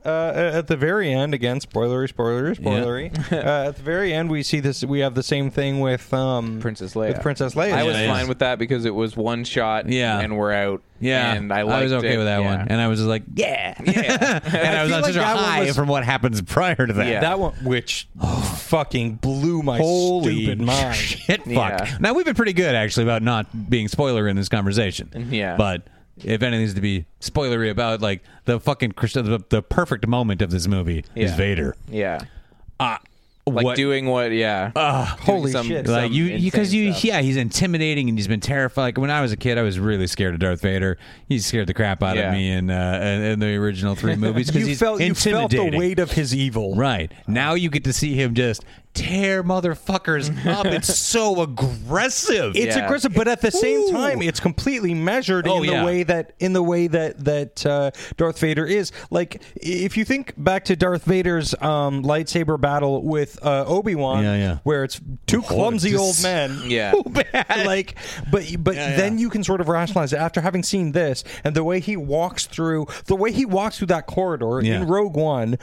Speaker 2: uh, at the very end again spoilery spoilery spoilery uh, at the very end we see this we have the same thing with um
Speaker 1: Princess Leia.
Speaker 2: with Princess Leia
Speaker 1: I was
Speaker 3: Yeah, it
Speaker 1: fine
Speaker 3: is.
Speaker 1: with that because it was one shot.
Speaker 3: Yeah.
Speaker 1: and we're out.
Speaker 3: yeah,
Speaker 1: and I,
Speaker 3: was
Speaker 1: liked
Speaker 3: okay
Speaker 1: it.
Speaker 3: with that
Speaker 1: Yeah.
Speaker 3: one, and I was just like, yeah, yeah. and I, was
Speaker 2: feel
Speaker 3: on
Speaker 2: like
Speaker 3: such a
Speaker 2: that one
Speaker 3: high
Speaker 2: was-
Speaker 3: from what happens prior to that.
Speaker 1: Yeah.
Speaker 2: that one which fucking blew my
Speaker 3: Oh. Holy
Speaker 2: stupid mind
Speaker 3: shit! Fuck.
Speaker 1: Yeah.
Speaker 3: Now we've been pretty good actually about not being spoiler in this conversation.
Speaker 1: Yeah.
Speaker 3: but. If anything's to be spoilery about, like the fucking Christ- the, the perfect moment of this movie is
Speaker 1: Yeah.
Speaker 3: Vader.
Speaker 1: Yeah,
Speaker 3: Uh,
Speaker 1: like
Speaker 3: what,
Speaker 1: doing what? Yeah.
Speaker 2: holy shit
Speaker 3: like
Speaker 1: some
Speaker 3: you because
Speaker 1: insane
Speaker 3: you
Speaker 1: stuff.
Speaker 3: yeah he's intimidating and he's been terrified like when i was a kid i was really scared of darth vader he scared the crap out
Speaker 1: Yeah.
Speaker 3: of me in, uh, in, in the original three movies because
Speaker 2: you
Speaker 3: he's
Speaker 2: felt you felt
Speaker 3: intimidating
Speaker 2: the weight of his evil
Speaker 3: right now you get to see him just tear motherfuckers up it's so aggressive
Speaker 2: it's
Speaker 1: Yeah.
Speaker 2: aggressive, but at the same
Speaker 3: Ooh.
Speaker 2: time, it's completely measured
Speaker 3: Oh,
Speaker 2: in the
Speaker 3: yeah.
Speaker 2: way that in the way that that uh, Darth Vader is. Like if you think back to Darth Vader's um, lightsaber battle with uh, Obi Wan,
Speaker 3: Yeah, yeah.
Speaker 2: where it's two clumsy
Speaker 3: just-
Speaker 2: old men,
Speaker 1: Yeah.
Speaker 2: so bad. Like, but but
Speaker 3: Yeah, yeah.
Speaker 2: then you can sort of rationalize it after having seen this and the way he walks through the way he walks through that corridor
Speaker 3: Yeah.
Speaker 2: in Rogue One.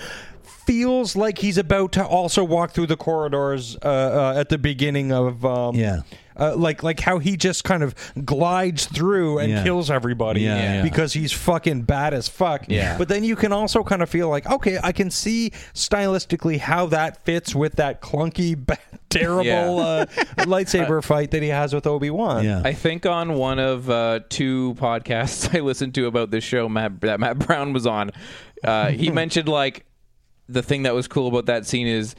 Speaker 2: Feels like he's about to also walk through the corridors uh, uh, at the beginning of um,
Speaker 3: Yeah.
Speaker 2: uh, like like how he just kind of glides through and
Speaker 3: Yeah.
Speaker 2: kills everybody
Speaker 3: Yeah, Yeah. yeah.
Speaker 2: because he's fucking bad as fuck.
Speaker 3: Yeah.
Speaker 2: But then you can also kind of feel like, okay, I can see stylistically how that fits with that clunky, bad, terrible
Speaker 1: Yeah.
Speaker 2: uh, lightsaber fight that he has with Obi Wan.
Speaker 3: yeah
Speaker 1: I think on one of uh, two podcasts I listened to about this show Matt, that Matt Brown was on, uh, he mentioned like the thing that was cool about that scene is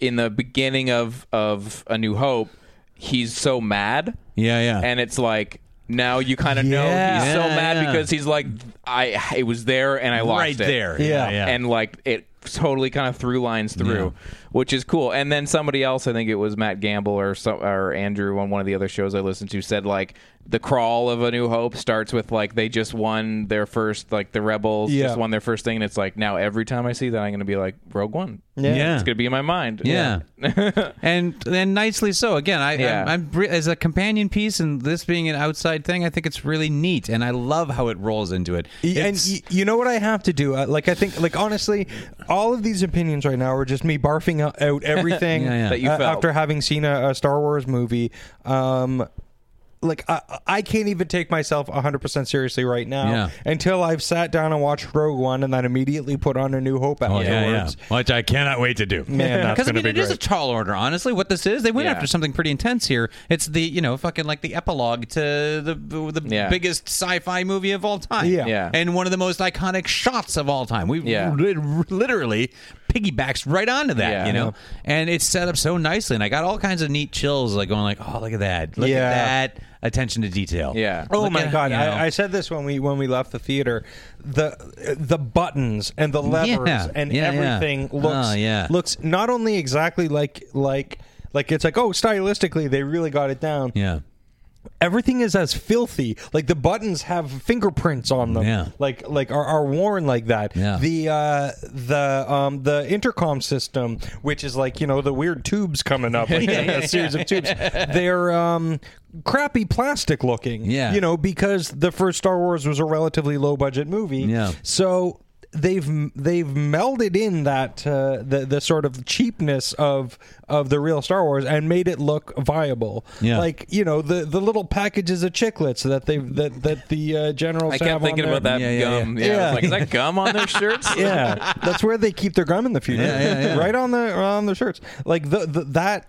Speaker 1: in the beginning of of A New Hope, he's so mad,
Speaker 3: yeah yeah
Speaker 1: and it's like now you kind of know
Speaker 2: Yeah.
Speaker 1: he's so
Speaker 3: Yeah,
Speaker 1: mad
Speaker 3: yeah.
Speaker 1: because he's like I it was there and I lost
Speaker 3: right
Speaker 1: it
Speaker 3: there
Speaker 2: Yeah.
Speaker 3: yeah,
Speaker 1: and like it totally kind of through lines through, which is cool. And then somebody else, I think it was Matt Gamble or so, or Andrew on one of the other shows I listened to, said like the crawl of A New Hope starts with like they just won their first like the rebels
Speaker 2: Yeah.
Speaker 1: just won their first thing, and it's like now every time I see that I'm going to be like Rogue One,
Speaker 2: Yeah.
Speaker 3: Yeah.
Speaker 1: it's going to be in my mind,
Speaker 3: Yeah, and and nicely so. Again, I,
Speaker 1: Yeah.
Speaker 3: I'm, I'm re- as a companion piece, and this being an outside thing, I think it's really neat, and I love how it rolls into it.
Speaker 2: Y- E, And
Speaker 3: It's-
Speaker 2: y- you know what I have to do? Uh, like I think, like honestly, all of these opinions right now are just me barfing out- out everything
Speaker 3: Yeah, yeah.
Speaker 1: That you
Speaker 2: uh,
Speaker 1: felt.
Speaker 2: after having seen a, a Star Wars movie. Um, like I, I can't even take myself 100% seriously right now
Speaker 3: Yeah.
Speaker 2: until I've sat down and watched Rogue One and then immediately put on A New Hope
Speaker 3: Oh,
Speaker 2: afterwards.
Speaker 3: yeah, yeah. Which I cannot wait to do.
Speaker 2: Man, that's
Speaker 7: Because I
Speaker 2: gonna
Speaker 7: mean,
Speaker 2: be
Speaker 7: it is a
Speaker 2: great.
Speaker 7: tall order, honestly. What this is, they went
Speaker 1: Yeah.
Speaker 7: after something pretty intense here. It's the you know fucking like the epilogue to the the
Speaker 1: Yeah.
Speaker 7: biggest sci-fi movie of all time.
Speaker 2: Yeah.
Speaker 1: Yeah.
Speaker 7: and one of the most iconic shots of all time. We
Speaker 1: Yeah.
Speaker 7: lit- literally piggybacks right onto that,
Speaker 1: Yeah.
Speaker 7: you know. And it's set up so nicely, and I got all kinds of neat chills, like going like, oh look at that, look
Speaker 2: Yeah.
Speaker 7: at that attention to detail.
Speaker 1: Yeah.
Speaker 2: Oh
Speaker 7: Look
Speaker 2: my
Speaker 7: at-
Speaker 2: god!
Speaker 7: you know.
Speaker 2: I, I said this when we when we left the theater. The the buttons and the levers
Speaker 7: Yeah,
Speaker 2: and
Speaker 7: yeah, yeah.
Speaker 2: everything looks
Speaker 7: Oh, yeah.
Speaker 2: looks not only exactly like like like it's like oh stylistically they really got it down.
Speaker 7: yeah.
Speaker 2: Everything is as filthy. Like the buttons have fingerprints on them.
Speaker 7: Yeah.
Speaker 2: Like like are, are worn like that.
Speaker 7: Yeah.
Speaker 2: The uh the um the intercom system, which is like, you know, the weird tubes coming up, like a series of tubes. They're um crappy plastic looking.
Speaker 7: Yeah.
Speaker 2: You know, because the first Star Wars was a relatively low budget movie.
Speaker 7: Yeah.
Speaker 2: So They've they've melded in that uh, the the sort of cheapness of of the real Star Wars and made it look viable.
Speaker 7: Yeah.
Speaker 2: Like you know the the little packages of chiclets that they that that the uh, generals.
Speaker 1: I
Speaker 2: have
Speaker 1: kept
Speaker 2: on
Speaker 1: thinking
Speaker 2: their-
Speaker 1: about that
Speaker 7: Yeah, yeah,
Speaker 1: gum. Yeah,
Speaker 2: yeah.
Speaker 1: I was like, is that gum on their shirts?
Speaker 2: Yeah, that's where they keep their gum in the future. Right on the on the shirts. Like the, the that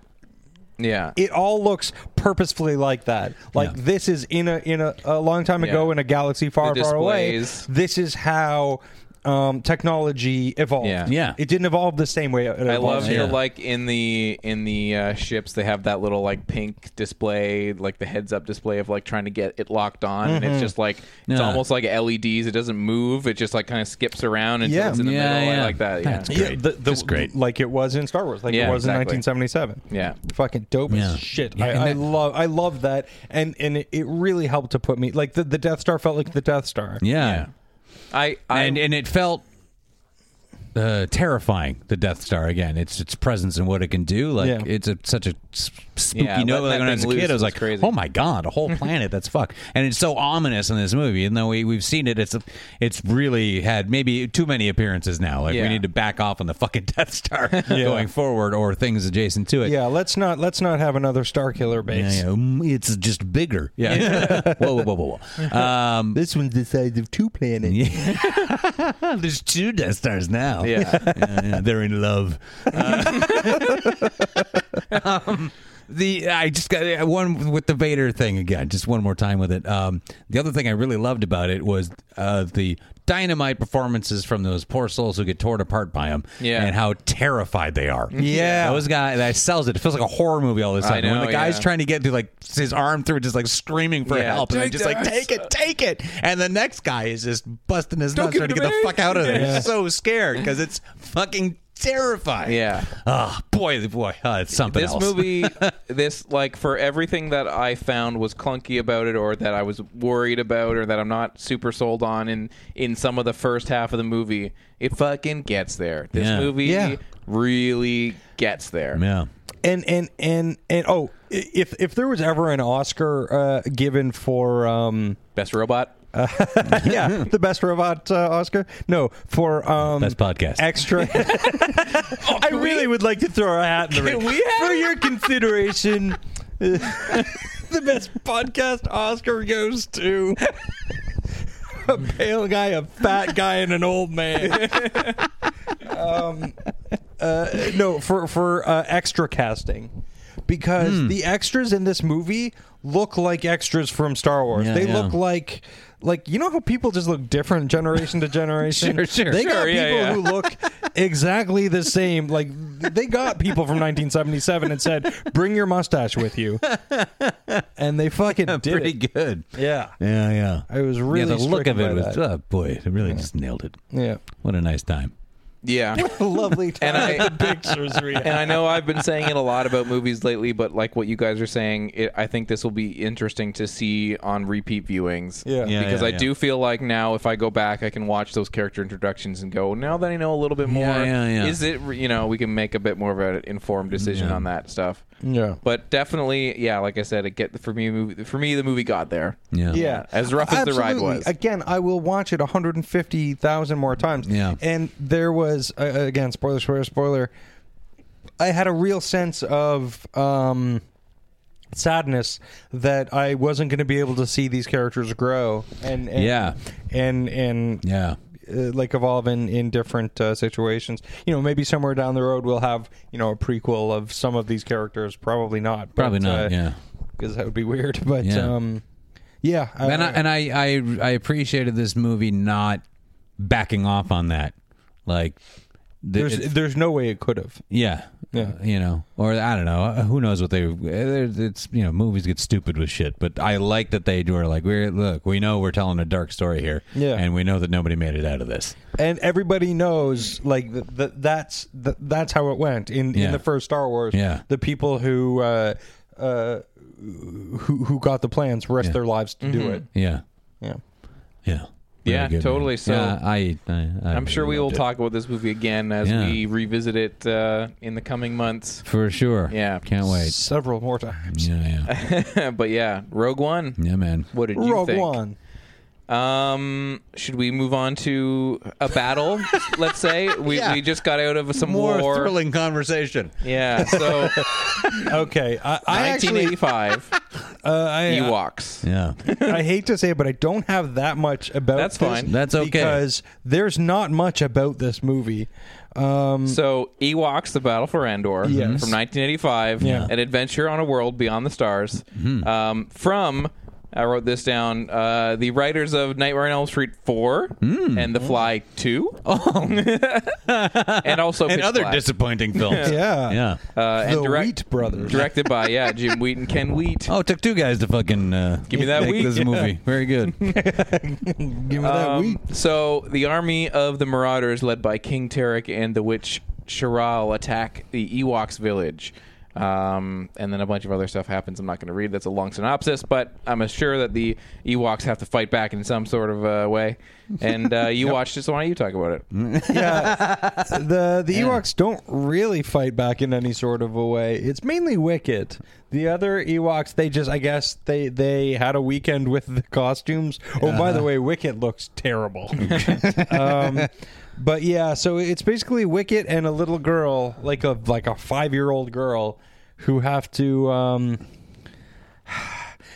Speaker 1: yeah.
Speaker 2: it all looks purposefully like that. Like this is in a in a, a long time ago
Speaker 1: Yeah.
Speaker 2: in a galaxy far
Speaker 1: The
Speaker 2: far away.
Speaker 1: displays.
Speaker 2: This is how. Um, technology evolved.
Speaker 1: Yeah.
Speaker 7: Yeah.
Speaker 2: it didn't evolve the same way. It
Speaker 1: I
Speaker 2: evolved
Speaker 1: love
Speaker 2: here.
Speaker 1: your like in the in the uh, ships they have that little like pink display, like the heads up display of like trying to get it locked on, and it's just like it's
Speaker 7: Yeah.
Speaker 1: almost like LEDs. It doesn't move. It just like kind of skips around until
Speaker 2: Yeah.
Speaker 1: it's in the
Speaker 7: Yeah,
Speaker 1: middle. I
Speaker 7: yeah.
Speaker 1: like that. Yeah.
Speaker 7: That's
Speaker 2: Yeah,
Speaker 7: great.
Speaker 2: the, the,
Speaker 7: Just great.
Speaker 2: Like it was in Star Wars, like
Speaker 1: Yeah,
Speaker 2: it was
Speaker 1: exactly.
Speaker 2: in 1977.
Speaker 1: Yeah.
Speaker 2: fucking dope
Speaker 7: Yeah.
Speaker 2: as shit.
Speaker 7: Yeah,
Speaker 2: I,
Speaker 7: and
Speaker 2: I
Speaker 7: that-
Speaker 2: love, I love that, and and it, it really helped to put me like the, the Death Star felt like the Death Star.
Speaker 7: Yeah.
Speaker 1: I, I
Speaker 3: and and it felt uh, terrifying. The Death Star again. It's its presence and what it can do. Like
Speaker 2: Yeah.
Speaker 3: it's a, such a s- spooky
Speaker 1: Yeah,
Speaker 3: note.
Speaker 1: letting
Speaker 3: Like
Speaker 1: that
Speaker 3: when I was a
Speaker 1: thing loose
Speaker 3: kid, I was
Speaker 1: was
Speaker 3: like,
Speaker 1: crazy.
Speaker 3: "Oh my god, a whole planet. That's fuck." And it's so ominous in this movie. Even though we we've seen it, it's it's really had maybe too many appearances now. Like
Speaker 1: Yeah.
Speaker 3: we need to back off on the fucking Death Star going forward or things adjacent to it.
Speaker 2: Yeah, let's not let's not have another Star Killer base.
Speaker 3: Yeah, yeah. Mm, It's just bigger. Yeah. whoa, whoa, whoa, whoa, whoa. Um,
Speaker 2: This one's the size of two planets.
Speaker 3: there's two Death Stars now.
Speaker 1: yeah,
Speaker 3: yeah, yeah, they're in love. Uh, um, the I just got uh, one with the Vader thing again. Just one more time with it. Um, the other thing I really loved about it was uh, the dynamite performances from those poor souls who get torn apart by him.
Speaker 1: Yeah.
Speaker 3: and how terrified they are.
Speaker 2: Yeah.
Speaker 3: those guys that sells it. It feels like a horror movie all the time.
Speaker 1: know,
Speaker 3: when the guy's
Speaker 1: yeah.
Speaker 3: trying to get through, like his arm through, just like screaming for
Speaker 1: Yeah.
Speaker 3: help, and then
Speaker 1: Take
Speaker 3: just like
Speaker 1: this.
Speaker 3: take it, take it, and the next guy is just busting his nuts
Speaker 1: give
Speaker 3: trying
Speaker 1: it to
Speaker 3: to get
Speaker 1: me.
Speaker 3: the fuck out of there.
Speaker 2: Yeah.
Speaker 3: He's so scared because it's fucking terrifying.
Speaker 1: yeah.
Speaker 3: Oh, boy, boy, oh, it's something
Speaker 1: this
Speaker 3: else.
Speaker 1: movie this like for everything that i found was clunky about it or that i was worried about or that i'm not super sold on in in some of the first half of the movie it fucking gets there this
Speaker 3: Yeah.
Speaker 1: movie
Speaker 2: Yeah.
Speaker 1: really gets there
Speaker 3: Yeah.
Speaker 2: and and and and oh, i- if if there was ever an Oscar uh, given for um,
Speaker 1: best robot
Speaker 2: yeah, the best robot uh, Oscar. No, for um,
Speaker 3: Best podcast.
Speaker 2: extra. I really would like to throw a hat in the ring for your consideration. uh, the best podcast Oscar goes to a pale guy, a fat guy, and an old man. um, uh, no, for for uh, extra casting. Because the extras in this movie look like extras from Star Wars.
Speaker 3: Yeah,
Speaker 2: they
Speaker 3: yeah.
Speaker 2: look like like you know how people just look different generation to generation.
Speaker 3: Sure, sure.
Speaker 2: They got
Speaker 1: Sure, yeah,
Speaker 2: people
Speaker 1: yeah.
Speaker 2: who look exactly the same. Like they got people from 1977 and said, "Bring your mustache with you," and they fucking did
Speaker 3: Pretty
Speaker 2: it.
Speaker 3: good.
Speaker 2: Yeah,
Speaker 3: Yeah, yeah.
Speaker 2: I was really
Speaker 3: yeah, the look
Speaker 2: stricken
Speaker 3: of it
Speaker 2: by
Speaker 3: was,
Speaker 2: that.
Speaker 3: oh, boy, it really just nailed it.
Speaker 2: yeah.
Speaker 3: What a nice time.
Speaker 1: yeah
Speaker 2: Lovely time.
Speaker 1: And I-
Speaker 2: the pictures we
Speaker 1: and I know I've been saying it a lot about movies lately, but like what you guys are saying, it, I think this will be interesting to see on repeat viewings.
Speaker 2: Yeah. Yeah,
Speaker 1: because
Speaker 3: yeah,
Speaker 1: I
Speaker 3: yeah.
Speaker 1: do feel like now if I go back, I can watch those character introductions and go, now that I know a little bit more,
Speaker 3: yeah, yeah.
Speaker 1: is it re- you know we can make a bit more of an informed decision on that stuff.
Speaker 2: Yeah.
Speaker 1: but definitely, yeah, like I said, it get for me, movie, for me, the movie got there.
Speaker 3: Yeah.
Speaker 2: Yeah,
Speaker 1: As rough as the ride
Speaker 2: Absolutely.
Speaker 1: was.
Speaker 2: Again, I will watch it 150,000 more times.
Speaker 3: Yeah.
Speaker 2: and there was uh, again spoiler, spoiler, spoiler. I had a real sense of um, sadness that I wasn't going to be able to see these characters grow and, and
Speaker 3: Yeah.
Speaker 2: and and
Speaker 3: Yeah.
Speaker 2: uh, like evolve in in different uh, situations. You know, maybe somewhere down the road we'll have you know a prequel of some of these characters. Probably not. but, uh,
Speaker 3: Probably not, yeah.
Speaker 2: because that would be weird. But
Speaker 3: Yeah.
Speaker 2: um, yeah,
Speaker 3: and I, and I, I I appreciated this movie not backing off on that. Like, th-
Speaker 2: there's
Speaker 3: it's-
Speaker 2: there's no way it could have.
Speaker 3: yeah, Uh,
Speaker 2: Yeah.
Speaker 3: you know, or I don't know, Uh, who knows what they. It's you know, movies get stupid with shit, but I like that they were like, we're look, we know we're telling a dark story here,
Speaker 2: Yeah.
Speaker 3: and we know that nobody made it out of this.
Speaker 2: and everybody knows like th- th- that's th- that's how it went in
Speaker 3: Yeah.
Speaker 2: in the first Star Wars.
Speaker 3: Yeah.
Speaker 2: the people who uh, uh, who who got the plans risked their lives to
Speaker 1: Mm-hmm.
Speaker 2: do it.
Speaker 3: Yeah,
Speaker 2: Yeah,
Speaker 3: yeah,
Speaker 1: Yeah,
Speaker 3: Really good
Speaker 1: totally.
Speaker 3: movie.
Speaker 1: So-
Speaker 3: Yeah, I, I, I
Speaker 1: I'm sure
Speaker 3: really
Speaker 1: we will
Speaker 3: loved it.
Speaker 1: talk about this movie again as
Speaker 3: Yeah.
Speaker 1: we revisit it uh, in the coming months.
Speaker 3: for sure.
Speaker 1: Yeah.
Speaker 3: can't wait.
Speaker 2: several more times.
Speaker 3: Yeah, yeah,
Speaker 1: but yeah, Rogue One.
Speaker 3: yeah, man.
Speaker 1: What did you
Speaker 2: Rogue
Speaker 1: think?
Speaker 2: One.
Speaker 1: Um, should we move on to a battle? let's say we,
Speaker 3: Yeah.
Speaker 1: we just got out of some war.
Speaker 3: conversation.
Speaker 1: Yeah, so
Speaker 2: Okay, I, I actually
Speaker 1: 1985
Speaker 2: uh, I,
Speaker 1: Ewoks.
Speaker 3: Yeah,
Speaker 2: I hate to say it, but I don't have that much about.
Speaker 1: That's
Speaker 2: this
Speaker 1: fine.
Speaker 3: That's okay.
Speaker 2: because there's not much about this movie. Um,
Speaker 1: So Ewoks: The Battle for Endor
Speaker 2: Yes.
Speaker 1: from 1985,
Speaker 2: Yeah. Mm-hmm.
Speaker 1: an adventure on a world beyond the stars. Um, from I wrote this down. Uh, the writers of Nightmare on Elm Street 4
Speaker 2: Mm.
Speaker 1: and The Fly 2,
Speaker 2: Oh.
Speaker 1: and also
Speaker 3: and
Speaker 1: Pitch
Speaker 3: other
Speaker 1: Black.
Speaker 3: disappointing films.
Speaker 2: yeah,
Speaker 3: yeah.
Speaker 1: uh, and
Speaker 2: the
Speaker 1: direct-
Speaker 2: Wheat Brothers.
Speaker 1: directed by yeah Jim Wheat and Ken Wheat.
Speaker 3: Oh, it took two guys to fucking uh,
Speaker 1: Give me that
Speaker 3: make
Speaker 1: wheat.
Speaker 3: This
Speaker 1: Yeah.
Speaker 3: movie very good.
Speaker 2: Give me that wheat.
Speaker 1: So the army of the Marauders, led by King Tarek and the witch Shiral, attack the Ewoks village. Um, and then a bunch of other stuff happens. I'm not going to read. That's a long synopsis, but I'm sure that the Ewoks have to fight back in some sort of uh, way. And uh, you watched it, so why don't you talk about it?
Speaker 3: Mm.
Speaker 2: Um, the the Ewoks don't really fight back in any sort of a way. It's mainly Wicket. The other Ewoks, they just I guess they they had a weekend with the costumes. Oh, by the way, Wicket looks terrible. um, but yeah, so it's basically Wicket and a little girl, like a like a five year old girl, who have to. Um,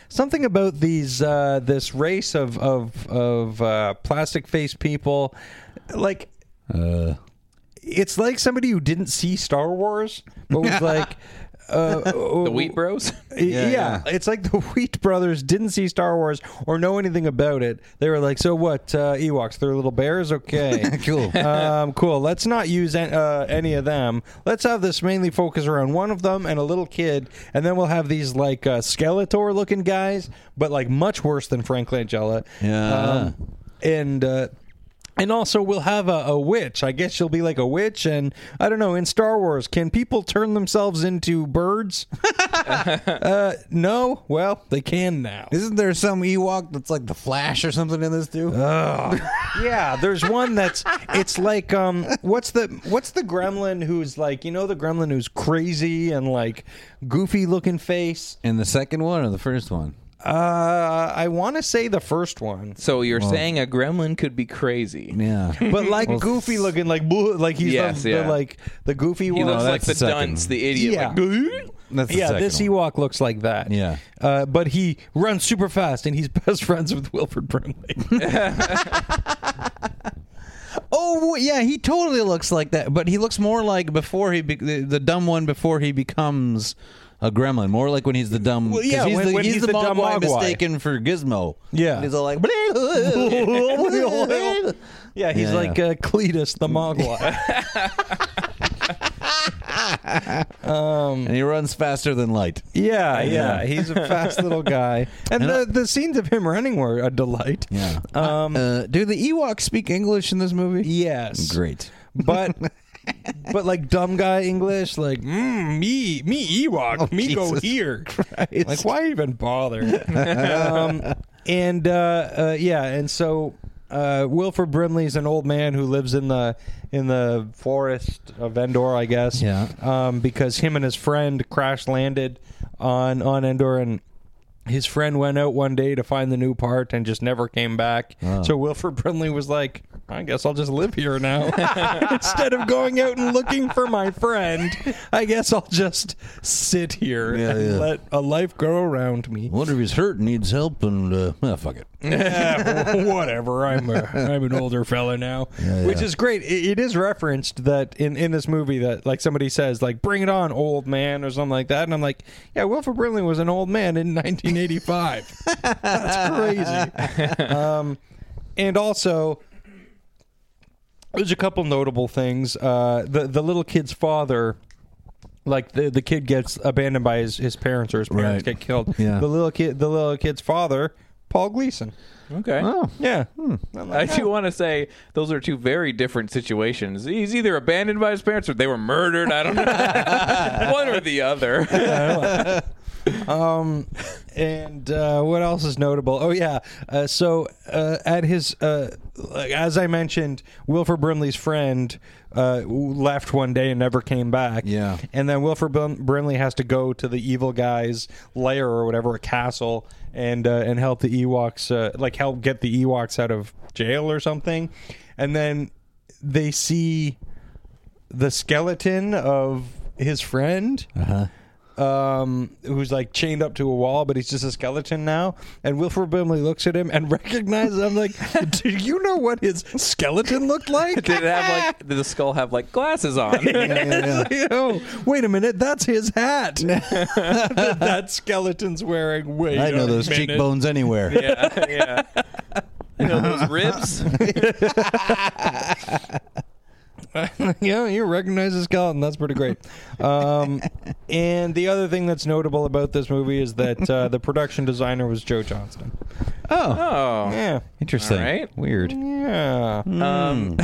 Speaker 2: something about these uh, this race of of of uh, plastic face people, like it's like somebody who didn't see Star Wars, but was like, uh,
Speaker 1: The Wheat Bros.
Speaker 2: Yeah, it's like the Wheat Brothers didn't see Star Wars or know anything about it. They were like, "So what? Uh, Ewoks? They're little bears? Okay,
Speaker 3: Cool.
Speaker 2: um, cool. Let's not use an, uh, any of them. Let's have this mainly focus around one of them and a little kid, and then we'll have these like uh, Skeletor-looking guys, but like much worse than Frank Langella. Um,
Speaker 3: Yeah.
Speaker 2: and. Uh, and also, we'll have a, a witch. I guess she'll be like a witch. And I don't know, in Star Wars, can people turn themselves into birds? uh, no? Well, they can now.
Speaker 3: Isn't there some Ewok that's like the Flash or something in this too?
Speaker 2: Uh. yeah, there's one that's it's like um what's the what's the gremlin who's like you know the gremlin who's crazy and like goofy looking face.
Speaker 3: in the second one or the first one?
Speaker 2: Uh I want to say the first one.
Speaker 1: So you're saying a gremlin could be crazy.
Speaker 3: Yeah.
Speaker 2: But like goofy looking like boo- like he's
Speaker 1: Yes,
Speaker 2: the,
Speaker 1: yeah.
Speaker 2: the like the goofy
Speaker 1: He
Speaker 2: one.
Speaker 1: looks like
Speaker 3: that's
Speaker 1: the
Speaker 3: the second
Speaker 1: dunce,
Speaker 3: one.
Speaker 1: the idiot.
Speaker 2: Yeah.
Speaker 1: like,
Speaker 3: That's the
Speaker 2: yeah,
Speaker 3: second
Speaker 2: this
Speaker 3: one.
Speaker 2: Ewok looks like that.
Speaker 3: Yeah.
Speaker 2: uh, but he runs super fast, and he's best friends with Wilfred Brimley.
Speaker 7: Oh wh- yeah, he totally looks like that, but he looks more like before he be- the, the dumb one before he becomes a gremlin, more like when he's the dumb.
Speaker 2: Well,
Speaker 7: 'cause
Speaker 2: yeah,
Speaker 7: he's
Speaker 2: when-
Speaker 7: the,
Speaker 2: when
Speaker 7: he's
Speaker 2: he's
Speaker 7: the,
Speaker 2: the
Speaker 7: Mogwai
Speaker 2: dumb Mogwai.
Speaker 7: mistaken for Gizmo.
Speaker 2: Yeah.
Speaker 7: And he's all like, yeah,
Speaker 2: yeah, he's
Speaker 7: Yeah,
Speaker 2: like
Speaker 7: yeah.
Speaker 2: Uh, Cletus the Mogwai.
Speaker 7: and he runs faster than light.
Speaker 2: Yeah, yeah, he's a fast little guy, and, the, the scenes of him running were a delight.
Speaker 7: Yeah.
Speaker 2: Um.
Speaker 7: Uh, do the Ewoks speak English in this movie?
Speaker 2: yes.
Speaker 7: Great.
Speaker 2: But. But like dumb guy English, like mm, me, me Ewok, me go
Speaker 7: Oh, Jesus
Speaker 2: here. Like why even bother? um, and uh, uh, yeah, and so uh, Wilford Brimley's an old man who lives in the in the forest of Endor, I guess.
Speaker 7: Yeah.
Speaker 2: Um, because him and his friend crash landed on on Endor, and his friend went out one day to find the new part and just never came back. So Wilfred Brimley was like, I guess I'll just live here now. Instead of going out and looking for my friend, I guess I'll just sit here
Speaker 7: Yeah,
Speaker 2: and
Speaker 7: yeah.
Speaker 2: let a life go around me.
Speaker 7: wonder if he's hurt and needs help, and uh, well, fuck it.
Speaker 2: Yeah, whatever. I'm a, I'm an older fella now, which is great. It, it is referenced that in, in this movie that like somebody says like "Bring it on, old man" or something like that, and I'm like, yeah, Wilford Brimley was an old man in 1985. That's crazy. Um, and also, there's a couple notable things. Uh, the the little kid's father. Like the the kid gets abandoned by his, his parents or his parents
Speaker 7: Right.
Speaker 2: get killed.
Speaker 7: Yeah.
Speaker 2: The little kid the little kid's father, Paul Gleason.
Speaker 1: Okay.
Speaker 3: Oh.
Speaker 2: Yeah.
Speaker 1: I do want to say those are two very different situations. He's either abandoned by his parents or they were murdered. I don't know. One or the other.
Speaker 2: Um, and uh, what else is notable? Oh yeah. Uh, so uh, at his, uh, like, as I mentioned, Wilford Brimley's friend uh, left one day and never came back.
Speaker 7: Yeah.
Speaker 2: And then Wilford Brim- Brimley has to go to the evil guy's lair or whatever, a castle, and uh, and help the Ewoks, uh, like help get the Ewoks out of jail or something. And then they see the skeleton of his friend um, who's like chained up to a wall, but he's just a skeleton now. And Wilford Brimley looks at him and recognizes. I'm like, do you know what his skeleton looked like?
Speaker 1: Did it have like did the skull have like glasses on?
Speaker 2: Yo, wait a minute, that's his hat. that, that skeleton's wearing. Wait,
Speaker 7: I know
Speaker 2: a
Speaker 7: those
Speaker 2: minute.
Speaker 7: cheekbones anywhere.
Speaker 1: yeah, yeah. You know those ribs.
Speaker 2: yeah, you recognize the skeleton. That's pretty great. Um, and the other thing that's notable about this movie is that uh, the production designer was Joe Johnston.
Speaker 1: Oh,
Speaker 2: Yeah.
Speaker 7: Interesting.
Speaker 1: All right.
Speaker 7: Weird.
Speaker 2: Yeah.
Speaker 1: um,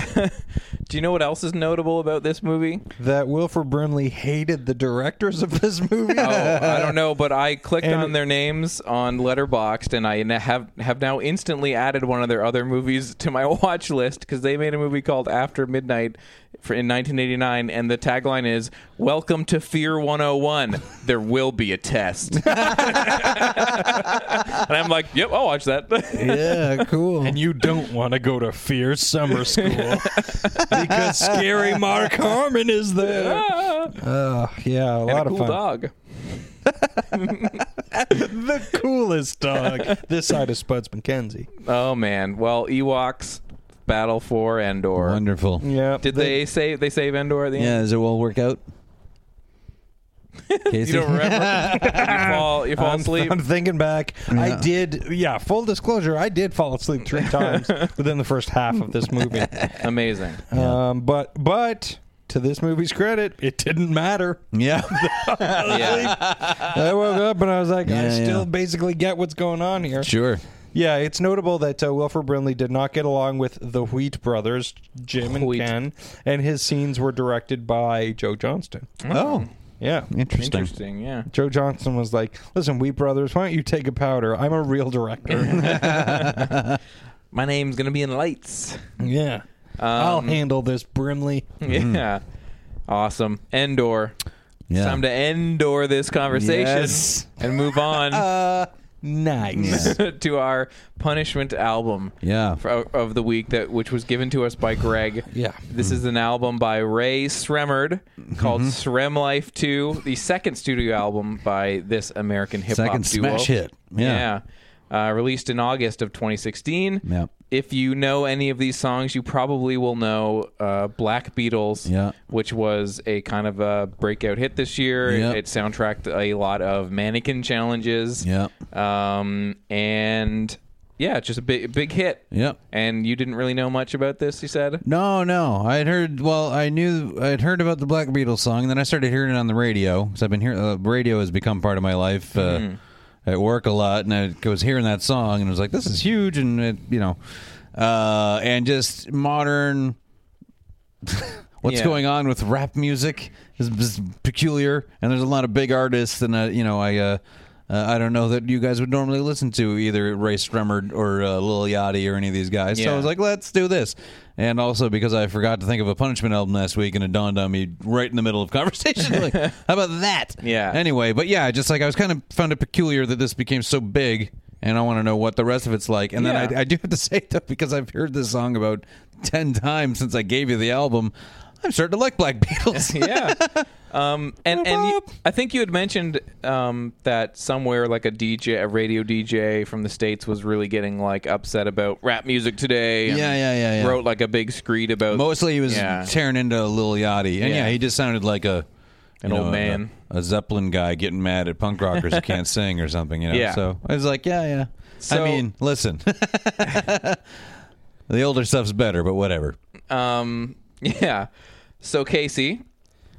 Speaker 1: do you know what else is notable about this movie?
Speaker 2: that Wilford Brimley hated the directors of this movie.
Speaker 1: Oh, I don't know, but I clicked
Speaker 2: And-
Speaker 1: on their names on Letterboxd, and I n- have have now instantly added one of their other movies to my watch list because they made a movie called After Midnight for, in 1989, and the tagline is "Welcome to Fear 101. There will be a test." and I'm like, "Yep, I'll watch that."
Speaker 7: Yeah, cool.
Speaker 2: And you don't want to go to Fear Summer School because scary Mark Harmon is there. Uh, yeah, a
Speaker 1: and a
Speaker 2: lot
Speaker 1: cool
Speaker 2: of fun.
Speaker 1: dog.
Speaker 2: The coolest dog. this side of Spuds McKenzie.
Speaker 1: Oh man, well Ewoks battle for Endor.
Speaker 7: Wonderful.
Speaker 2: Yeah.
Speaker 1: Did they, save they save Endor at the end?
Speaker 7: Yeah, does it all work out? Casey?
Speaker 1: You don't remember? you fall, you fall
Speaker 2: I'm,
Speaker 1: asleep.
Speaker 2: I'm thinking back. I did. Yeah. Full disclosure, I did fall asleep three times within the first half of this movie.
Speaker 1: Amazing.
Speaker 2: Um, but but to this movie's credit, it didn't matter.
Speaker 7: Yeah.
Speaker 1: Yeah.
Speaker 2: I woke up and I was like, I
Speaker 7: Yeah,
Speaker 2: still
Speaker 7: yeah.
Speaker 2: basically get what's going on here.
Speaker 7: sure.
Speaker 2: Yeah, it's notable that uh, Wilford Brimley did not get along with the Wheat brothers, Jim and
Speaker 1: Wheat.
Speaker 2: Ken, and his scenes were directed by Joe Johnston.
Speaker 7: Oh,
Speaker 2: Yeah.
Speaker 7: interesting.
Speaker 1: Hmm. Interesting. Yeah.
Speaker 2: Joe Johnston was like, "Listen, Wheat Brothers, why don't you take a powder? I'm a real director.
Speaker 1: My name's gonna be in lights.
Speaker 2: yeah, I'll handle this, Brimley."
Speaker 1: Yeah. Awesome. Endor.
Speaker 7: Yeah.
Speaker 1: It's time to endor this conversation
Speaker 7: Yes.
Speaker 1: and move on
Speaker 2: Nice.
Speaker 1: to our punishment album.
Speaker 7: Yeah.
Speaker 1: for- of the week that which was given to us by Greg.
Speaker 2: Yeah.
Speaker 1: This is an album by Ray Sremmerd called
Speaker 7: Mm-hmm.
Speaker 1: Srem Life 2, the second studio album by this American hip hop duo.
Speaker 7: Second smash hit. Yeah.
Speaker 1: Yeah. Uh, released in August of 2016.
Speaker 7: Yep.
Speaker 1: If you know any of these songs, you probably will know uh, Black Beatles,
Speaker 7: Yeah.
Speaker 1: which was a kind of a breakout hit this year.
Speaker 7: Yep.
Speaker 1: It soundtracked a lot of mannequin challenges.
Speaker 7: Yeah.
Speaker 1: Um, and yeah, just a big, big hit.
Speaker 7: Yep.
Speaker 1: And you didn't really know much about this, you said?
Speaker 7: No, no. I'd heard. Well, I knew. I'd heard about the Black Beatles song, and then I started hearing it on the radio. Because I've been hearing. Uh, radio has become part of my life. Uh, At work a lot, and I was hearing that song, and I was like, "This is huge!" And it, you know, uh, and just modern. What's
Speaker 1: Yeah.
Speaker 7: going on with rap music is, is peculiar, and there's a lot of big artists, and uh, you know, I. Uh,
Speaker 3: uh, I don't know that you guys would normally listen to either Ray Stremmerd or uh, Lil Yachty or any of these guys. So I
Speaker 1: Yeah.
Speaker 3: was like, let's do this. And also because I forgot to think of a punishment album last week, and it dawned on me right in the middle of conversation. like, how about that?
Speaker 1: Yeah.
Speaker 3: Anyway, but yeah, just like I was kind of found it peculiar that this became so big, and I want to know what the rest of it's like. And then
Speaker 1: Yeah.
Speaker 3: I, I do have to say though, because I've heard this song about ten times since I gave you the album, I'm starting to like Black Beatles.
Speaker 1: yeah. Um, and and you, I think you had mentioned um, that somewhere like a DJ, a radio DJ from the states, was really getting like upset about rap music today. and
Speaker 3: Yeah, yeah, yeah, yeah.
Speaker 1: Wrote like a big screed about
Speaker 3: Mostly he was
Speaker 1: Yeah.
Speaker 3: tearing into Lil Yachty, and yeah,
Speaker 1: Yeah.
Speaker 3: he just sounded like a
Speaker 1: An
Speaker 3: you
Speaker 1: old
Speaker 3: a-
Speaker 1: man.
Speaker 3: a, Zeppelin guy getting mad at punk rockers who can't sing or something. You know,
Speaker 1: Yeah.
Speaker 3: so I was like, yeah, yeah. I
Speaker 1: So-
Speaker 3: mean, listen, the older stuff's better, but whatever.
Speaker 1: Um, yeah. So Casey,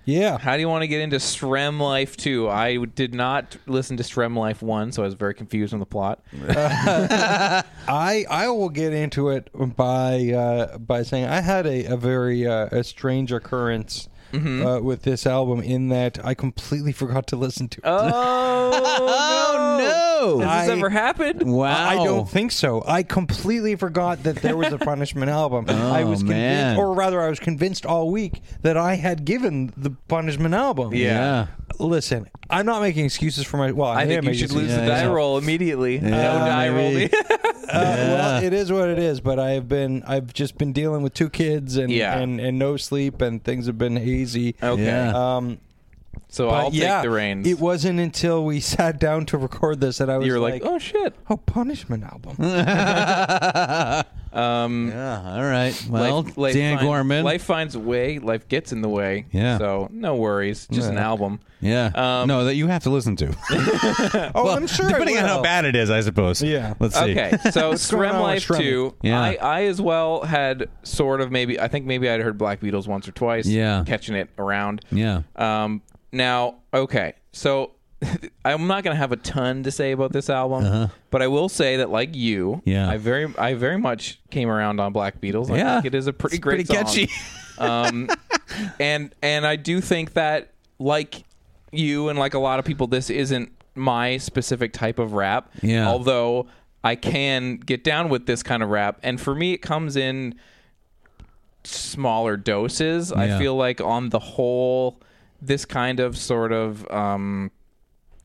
Speaker 2: Yeah.
Speaker 1: how do you want to get into Strem Life Two? I did not listen to Strem Life One, so I was very confused on the plot.
Speaker 2: I I will get into it by uh, by saying I had a, a very uh, a strange occurrence
Speaker 1: Mm-hmm.
Speaker 2: uh, with this album in that I completely forgot to listen to it.
Speaker 1: Oh
Speaker 2: no.
Speaker 1: Has this
Speaker 2: I-
Speaker 1: ever happened?
Speaker 3: Wow,
Speaker 2: I don't think so. I completely forgot that there was a punishment album.
Speaker 1: Oh,
Speaker 2: I was convinced,
Speaker 3: man.
Speaker 2: or rather, I was convinced all week that I had given the punishment album.
Speaker 1: Yeah.
Speaker 2: Listen, I'm not making excuses for my. Well, I,
Speaker 1: I
Speaker 2: am
Speaker 1: think you
Speaker 2: making
Speaker 1: should lose
Speaker 2: excuses
Speaker 1: the
Speaker 2: for
Speaker 1: die
Speaker 2: myself.
Speaker 1: roll immediately. no die
Speaker 3: maybe.
Speaker 1: roll.
Speaker 2: Uh, Well, it is what it is. But I have been, I've just been dealing with two kids and
Speaker 1: Yeah.
Speaker 2: and, and no sleep, and things have been hazy.
Speaker 1: Okay.
Speaker 3: Yeah.
Speaker 2: Um,
Speaker 1: So
Speaker 2: but
Speaker 1: I'll
Speaker 2: yeah,
Speaker 1: take the reins.
Speaker 2: It wasn't until we sat down to record this that I was
Speaker 1: you were like, oh shit.
Speaker 2: oh, punishment album. Oh,
Speaker 3: Yeah, Uh, all right. Well,
Speaker 1: life, life
Speaker 3: Dan
Speaker 1: finds-
Speaker 3: Gorman.
Speaker 1: Life finds a way. Life gets in the way.
Speaker 3: Yeah.
Speaker 1: So no worries. Just an album.
Speaker 3: Yeah.
Speaker 1: Um,
Speaker 3: no, that you have to listen to.
Speaker 2: oh, I'm sure. I
Speaker 3: Depending on
Speaker 2: will.
Speaker 3: how bad it is, I suppose.
Speaker 2: Yeah.
Speaker 3: Let's see.
Speaker 1: Okay, so
Speaker 2: going
Speaker 1: Srem
Speaker 2: on with
Speaker 1: Life
Speaker 2: Shrem?
Speaker 1: Two.
Speaker 3: Yeah.
Speaker 1: I, I as well had sort of maybe I think maybe I'd heard Black Beatles once or twice.
Speaker 3: Yeah.
Speaker 1: catching it around.
Speaker 3: Yeah.
Speaker 1: Um. Now, okay, so I'm not gonna have a ton to say about this album, but I will say that like you,
Speaker 3: Uh-huh. Yeah.
Speaker 1: I very I very much came around on Black Beatles. I
Speaker 3: Yeah.
Speaker 1: think it is a pretty
Speaker 3: It's
Speaker 1: great,
Speaker 3: pretty
Speaker 1: song.
Speaker 3: catchy.
Speaker 1: um, and and I do think that like you and like a lot of people, this isn't my specific type of rap.
Speaker 3: Yeah.
Speaker 1: Although I can get down with this kind of rap, and for me, it comes in smaller doses.
Speaker 3: Yeah.
Speaker 1: I feel like on the whole, this kind of sort of um,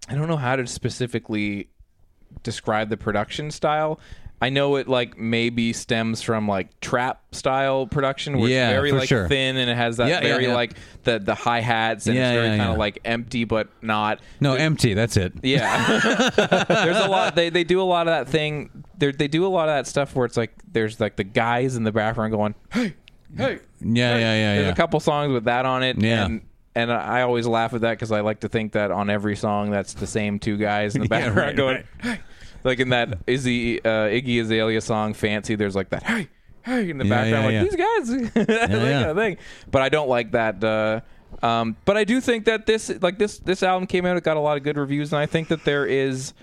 Speaker 1: I don't know how to specifically describe the production style. I know it like maybe stems from like trap style production where
Speaker 3: Yeah,
Speaker 1: it's very
Speaker 3: for
Speaker 1: like
Speaker 3: sure.
Speaker 1: thin and it has that
Speaker 3: Yeah, yeah,
Speaker 1: very
Speaker 3: yeah.
Speaker 1: like the the hi hats and
Speaker 3: Yeah,
Speaker 1: it's very
Speaker 3: yeah,
Speaker 1: kind
Speaker 3: yeah.
Speaker 1: of like empty but not
Speaker 3: No, empty. That's it.
Speaker 1: yeah. there's a lot. They, they do a lot of that thing. They they do a lot of that stuff where it's like there's like the guys in the background going, hey, hey.
Speaker 3: Yeah,
Speaker 1: hey."
Speaker 3: yeah, yeah,
Speaker 1: There's
Speaker 3: yeah.
Speaker 1: a couple songs with that on it.
Speaker 3: Yeah.
Speaker 1: And, and I always laugh at that because I like to think that on every song that's the same two guys in the
Speaker 3: Yeah,
Speaker 1: background
Speaker 3: right,
Speaker 1: going,
Speaker 3: right.
Speaker 1: hey. Like in that Izzy, uh, Iggy Azalea song, Fancy, there's like that, hey, hey, in the
Speaker 3: Yeah,
Speaker 1: background.
Speaker 3: yeah,
Speaker 1: like, these guys. that
Speaker 3: yeah.
Speaker 1: kind of thing. But I don't like that. Uh, um, but I do think that this, like this, this album came out, it got a lot of good reviews, and I think that there is,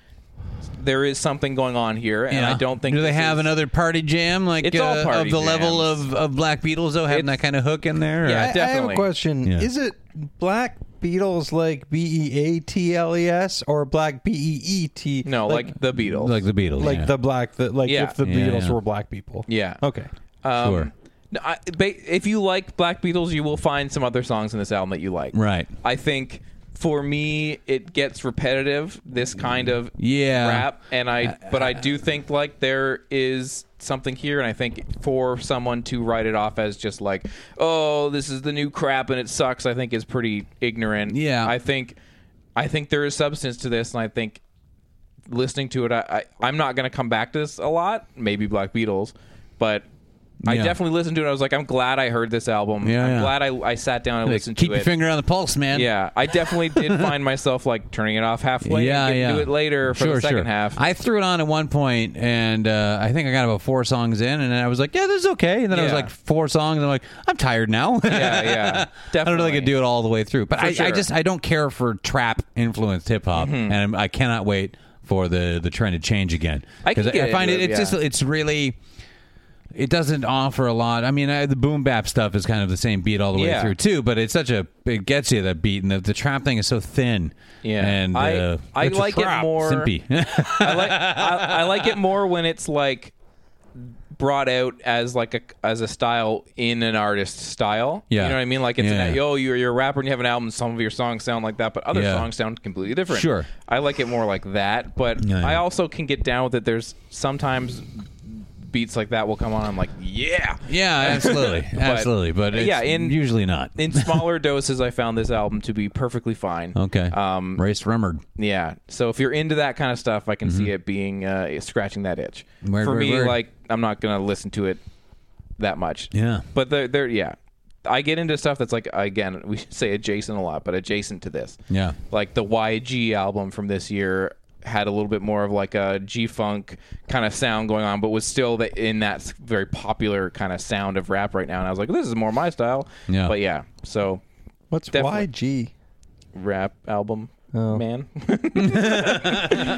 Speaker 1: there is something going on here, and I don't think
Speaker 3: Do they
Speaker 1: this
Speaker 3: have
Speaker 1: is-
Speaker 3: another party jam like
Speaker 1: It's all
Speaker 3: uh,
Speaker 1: party
Speaker 3: of the level
Speaker 1: jams.
Speaker 3: of, of Black Beatles though having
Speaker 1: It's-
Speaker 3: that kind of hook in there? or-
Speaker 1: Yeah,
Speaker 2: I, I have a
Speaker 1: definitely.
Speaker 2: question.
Speaker 3: Yeah.
Speaker 2: Is it Black Beatles like B E A T L E S or Black B E E T?
Speaker 1: No, like, the Beatles,
Speaker 3: like the Beatles.
Speaker 2: like
Speaker 3: yeah.
Speaker 2: the black the, like
Speaker 1: Yeah.
Speaker 2: if the
Speaker 3: Yeah,
Speaker 2: Beatles
Speaker 3: yeah. Uh,
Speaker 2: were black people.
Speaker 1: yeah.
Speaker 2: Okay.
Speaker 1: Um,
Speaker 3: Sure.
Speaker 1: no, I, ba- if you like Black Beatles, you will find some other songs in this album that you like.
Speaker 3: Right.
Speaker 1: I think for me, it gets repetitive. This kind of
Speaker 3: Yeah. Uh,
Speaker 1: rap, and I, but I do think like there is something here, and I think for someone to write it off as just like, oh, this is the new crap and it sucks, I think is pretty ignorant.
Speaker 3: Yeah.
Speaker 1: I think, I think there is substance to this, and I think listening to it, I, I I'm not gonna come back to this a lot. Maybe Black Beatles, but I
Speaker 3: Yeah.
Speaker 1: definitely listened to it. I was like, I'm glad I heard this album.
Speaker 3: Yeah,
Speaker 1: I'm
Speaker 3: yeah.
Speaker 1: glad I, I sat down and
Speaker 3: Like,
Speaker 1: listened
Speaker 3: keep
Speaker 1: to
Speaker 3: your
Speaker 1: it.
Speaker 3: finger on the pulse, man.
Speaker 1: Yeah, I definitely did find myself like turning it off halfway.
Speaker 3: Yeah,
Speaker 1: and getting
Speaker 3: yeah.
Speaker 1: To it later for
Speaker 3: sure,
Speaker 1: the second
Speaker 3: sure.
Speaker 1: half.
Speaker 3: I threw it on at one point, and uh, I think I got about four songs in, and I was like, "Yeah, this is okay." And then I was
Speaker 1: Yeah.
Speaker 3: like, four songs. And I'm like, "I'm tired now."
Speaker 1: yeah, yeah, definitely.
Speaker 3: I don't know if I could do it all the way through, but I, I
Speaker 1: sure. Mm-hmm.
Speaker 3: just I don't care for trap influenced hip hop, and I'm, I cannot wait for the the trend to change again
Speaker 1: I can
Speaker 3: because I,
Speaker 1: get
Speaker 3: I find
Speaker 1: into
Speaker 3: it,
Speaker 1: it, yeah.
Speaker 3: it's just it's really
Speaker 7: It doesn't offer a lot. I mean, I, the boom bap stuff is kind of the same beat all the
Speaker 1: Yeah.
Speaker 7: way through too, but it's such a it gets you that beat, and the, the trap thing is so thin.
Speaker 1: Yeah.
Speaker 7: and
Speaker 1: I-
Speaker 7: uh,
Speaker 1: I
Speaker 7: that's a
Speaker 1: like it
Speaker 7: trap,
Speaker 1: more-
Speaker 7: simpy.
Speaker 1: I like I, I like it more when it's like brought out as like a as a style in an artist's style.
Speaker 7: Yeah.
Speaker 1: you know what I mean. Like it's
Speaker 7: Yeah.
Speaker 1: an, oh you're you're a rapper and you have an album. Some of your songs sound like that, but other
Speaker 7: Yeah.
Speaker 1: songs sound completely different.
Speaker 7: Sure.
Speaker 1: I like it more like that. But
Speaker 7: Yeah.
Speaker 1: I also can get down with it. There's sometimes beats like that will come on. I'm like yeah.
Speaker 7: yeah, absolutely, absolutely, but it's
Speaker 1: yeah, in-
Speaker 7: usually not.
Speaker 1: In smaller doses, I found this album to be perfectly fine.
Speaker 7: okay,
Speaker 1: Um,
Speaker 7: race rumored.
Speaker 1: yeah. So if you're into that kind of stuff, I can see it being uh, scratching that itch.
Speaker 7: Mm-hmm. Word,
Speaker 1: For
Speaker 7: word,
Speaker 1: me,
Speaker 7: word.
Speaker 1: like I'm not gonna listen to it that much.
Speaker 7: Yeah.
Speaker 1: But they're, they're yeah. I get into stuff that's like again we say adjacent a lot, but adjacent to this.
Speaker 7: Yeah.
Speaker 1: Like the YG album from this year had a little bit more of like a G funk kind of sound going on, but was still the, in that s- very popular kind of sound of rap right now. And I was like, this is more my style.
Speaker 7: Yeah.
Speaker 1: But yeah. So
Speaker 2: What's
Speaker 1: Definitely.
Speaker 2: YG?
Speaker 1: rap album.
Speaker 2: Oh.
Speaker 1: Man,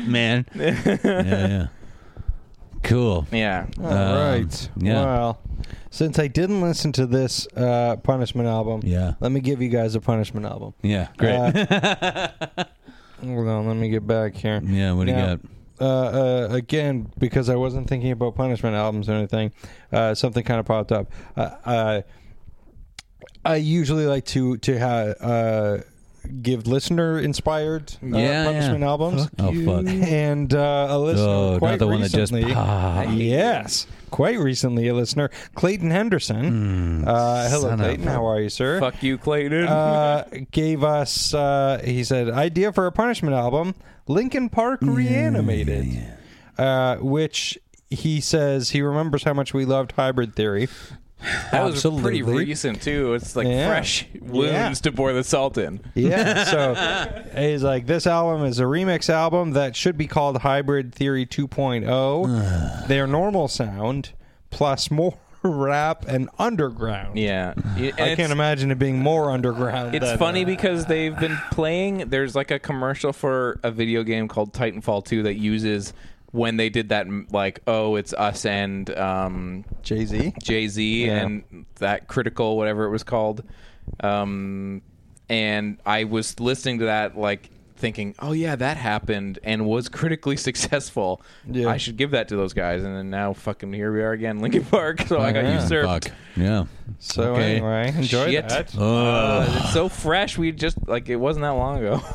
Speaker 7: man. yeah, yeah. Cool.
Speaker 1: yeah,
Speaker 2: All right.
Speaker 7: Uh, yeah.
Speaker 2: Well, since I didn't listen to this uh, punishment album,
Speaker 7: Yeah.
Speaker 2: let me give you guys a punishment album.
Speaker 7: Yeah, great.
Speaker 2: Uh, hold on, let me get back here.
Speaker 7: yeah, what do you
Speaker 2: Now,
Speaker 7: got?
Speaker 2: Uh, uh, again, because I wasn't thinking about punishment albums or anything, uh, something kind of popped up. Uh, uh, I usually like to to ha- uh, give listener inspired uh,
Speaker 7: yeah,
Speaker 2: punishment
Speaker 7: yeah.
Speaker 2: albums.
Speaker 7: oh fuck.
Speaker 2: And uh, a listener,
Speaker 7: Oh,
Speaker 2: quite
Speaker 7: not the one that just
Speaker 2: recently,
Speaker 7: popped.
Speaker 2: yes, quite recently, a listener, Clayton Henderson. uh, hello,
Speaker 7: Hmm, son of
Speaker 2: Clayton.
Speaker 7: a-
Speaker 2: How are you, sir?
Speaker 1: fuck you, Clayton.
Speaker 2: Uh, gave us. Uh, he said, idea for a punishment album: Linkin Park reanimated, Uh, which he says he remembers how much we loved Hybrid Theory.
Speaker 1: That was pretty
Speaker 2: Absolutely.
Speaker 1: recent too. It's like
Speaker 2: Yeah.
Speaker 1: fresh wounds
Speaker 2: Yeah.
Speaker 1: to pour the salt in.
Speaker 2: Yeah. So he's like, this album is a remix album that should be called Hybrid Theory 2.0. Their normal sound plus more rap and underground.
Speaker 1: Yeah, Y- and
Speaker 2: I
Speaker 1: it's-
Speaker 2: can't imagine uh, it being more underground.
Speaker 1: It's
Speaker 2: than-
Speaker 1: funny because they've been playing. There's like a commercial for a video game called Titanfall 2 that uses when they did that, m- like, oh, it's us and um,
Speaker 2: Jay Z.
Speaker 1: Jay Z and that critical, whatever it was called. Um, and I was listening to that, like thinking, oh, yeah, that happened and was critically successful.
Speaker 2: Yeah.
Speaker 1: I should give that to those guys. And then now, fucking, here we are again, Linkin Park. So I got
Speaker 2: Yeah.
Speaker 1: usurped.
Speaker 7: Uh-huh. Fuck. Yeah.
Speaker 2: So
Speaker 7: Okay.
Speaker 2: anyway, enjoy
Speaker 1: Shit.
Speaker 2: that.
Speaker 1: Uh, it's so fresh. We just like it wasn't that long ago.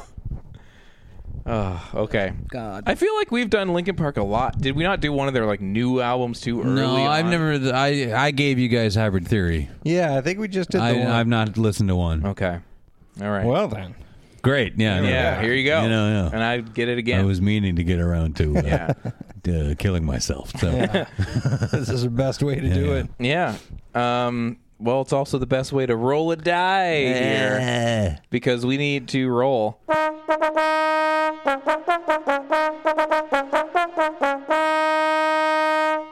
Speaker 1: Oh, okay. God, I feel like we've done Linkin Park a lot. Did we not do one of their like new albums too early?
Speaker 7: No, I've
Speaker 1: on?
Speaker 7: never. I I gave you guys hybrid theory.
Speaker 2: Yeah, I think we just did the
Speaker 7: I,
Speaker 2: one.
Speaker 7: I've not listened to one.
Speaker 1: Okay, all right.
Speaker 2: well then.
Speaker 7: Great. Yeah. no.
Speaker 1: yeah, here you go.
Speaker 7: You know, yeah.
Speaker 1: And I get it
Speaker 7: I
Speaker 1: again.
Speaker 7: was meaning to get around to uh,
Speaker 1: yeah,
Speaker 7: uh, killing myself. So
Speaker 2: this is the best way to do
Speaker 7: yeah.
Speaker 2: it.
Speaker 1: yeah. Um, well, it's also the best way to roll a die here
Speaker 7: Eh.
Speaker 1: because we need to roll.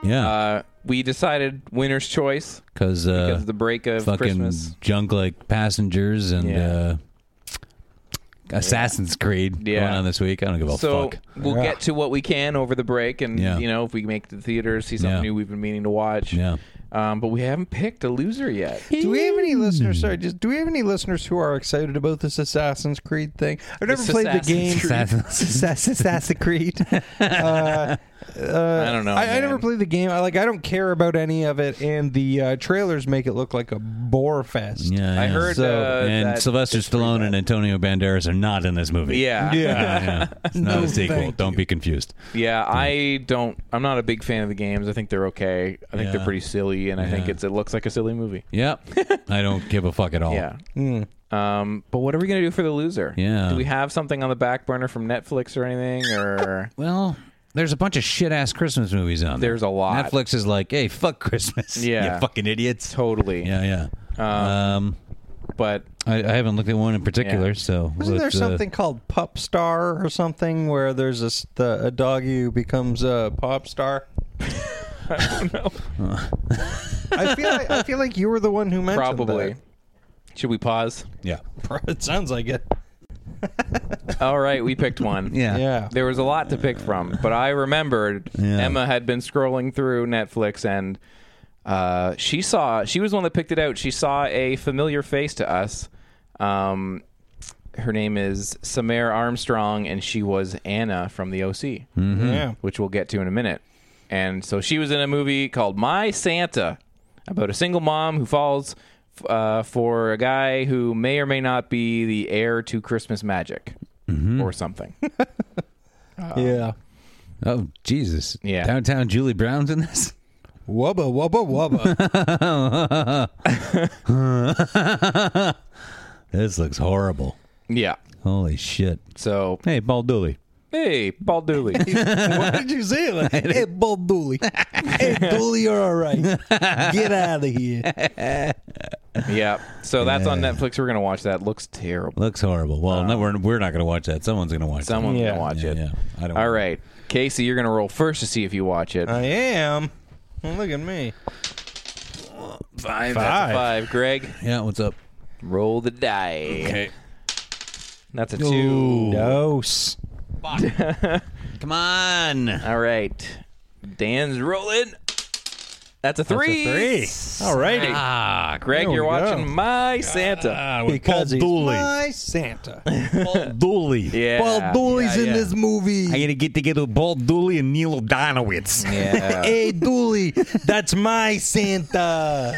Speaker 7: yeah,
Speaker 1: Uh, we decided winner's choice
Speaker 7: because
Speaker 1: because
Speaker 7: uh,
Speaker 1: of the break of
Speaker 7: fucking
Speaker 1: Christmas.
Speaker 7: junk like passengers and
Speaker 1: Yeah.
Speaker 7: uh, Assassin's Creed
Speaker 1: Yeah.
Speaker 7: going on this week. I don't give a
Speaker 1: so
Speaker 7: oh, fuck.
Speaker 1: we'll
Speaker 2: Yeah.
Speaker 1: get to what we can over the break, and
Speaker 7: Yeah.
Speaker 1: you know if we make it to the theater, see something
Speaker 7: Yeah.
Speaker 1: new we've been meaning to watch.
Speaker 7: Yeah.
Speaker 1: Um, but we haven't picked a loser yet.
Speaker 2: Do we have any listeners? Sorry, just do we have any listeners who are excited about this Assassin's Creed thing? I've never
Speaker 1: This
Speaker 2: played the
Speaker 1: Assassin's
Speaker 2: game.
Speaker 1: Creed.
Speaker 2: Assassin's Assassin's Creed. Uh,
Speaker 1: I don't know.
Speaker 2: I, I
Speaker 1: man.
Speaker 2: never played the game. I like. I don't care about any of it, and the uh, trailers make it look like a bore fest.
Speaker 7: Yeah,
Speaker 1: I
Speaker 7: yeah.
Speaker 1: heard
Speaker 2: So-
Speaker 1: uh,
Speaker 7: and
Speaker 1: that-
Speaker 7: Sylvester Stallone and Antonio Banderas are not in this movie.
Speaker 1: Yeah.
Speaker 7: Uh,
Speaker 1: yeah,
Speaker 7: yeah. It's not a sequel. Don't be confused.
Speaker 1: I don't. I'm not a big fan of the games. I think they're okay. I think they're
Speaker 7: Yeah.
Speaker 1: pretty silly, and I think
Speaker 7: Yeah.
Speaker 1: it's it looks like a silly movie.
Speaker 7: Yep. I don't give a fuck at all.
Speaker 1: Yeah. Um, but what are we gonna do for the loser?
Speaker 7: Hmm. Yeah.
Speaker 1: Do we have something on the back burner from Netflix or anything? Or
Speaker 7: Well, there's a bunch of shit ass Christmas movies on. there.
Speaker 1: There's a lot.
Speaker 7: Netflix is like, hey, fuck Christmas.
Speaker 1: Yeah. Uh,
Speaker 7: you fucking idiots.
Speaker 1: totally.
Speaker 7: Yeah, yeah. Um,
Speaker 1: But
Speaker 7: I, I haven't looked at one in particular,
Speaker 1: Yeah.
Speaker 7: so
Speaker 2: Isn't there
Speaker 7: let's, uh,
Speaker 2: something called Pup Star or something where there's a, s- the, a doggy who becomes a pop star? I feel like, I feel like you were the one who mentioned
Speaker 1: probably. Should we pause?
Speaker 7: yeah,
Speaker 2: that. It sounds like it.
Speaker 1: All right, we picked one.
Speaker 7: yeah,
Speaker 2: Yeah.
Speaker 1: There was a lot to pick from, but I remembered
Speaker 7: Yeah.
Speaker 1: Emma had been scrolling through Netflix and uh, she saw she was the one that picked it out. She saw a familiar face to us. Um, her name is Samare Armstrong, and she was Anna from the OC,
Speaker 2: Mm-hmm. Hmm.
Speaker 8: Yeah.
Speaker 1: which we'll get to in a minute. And so she was in a movie called My Santa about a single mom who falls f- uh, for a guy who may or may not be the heir to Christmas magic or something.
Speaker 2: yeah.
Speaker 3: Oh Jesus!
Speaker 1: Yeah.
Speaker 3: Downtown Julie Brown's in this.
Speaker 2: Wubba wubba wubba.
Speaker 3: This looks horrible.
Speaker 1: yeah.
Speaker 3: Holy shit!
Speaker 1: So
Speaker 3: Hey, Baldooley.
Speaker 1: hey, Paul Dooley.
Speaker 2: what did you say? Like, hey, Bob Dooley. hey, Dooley, you're all right. Get out of here.
Speaker 1: yeah. So that's on Netflix. We're gonna watch that. Looks terrible.
Speaker 3: Looks horrible. Well, no, we're we're not going to watch that. Someone's going to watch.
Speaker 1: Someone's
Speaker 2: Yeah.
Speaker 1: gonna watch
Speaker 3: that.
Speaker 1: it.
Speaker 3: Yeah, yeah. I don't.
Speaker 1: All right, Casey, you're gonna roll first to see if you watch it.
Speaker 2: I am. Well, look at me.
Speaker 1: Five,
Speaker 2: Five.
Speaker 1: five. Greg,
Speaker 3: Yeah. What's up?
Speaker 1: roll the die.
Speaker 3: Okay.
Speaker 1: That's a two.
Speaker 2: Dose.
Speaker 3: Come on.
Speaker 1: All right, Dan's rolling. That's a three.
Speaker 2: Three. All righty.
Speaker 3: Ah,
Speaker 1: Greg,
Speaker 2: There
Speaker 1: you're
Speaker 2: we
Speaker 1: watching
Speaker 2: go. Ah.
Speaker 1: My Santa.
Speaker 2: Because he's
Speaker 3: Dooley.
Speaker 2: my Santa.
Speaker 3: Dooley.
Speaker 1: yeah. Yeah, yeah.
Speaker 2: movie.
Speaker 3: I gotta get together with Paul Dooley and Neil Donowitz.
Speaker 1: Yeah.
Speaker 2: Hey, Dooley, that's my Santa.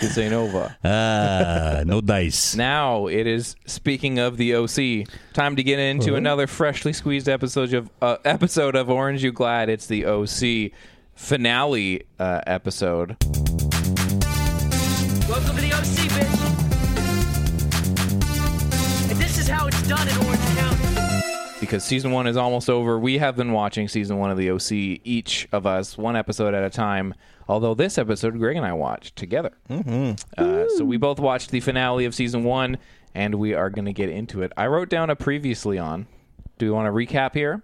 Speaker 1: this ain't over.
Speaker 3: Ah, no dice.
Speaker 1: Now it is. Speaking of the OC, time to get into another freshly squeezed episode of uh, episode of Orange You Glad. It's the OC finale uh, episode.
Speaker 9: Welcome to the OC, bitch. And this is how it's done in Orange County.
Speaker 1: because season one is almost over. We have been watching season one of the OC, each of us, one episode at a time. Although this episode, Greg and I watched together. Mm-hmm. Uh, so we both watched the finale of season one, and we are going to get into it. I wrote down a previously on. Do we want to recap here?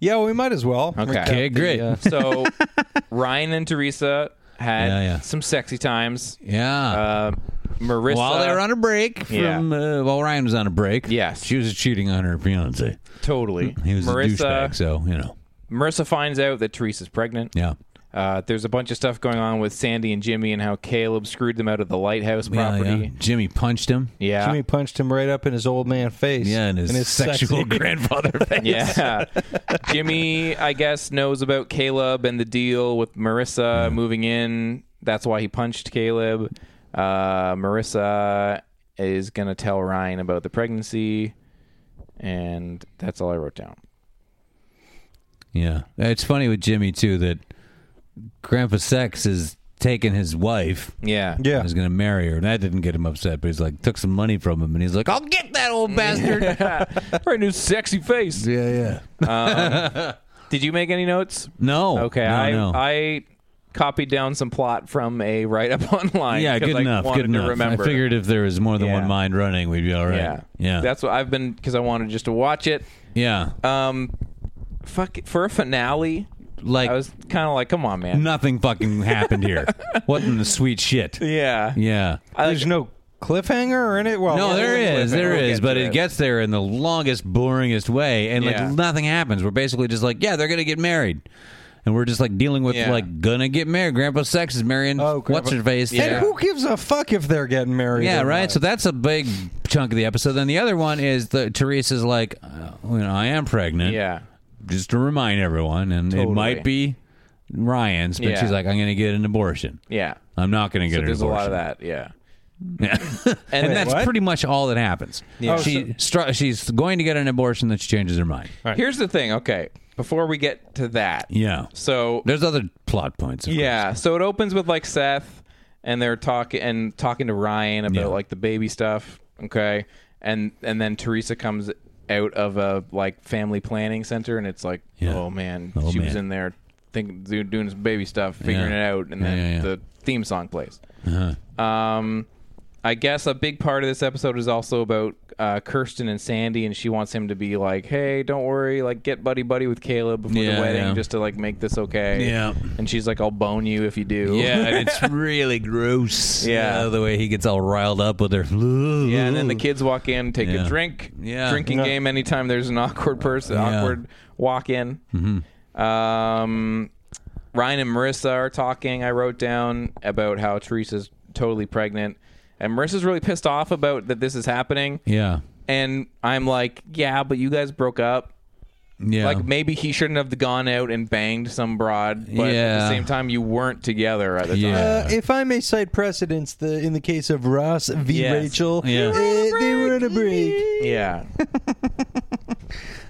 Speaker 2: yeah, we might as well.
Speaker 1: Okay.
Speaker 3: Okay, great.
Speaker 2: Yeah.
Speaker 1: So Ryan and Teresa had
Speaker 3: Yeah, yeah.
Speaker 1: some sexy times.
Speaker 3: Yeah.
Speaker 1: Uh, Marissa.
Speaker 3: while they were on a break from
Speaker 1: Yeah.
Speaker 3: uh, while Ryan was on a break.
Speaker 1: Yes.
Speaker 3: She was cheating on her fiance.
Speaker 1: totally.
Speaker 3: He was a
Speaker 1: Marissa.
Speaker 3: douchebag, so you know.
Speaker 1: Marissa finds out that Teresa's pregnant.
Speaker 3: Yeah.
Speaker 1: Uh, there's a bunch of stuff going on with Sandy and Jimmy and how Caleb screwed them out of the lighthouse
Speaker 3: Yeah, yeah.
Speaker 1: property.
Speaker 3: Jimmy punched him.
Speaker 1: Yeah.
Speaker 2: Jimmy punched him right up in his old man face.
Speaker 3: Yeah, and his, sexual
Speaker 2: sexy-
Speaker 3: grandfather.
Speaker 1: Yeah. Jimmy, I guess, knows about Caleb and the deal with
Speaker 3: Mm-hmm.
Speaker 1: Marissa moving in. That's why he punched Caleb. Uh, Marissa is going to tell Ryan about the pregnancy. And that's all I wrote down.
Speaker 3: yeah. It's funny with Jimmy too that Grandpa Sex is taking his wife.
Speaker 1: Yeah.
Speaker 3: He's
Speaker 2: Yeah.
Speaker 3: was gonna marry her, and that didn't get him upset. But he's like, took some money from him, and he's like, "I'll get that old bastard."
Speaker 1: Brand new sexy face.
Speaker 3: yeah, yeah.
Speaker 1: Did you make any notes?
Speaker 3: No,
Speaker 1: Okay,
Speaker 3: no,
Speaker 1: I
Speaker 3: no.
Speaker 1: I copied down some plot from a write up online.
Speaker 3: yeah,
Speaker 1: 'cause
Speaker 3: good
Speaker 1: I
Speaker 3: enough,
Speaker 1: Wanted
Speaker 3: good enough.
Speaker 1: To remember.
Speaker 3: I figured if there was more than
Speaker 1: Yeah.
Speaker 3: one mind running, we'd be all right.
Speaker 1: Yeah,
Speaker 3: yeah,
Speaker 1: That's what I've been because I wanted just to watch it.
Speaker 3: yeah.
Speaker 1: Um, fuck it, for a finale.
Speaker 3: like
Speaker 1: I was kind of like, come on, man.
Speaker 3: nothing fucking happened here. what in the sweet shit?
Speaker 1: Yeah,
Speaker 3: Yeah.
Speaker 1: I like,
Speaker 2: There's no cliffhanger in it. Well,
Speaker 3: No, there
Speaker 1: we'll
Speaker 3: is,
Speaker 1: get
Speaker 3: there
Speaker 1: to
Speaker 3: is,
Speaker 1: it.
Speaker 3: but it gets there in the longest, boringest way, and
Speaker 1: Yeah.
Speaker 3: like nothing happens. We're basically just like, yeah, they're gonna get married, and we're just like dealing with
Speaker 1: Yeah.
Speaker 3: like gonna get married. Grandpa Sex is marrying
Speaker 2: Oh, Grandpa-
Speaker 3: what's her face.
Speaker 2: And
Speaker 1: Yeah.
Speaker 2: who gives a fuck if they're getting married?
Speaker 3: Yeah,
Speaker 2: or
Speaker 3: right.
Speaker 2: not?
Speaker 3: So that's a big chunk of the episode. Then the other one is the Teresa's like, uh, you know, I am pregnant.
Speaker 1: yeah,
Speaker 3: Just to remind everyone, and it
Speaker 1: Totally.
Speaker 3: might be Ryan's, but
Speaker 1: Yeah.
Speaker 3: she's like, I'm going to get an abortion.
Speaker 1: yeah.
Speaker 3: I'm not going to
Speaker 1: So
Speaker 3: get an
Speaker 1: there's a lot
Speaker 3: abortion.
Speaker 1: of that. Yeah,
Speaker 3: that.
Speaker 1: and,
Speaker 3: and
Speaker 1: then
Speaker 3: that's
Speaker 2: what?
Speaker 3: pretty much all that happens.
Speaker 1: Yeah.
Speaker 3: she str- she's going to get an abortion that she changes her mind.
Speaker 1: here's the thing. Okay, before we get to that,
Speaker 3: Yeah.
Speaker 1: So
Speaker 3: There's other plot points. of
Speaker 1: Yeah. So it opens with like Seth and they're talking and talking to Ryan about
Speaker 3: Yeah.
Speaker 1: like the baby stuff. Okay. And and then Teresa comes out of a like family planning center and it's like,
Speaker 3: Yeah.
Speaker 1: oh man,
Speaker 3: Oh,
Speaker 1: she was
Speaker 3: man.
Speaker 1: in there thinking do- doing some baby stuff, figuring
Speaker 3: Yeah.
Speaker 1: it out, and
Speaker 3: Yeah,
Speaker 1: then
Speaker 3: yeah, yeah.
Speaker 1: the theme song plays.
Speaker 3: Uh-huh.
Speaker 1: Um, I guess a big part of this episode is also about uh, Kirsten and Sandy, and she wants him to be like, "Hey, don't worry, like get buddy buddy with Caleb before
Speaker 3: Yeah,
Speaker 1: the wedding,
Speaker 3: yeah.
Speaker 1: just to like make this okay."
Speaker 3: Yeah.
Speaker 1: and she's like, "I'll bone you if you do."
Speaker 3: Yeah, and it's really gross.
Speaker 1: Yeah.
Speaker 3: the way he gets all riled up with her.
Speaker 1: yeah.
Speaker 3: Yeah,
Speaker 1: And then the kids walk in, take
Speaker 3: Yeah.
Speaker 1: a drink.
Speaker 3: Yeah.
Speaker 1: drinking
Speaker 3: Yeah.
Speaker 1: game. Anytime there's an awkward person,
Speaker 3: Yeah.
Speaker 1: awkward walk in. Um, Ryan and Marissa are talking. I wrote down about how Teresa's totally pregnant, and Marissa's really pissed off about that this is happening.
Speaker 10: Yeah.
Speaker 1: And I'm like, yeah, but you guys broke up.
Speaker 10: Yeah.
Speaker 1: Like maybe he shouldn't have gone out and banged some broad, but at the
Speaker 10: Yeah.
Speaker 1: same time, you weren't together at the time.
Speaker 2: Uh, if I may cite precedence, the in the case of Ross v.
Speaker 1: Yes.
Speaker 2: Rachel,
Speaker 10: Yeah.
Speaker 2: eh, they were on a break.
Speaker 1: Yeah,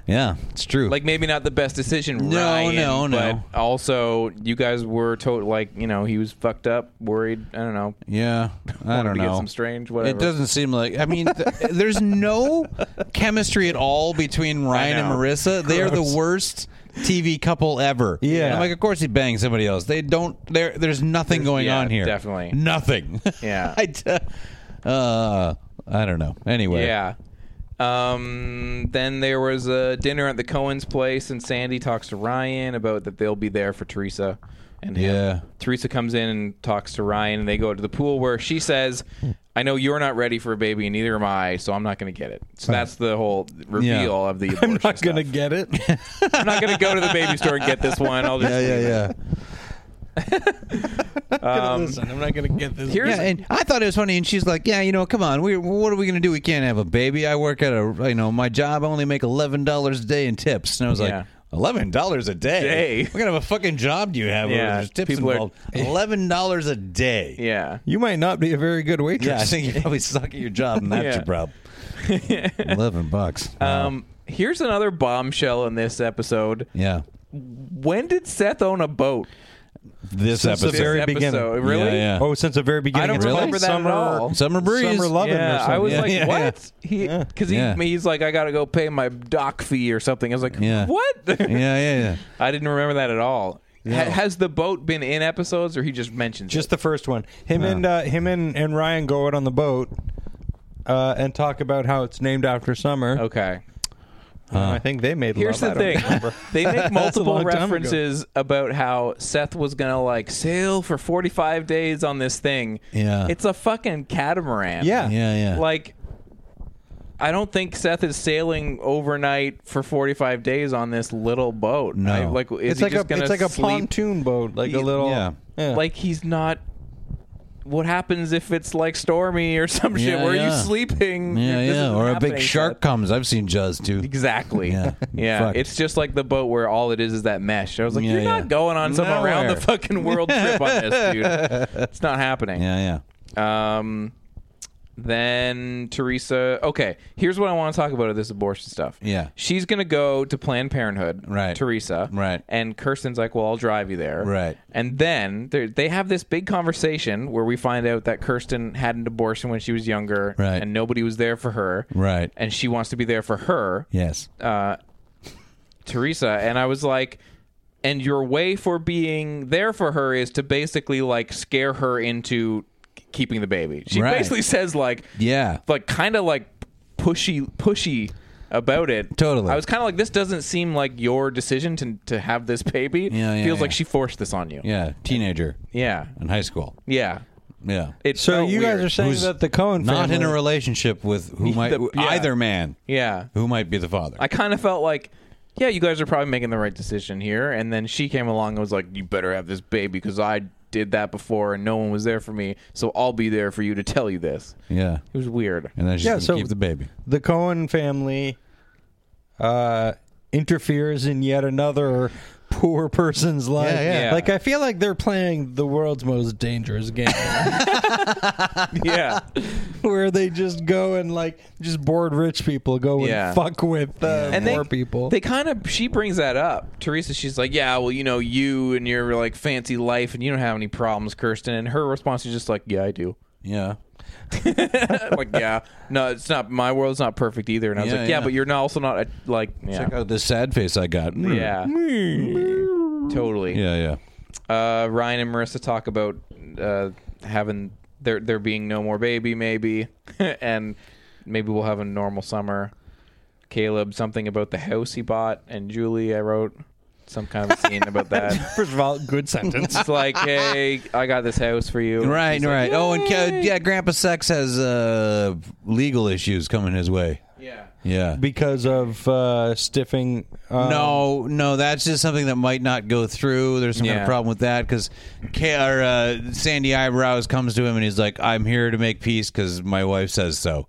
Speaker 10: Yeah, it's true.
Speaker 1: like maybe not the best decision.
Speaker 10: No,
Speaker 1: Ryan,
Speaker 10: no, no.
Speaker 1: But also, you guys were told like you know he was fucked up, worried. I don't know.
Speaker 3: Yeah, I
Speaker 1: wanted
Speaker 3: don't
Speaker 1: to
Speaker 3: know.
Speaker 1: Get some strange. Whatever.
Speaker 3: It doesn't seem like. I mean, th- there's no chemistry at all between Ryan and
Speaker 1: know.
Speaker 3: Marissa. They are the worst TV couple ever.
Speaker 2: Yeah.
Speaker 3: I'm like, of course he banged somebody else. They don't. There, there's nothing going
Speaker 1: yeah,
Speaker 3: on here.
Speaker 1: definitely.
Speaker 3: nothing.
Speaker 1: Yeah.
Speaker 3: I, d- uh, I don't know. Anyway.
Speaker 1: Yeah. Um, then there was a dinner at the Cohen's place, and Sandy talks to Ryan about that they'll be there for Teresa. And him.
Speaker 3: Yeah.
Speaker 1: Teresa comes in and talks to Ryan, and they go to the pool where she says, "I know you're not ready for a baby, and neither am I, so I'm not going to get it." So that's the whole reveal
Speaker 3: Yeah.
Speaker 1: of the. Abortion I'm not
Speaker 2: Gonna get it?
Speaker 1: I'm not going to go to the baby store and get this one. I'll just.
Speaker 2: yeah.
Speaker 3: Listen, I'm not gonna get this.
Speaker 1: Here's-
Speaker 3: yeah, and I thought it was funny, and she's like, "Yeah, you know, come on, we what are we gonna do? We can't have a baby. I work at a, you know, my job. I only make eleven dollars a day in tips." And I was
Speaker 1: Yeah.
Speaker 3: like, 11 dollars a day.
Speaker 1: Day.
Speaker 3: What kind of a fucking job do you have? where
Speaker 1: Yeah,
Speaker 3: there's tips
Speaker 1: people are-
Speaker 3: involved. Eleven dollars a day.
Speaker 1: Yeah.
Speaker 2: You might not be a very good waitress.
Speaker 3: Yeah, I think you probably suck at your job, and that's
Speaker 1: Yeah.
Speaker 3: your problem. Eleven bucks. Wow.
Speaker 1: Um, here's another bombshell in this episode.
Speaker 3: yeah,
Speaker 1: When did Seth own a boat?
Speaker 3: this
Speaker 2: Since the
Speaker 3: episode.
Speaker 2: very
Speaker 1: This
Speaker 2: beginning.
Speaker 1: episode, really?
Speaker 3: Yeah, yeah.
Speaker 2: Oh, since the very beginning.
Speaker 1: I don't
Speaker 2: it's called
Speaker 1: remember that at
Speaker 2: summer,
Speaker 1: all.
Speaker 3: Summer breeze.
Speaker 2: Summer loving. or
Speaker 1: Yeah,
Speaker 2: something.
Speaker 1: I was
Speaker 3: Yeah,
Speaker 1: like,
Speaker 3: yeah,
Speaker 1: what? He because
Speaker 3: Yeah.
Speaker 1: he he's like, I gotta go pay my doc fee or something. I was like,
Speaker 3: Yeah.
Speaker 1: what?
Speaker 3: yeah, yeah, yeah.
Speaker 1: I didn't remember that at all. Ha- has the boat been in episodes, or he just mentions
Speaker 2: Just
Speaker 1: it?
Speaker 2: the first one. Him and uh, him and, and Ryan go out on the boat uh, and talk about how it's named after summer.
Speaker 1: okay.
Speaker 3: Uh-huh.
Speaker 2: I think they made.
Speaker 1: Here's
Speaker 2: love.
Speaker 1: the
Speaker 2: I don't
Speaker 1: thing:
Speaker 2: remember.
Speaker 1: they make multiple
Speaker 2: long time ago.
Speaker 1: references about how Seth was gonna like sail for 45 days on this thing.
Speaker 3: Yeah.
Speaker 1: it's a fucking catamaran.
Speaker 2: Yeah.
Speaker 3: Yeah, yeah.
Speaker 1: like. I don't think Seth is sailing overnight for 45 days on this little boat.
Speaker 3: No.
Speaker 1: I- like, is
Speaker 2: it's
Speaker 1: he
Speaker 2: like
Speaker 1: just
Speaker 2: a
Speaker 1: gonna
Speaker 2: it's like a
Speaker 1: sleep
Speaker 2: pontoon boat, like a
Speaker 1: He-
Speaker 2: little.
Speaker 3: yeah.
Speaker 1: like he's not what happens if it's like stormy or some shit
Speaker 3: Yeah,
Speaker 1: where are you
Speaker 3: yeah.
Speaker 1: sleeping
Speaker 3: Yeah,
Speaker 1: This
Speaker 3: yeah.
Speaker 1: isn't
Speaker 3: Or a
Speaker 1: happening,
Speaker 3: big shark
Speaker 1: Seth.
Speaker 3: comes. I've seen Jaws too.
Speaker 1: exactly yeah,
Speaker 3: Yeah. Fuck.
Speaker 1: it's just like the boat where all it is is that mesh i was like
Speaker 3: Yeah,
Speaker 1: you're
Speaker 3: yeah.
Speaker 1: not going on some around the
Speaker 3: Nowhere.
Speaker 1: fucking world trip on this dude it's not happening
Speaker 3: Yeah, yeah.
Speaker 1: um then teresa okay here's what i want to talk about of this abortion stuff
Speaker 3: Yeah.
Speaker 1: she's gonna go to planned parenthood
Speaker 3: Right.
Speaker 1: teresa
Speaker 3: Right.
Speaker 1: and kirsten's like well i'll drive you there
Speaker 3: Right.
Speaker 1: and then they're- they have this big conversation where we find out that kirsten had an abortion when she was younger
Speaker 3: Right.
Speaker 1: and nobody was there for her
Speaker 3: Right.
Speaker 1: and she wants to be there for her
Speaker 3: Yes.
Speaker 1: uh, Teresa, and I was like, and your way for being there for her is to basically like scare her into k- keeping the baby. She
Speaker 3: Right.
Speaker 1: basically says like,
Speaker 3: Yeah.
Speaker 1: like kind of like pushy, pushy about it.
Speaker 3: Totally.
Speaker 1: I was kind of like, this doesn't seem like your decision to to have this baby.
Speaker 3: Yeah, yeah,
Speaker 1: Feels like
Speaker 3: yeah.
Speaker 1: she forced this on you.
Speaker 3: Yeah, teenager
Speaker 1: yeah,
Speaker 3: in high school.
Speaker 1: yeah.
Speaker 3: Yeah.
Speaker 1: It
Speaker 2: So
Speaker 1: felt
Speaker 2: you guys
Speaker 1: weird.
Speaker 2: are saying
Speaker 3: Who's
Speaker 2: that the Cohen
Speaker 3: not
Speaker 2: family,
Speaker 3: in a relationship with who might
Speaker 1: The- yeah.
Speaker 3: either man
Speaker 1: yeah.
Speaker 3: who might be the father.
Speaker 1: I kind of felt like, yeah, you guys are probably making the right decision here. And then she came along and was like, you better have this baby because I did that before and no one was there for me. So I'll be there for you to tell you this.
Speaker 3: yeah.
Speaker 1: It was weird.
Speaker 3: And then she's
Speaker 2: Yeah,
Speaker 3: gonna
Speaker 2: so-
Speaker 3: keep the baby.
Speaker 2: the Cohen family uh, interferes in yet another poor person's life.
Speaker 3: yeah.
Speaker 1: Yeah.
Speaker 2: Like I feel like they're playing the world's most dangerous game,
Speaker 1: yeah.
Speaker 2: where they just go and like just bored rich people go and
Speaker 1: Yeah.
Speaker 2: fuck with uh,
Speaker 1: And
Speaker 2: poor
Speaker 1: they,
Speaker 2: people.
Speaker 1: They kind of, she brings that up. Teresa, she's like, yeah, well, you know, you and your like fancy life and you don't have any problems, Kirsten. And her response is just like, yeah, I do.
Speaker 3: Yeah.
Speaker 1: like, yeah, no, it's not, my world's not perfect either. And I was
Speaker 3: Yeah,
Speaker 1: like, yeah,
Speaker 3: yeah.
Speaker 1: but you're not also not a, like, yeah.
Speaker 3: Check out this sad face I got. Mm.
Speaker 1: yeah. Totally.
Speaker 3: Yeah, yeah.
Speaker 1: uh, Ryan and Marissa talk about uh, having there there being no more baby, maybe, and maybe we'll have a normal summer. Caleb, something about the house he bought, and Julie, I wrote some kind of scene about that.
Speaker 2: First of all, good sentence.
Speaker 1: It's like, hey, I got this house for you.
Speaker 3: Right, Oh.
Speaker 1: She's like,
Speaker 3: right. oh, and Ke- yeah, Grandpa Sex has uh, legal issues coming his way.
Speaker 1: yeah.
Speaker 3: Yeah.
Speaker 2: because of uh, stiffing. Uh,
Speaker 3: no, no, that's just something that might not go through. There's some kind
Speaker 2: Yeah.
Speaker 3: of problem with that because or, uh, Sandy Eyebrows comes to him and he's like, "I'm here to make peace because my wife says so,"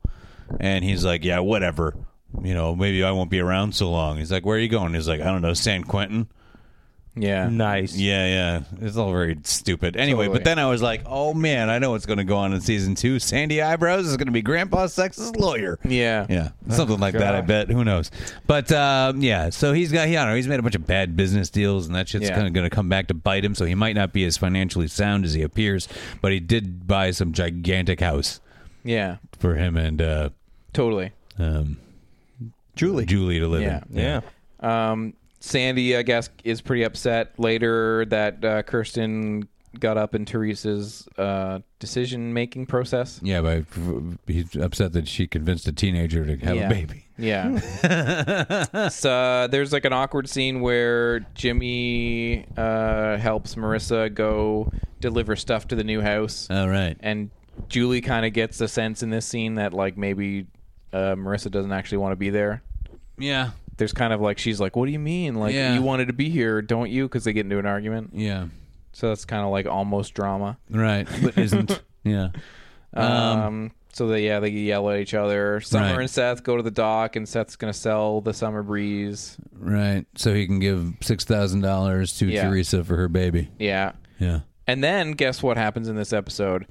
Speaker 3: and he's like, "Yeah, whatever. You know, maybe I won't be around so long." He's like, "Where are you going?" He's like, "I don't know, San Quentin."
Speaker 1: Yeah.
Speaker 2: nice.
Speaker 3: Yeah, yeah, it's all very stupid. Anyway,
Speaker 1: Totally.
Speaker 3: but then I was like, "Oh man, I know what's going to go on in season two. Sandy Eyebrows is going to be Grandpa Sex's lawyer."
Speaker 1: Yeah.
Speaker 3: Yeah, something like that. I bet. Who knows? But um, yeah, so he's got. He, I don't know. He's made a bunch of bad business deals, and that shit's
Speaker 1: Yeah.
Speaker 3: kind of going to come back to bite him. So he might not be as financially sound as he appears. But he did buy some gigantic house
Speaker 1: Yeah.
Speaker 3: for him and uh,
Speaker 1: Totally.
Speaker 3: um,
Speaker 2: Julie.
Speaker 3: Julie to live
Speaker 1: Yeah.
Speaker 3: in.
Speaker 2: Yeah.
Speaker 1: Um, Sandy, I guess, is pretty upset later that uh, Kirsten got up in Teresa's uh, decision making process.
Speaker 11: Yeah, but he's upset that she convinced a teenager to have
Speaker 1: Yeah.
Speaker 11: a baby.
Speaker 1: Yeah. so, uh, there's like an awkward scene where Jimmy uh, helps Marissa go deliver stuff to the new house.
Speaker 3: All right.
Speaker 1: and Julie kind of gets the sense in this scene that like maybe uh, Marissa doesn't actually want to be there.
Speaker 3: Yeah.
Speaker 1: There's kind of like she's like, "What do you mean? Like
Speaker 3: Yeah.
Speaker 1: you wanted to be here, don't you?" Because they get into an argument.
Speaker 3: Yeah.
Speaker 1: So that's kind of like almost drama.
Speaker 3: Right. But isn't. yeah.
Speaker 1: Um, so they yeah they yell at each other. Summer
Speaker 3: Right.
Speaker 1: and Seth go to the dock, and Seth's gonna sell the summer breeze.
Speaker 3: Right. So he can give six thousand dollars to
Speaker 1: Yeah.
Speaker 3: Teresa for her baby.
Speaker 1: Yeah.
Speaker 3: Yeah.
Speaker 1: And then guess what happens in this episode?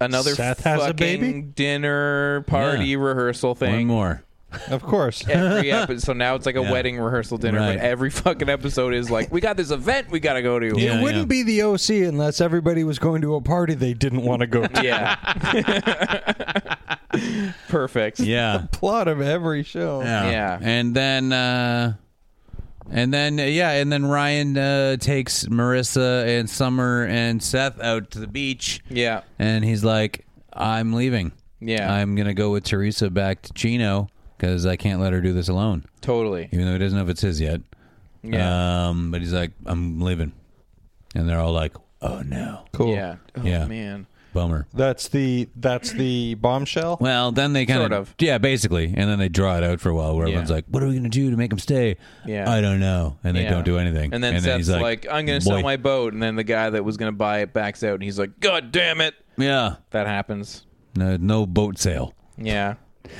Speaker 1: Another
Speaker 2: Seth
Speaker 1: fucking
Speaker 2: has a baby?
Speaker 1: dinner party
Speaker 3: Yeah.
Speaker 1: rehearsal thing.
Speaker 3: One more.
Speaker 2: Of course.
Speaker 1: every episode. So now it's like a wedding rehearsal dinner,
Speaker 3: Right.
Speaker 1: but every fucking episode is like, we got this event we got to go to.
Speaker 3: Yeah,
Speaker 2: it wouldn't be the OC unless everybody was going to a party they didn't want to go to.
Speaker 1: Yeah. Perfect.
Speaker 3: Yeah.
Speaker 2: Plot of every show.
Speaker 3: Yeah.
Speaker 1: Yeah.
Speaker 3: And then uh and then uh, yeah, and then Ryan uh takes Marissa and Summer and Seth out to the beach
Speaker 1: Yeah.
Speaker 3: and he's like I'm leaving.
Speaker 1: Yeah.
Speaker 3: I'm going to go with Teresa back to Chino cuz I can't let her do this alone
Speaker 1: Totally.
Speaker 3: even though he doesn't know if it's his yet.
Speaker 1: Yeah.
Speaker 3: Um but he's like I'm leaving. And they're all like, "Oh no."
Speaker 2: Cool.
Speaker 1: Yeah. Oh,
Speaker 3: Yeah.
Speaker 1: man.
Speaker 3: Bummer.
Speaker 2: That's the that's the bombshell.
Speaker 3: Well, then they kind
Speaker 1: Sort of.
Speaker 3: yeah, basically, and then they draw it out for a while where everyone's like, "What are we going to do to make him stay?"
Speaker 1: Yeah.
Speaker 3: I don't know, and they
Speaker 1: Yeah.
Speaker 3: don't do anything.
Speaker 1: And then Seth's like, I'm going to
Speaker 3: "Boy."
Speaker 1: sell my boat. And then the guy that was going to buy it backs out and he's like, God damn it.
Speaker 3: yeah,
Speaker 1: That happens.
Speaker 3: no, no boat sale."
Speaker 1: Yeah.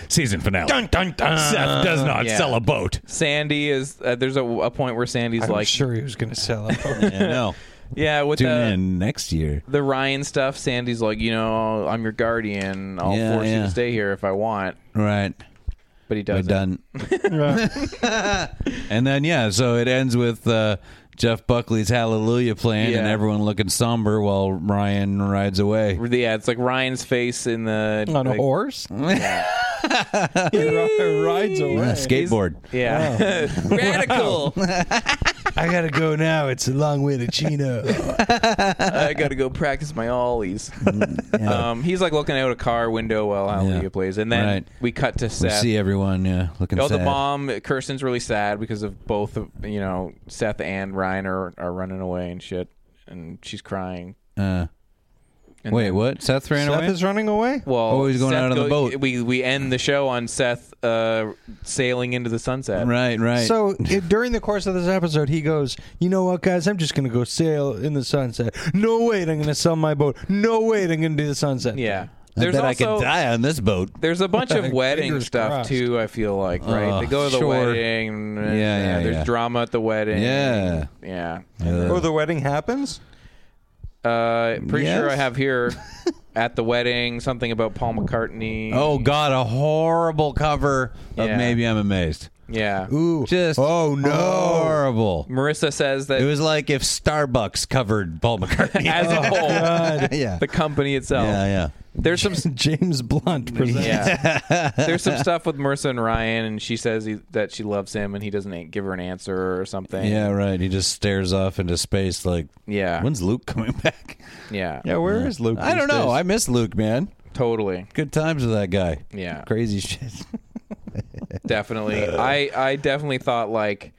Speaker 11: Season finale.
Speaker 2: dun, dun.
Speaker 11: Seth does not
Speaker 1: Yeah.
Speaker 11: sell a boat.
Speaker 1: Sandy is, uh, there's a, a point where Sandy's
Speaker 2: I'm
Speaker 1: like,
Speaker 2: sure he was going to sell it.
Speaker 3: Yeah, no,
Speaker 1: yeah, with
Speaker 3: tune
Speaker 1: the,
Speaker 3: in next year.
Speaker 1: the Ryan stuff, Sandy's like, you know, I'm your guardian. I'll
Speaker 3: Yeah,
Speaker 1: force you
Speaker 3: yeah.
Speaker 1: to stay here if I want.
Speaker 3: Right,
Speaker 1: But he
Speaker 3: we're
Speaker 1: doesn't.
Speaker 3: done. and then yeah, so it ends with uh, Jeff Buckley's Hallelujah playing, and
Speaker 1: Yeah.
Speaker 3: everyone looking somber while Ryan rides away.
Speaker 1: Yeah, it's like Ryan's face in the
Speaker 2: on a
Speaker 1: like-
Speaker 2: horse. he ri- rides away.
Speaker 3: Uh, skateboard.
Speaker 1: Yeah, radical.
Speaker 2: I gotta go now. It's a long way to Chino.
Speaker 1: I gotta go practice my ollies. Um, he's like looking out a car window while Hallelujah
Speaker 3: Mm, Yeah.
Speaker 1: plays, and then
Speaker 3: Right.
Speaker 1: we cut to
Speaker 3: We
Speaker 1: Seth.
Speaker 3: see everyone, yeah, looking.
Speaker 1: Oh, the
Speaker 3: sad.
Speaker 1: mom, Kirsten's really sad because of both of you know Seth and Ryan are are running away and shit, and she's crying.
Speaker 3: Uh,
Speaker 1: And
Speaker 3: Wait,
Speaker 1: then-
Speaker 3: what? Seth ran away.
Speaker 2: Seth is running away.
Speaker 1: Well,
Speaker 3: Oh, he's going
Speaker 1: Seth
Speaker 3: out on the boat.
Speaker 1: We we end the show on Seth uh, sailing into the sunset.
Speaker 3: Right, right.
Speaker 2: So it, during the course of this episode, he goes, "You know what, guys? I'm just gonna go sail in the sunset. No wait, I'm gonna sell my boat. No wait, I'm gonna do the sunset.
Speaker 1: Yeah.
Speaker 3: I bet I could die on this boat.
Speaker 1: There's a bunch of wedding
Speaker 2: Fingers
Speaker 1: stuff
Speaker 2: crossed.
Speaker 1: too. I feel like right.
Speaker 3: Uh,
Speaker 1: they go to the
Speaker 3: sure.
Speaker 1: wedding. And,
Speaker 3: Yeah, yeah,
Speaker 1: There's
Speaker 3: yeah.
Speaker 1: drama at the wedding.
Speaker 3: Yeah.
Speaker 1: yeah.
Speaker 3: Uh,
Speaker 2: Oh, the wedding happens.
Speaker 1: Uh, pretty sure I
Speaker 3: Yes.
Speaker 1: have here at the wedding something about Paul McCartney.
Speaker 3: Oh God, a horrible cover of
Speaker 1: Yeah.
Speaker 3: Maybe I'm Amazed.
Speaker 1: yeah.
Speaker 2: Ooh,
Speaker 3: Just
Speaker 2: oh no.
Speaker 3: horrible.
Speaker 1: Marissa says that
Speaker 3: It was like if Starbucks covered Paul McCartney.
Speaker 1: as a whole,
Speaker 3: yeah,
Speaker 1: the company itself.
Speaker 3: yeah, yeah.
Speaker 1: There's some
Speaker 2: James Blunt presents.
Speaker 1: yeah. There's some stuff with Marissa and Ryan, and she says he, that she loves him, and he doesn't a- give her an answer or something.
Speaker 3: Yeah, right. He just stares off into space like,
Speaker 1: Yeah.
Speaker 3: when's Luke coming back?
Speaker 1: Yeah.
Speaker 2: Yeah, where is Luke?
Speaker 3: I
Speaker 2: these
Speaker 3: don't know.
Speaker 2: days?
Speaker 3: I miss Luke, man.
Speaker 1: Totally.
Speaker 3: Good times with that guy.
Speaker 1: Yeah.
Speaker 3: Crazy shit.
Speaker 1: Definitely.
Speaker 3: Uh.
Speaker 1: I I definitely thought like,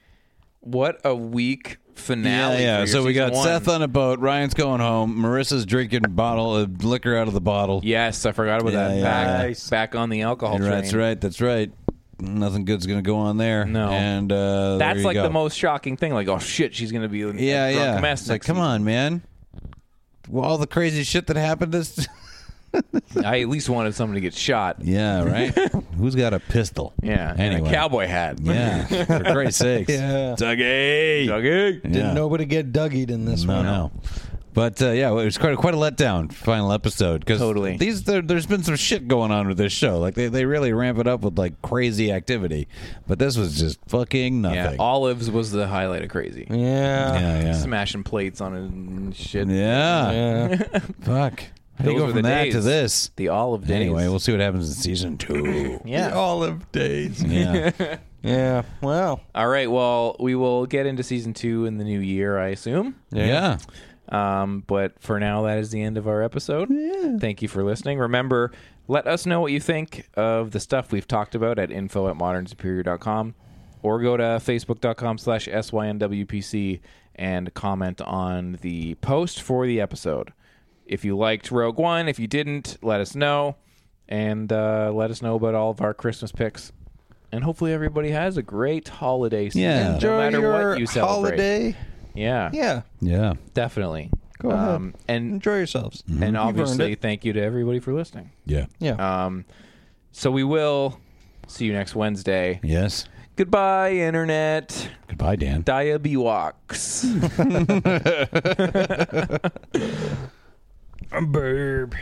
Speaker 1: what a weak
Speaker 3: Yeah,
Speaker 1: finale.
Speaker 3: yeah.
Speaker 1: for your
Speaker 3: So we
Speaker 1: season
Speaker 3: got
Speaker 1: one.
Speaker 3: Seth on a boat. Ryan's going home. Marissa's drinking bottle of liquor out of the bottle.
Speaker 1: Yes, I forgot about
Speaker 3: Yeah,
Speaker 1: that.
Speaker 3: yeah,
Speaker 1: back
Speaker 3: yeah.
Speaker 1: back on the alcohol
Speaker 3: And
Speaker 1: train.
Speaker 3: that's right. That's right. nothing good's gonna go on there.
Speaker 1: No.
Speaker 3: and uh, there
Speaker 1: That's
Speaker 3: you
Speaker 1: like
Speaker 3: go.
Speaker 1: the most shocking thing. Like, oh shit, she's gonna be a,
Speaker 3: yeah,
Speaker 1: a drunk
Speaker 3: yeah.
Speaker 1: mess.
Speaker 3: It's like,
Speaker 1: next
Speaker 3: come on, man. Well, all the crazy shit that happened this.
Speaker 1: season. I at least wanted someone to get shot.
Speaker 3: yeah, right. Who's got a pistol?
Speaker 1: Yeah, and
Speaker 3: Anyway.
Speaker 1: a cowboy hat.
Speaker 3: Yeah, for Christ's sakes.
Speaker 2: Yeah.
Speaker 3: Dougie.
Speaker 1: Dougie.
Speaker 2: Didn't
Speaker 3: Yeah.
Speaker 2: nobody get Dougied in this
Speaker 3: No,
Speaker 2: one.
Speaker 3: no. But uh, yeah, it was quite a, quite a letdown final episode because
Speaker 1: Totally.
Speaker 3: these there, there's been some shit going on with this show. Like they, they really ramp it up with like crazy activity, but this was just fucking
Speaker 1: yeah.
Speaker 3: nothing.
Speaker 1: Olives was the highlight of crazy.
Speaker 2: Yeah.
Speaker 3: yeah, yeah.
Speaker 1: Smashing plates on it and shit.
Speaker 3: Yeah.
Speaker 2: Yeah.
Speaker 3: fuck. How do
Speaker 1: Those
Speaker 3: you go
Speaker 1: were
Speaker 3: from
Speaker 1: the
Speaker 3: that to
Speaker 1: days.
Speaker 3: this?
Speaker 1: The olive days.
Speaker 3: Anyway, we'll see what happens in season two.
Speaker 1: yeah.
Speaker 2: Olive days.
Speaker 3: yeah,
Speaker 2: Yeah. Wow.
Speaker 1: All right. Well, we will get into season two in the new year, I assume.
Speaker 3: yeah.
Speaker 1: Um, but for now, that is the end of our episode. Thank you for listening. Remember, let us know what you think of the stuff we've talked about at info at modernsuperior.com or go to facebook.com slash synwpc and comment on the post for the episode. If you liked Rogue One, if you didn't, let us know. And uh, let us know about all of our Christmas picks. And hopefully everybody has a great holiday season.
Speaker 3: Yeah.
Speaker 1: no
Speaker 2: Enjoy
Speaker 1: matter
Speaker 2: your
Speaker 1: what you celebrate.
Speaker 2: holiday. Yeah.
Speaker 3: yeah.
Speaker 1: Definitely. Um,
Speaker 2: Go ahead.
Speaker 1: And
Speaker 2: Enjoy yourselves.
Speaker 1: and
Speaker 2: You've earned
Speaker 1: obviously,
Speaker 2: it.
Speaker 1: thank you to everybody for listening.
Speaker 3: Yeah.
Speaker 2: Yeah.
Speaker 1: Um, so we will see you next Wednesday.
Speaker 3: Yes.
Speaker 1: Goodbye, internet.
Speaker 3: Goodbye, Dan.
Speaker 1: Dia walks.
Speaker 2: Burb.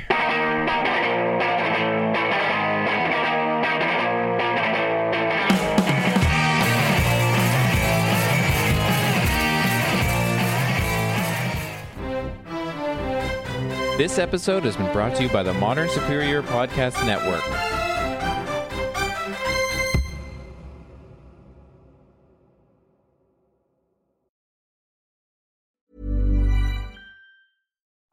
Speaker 1: this episode has been brought to you by the Modern Superior Podcast Network.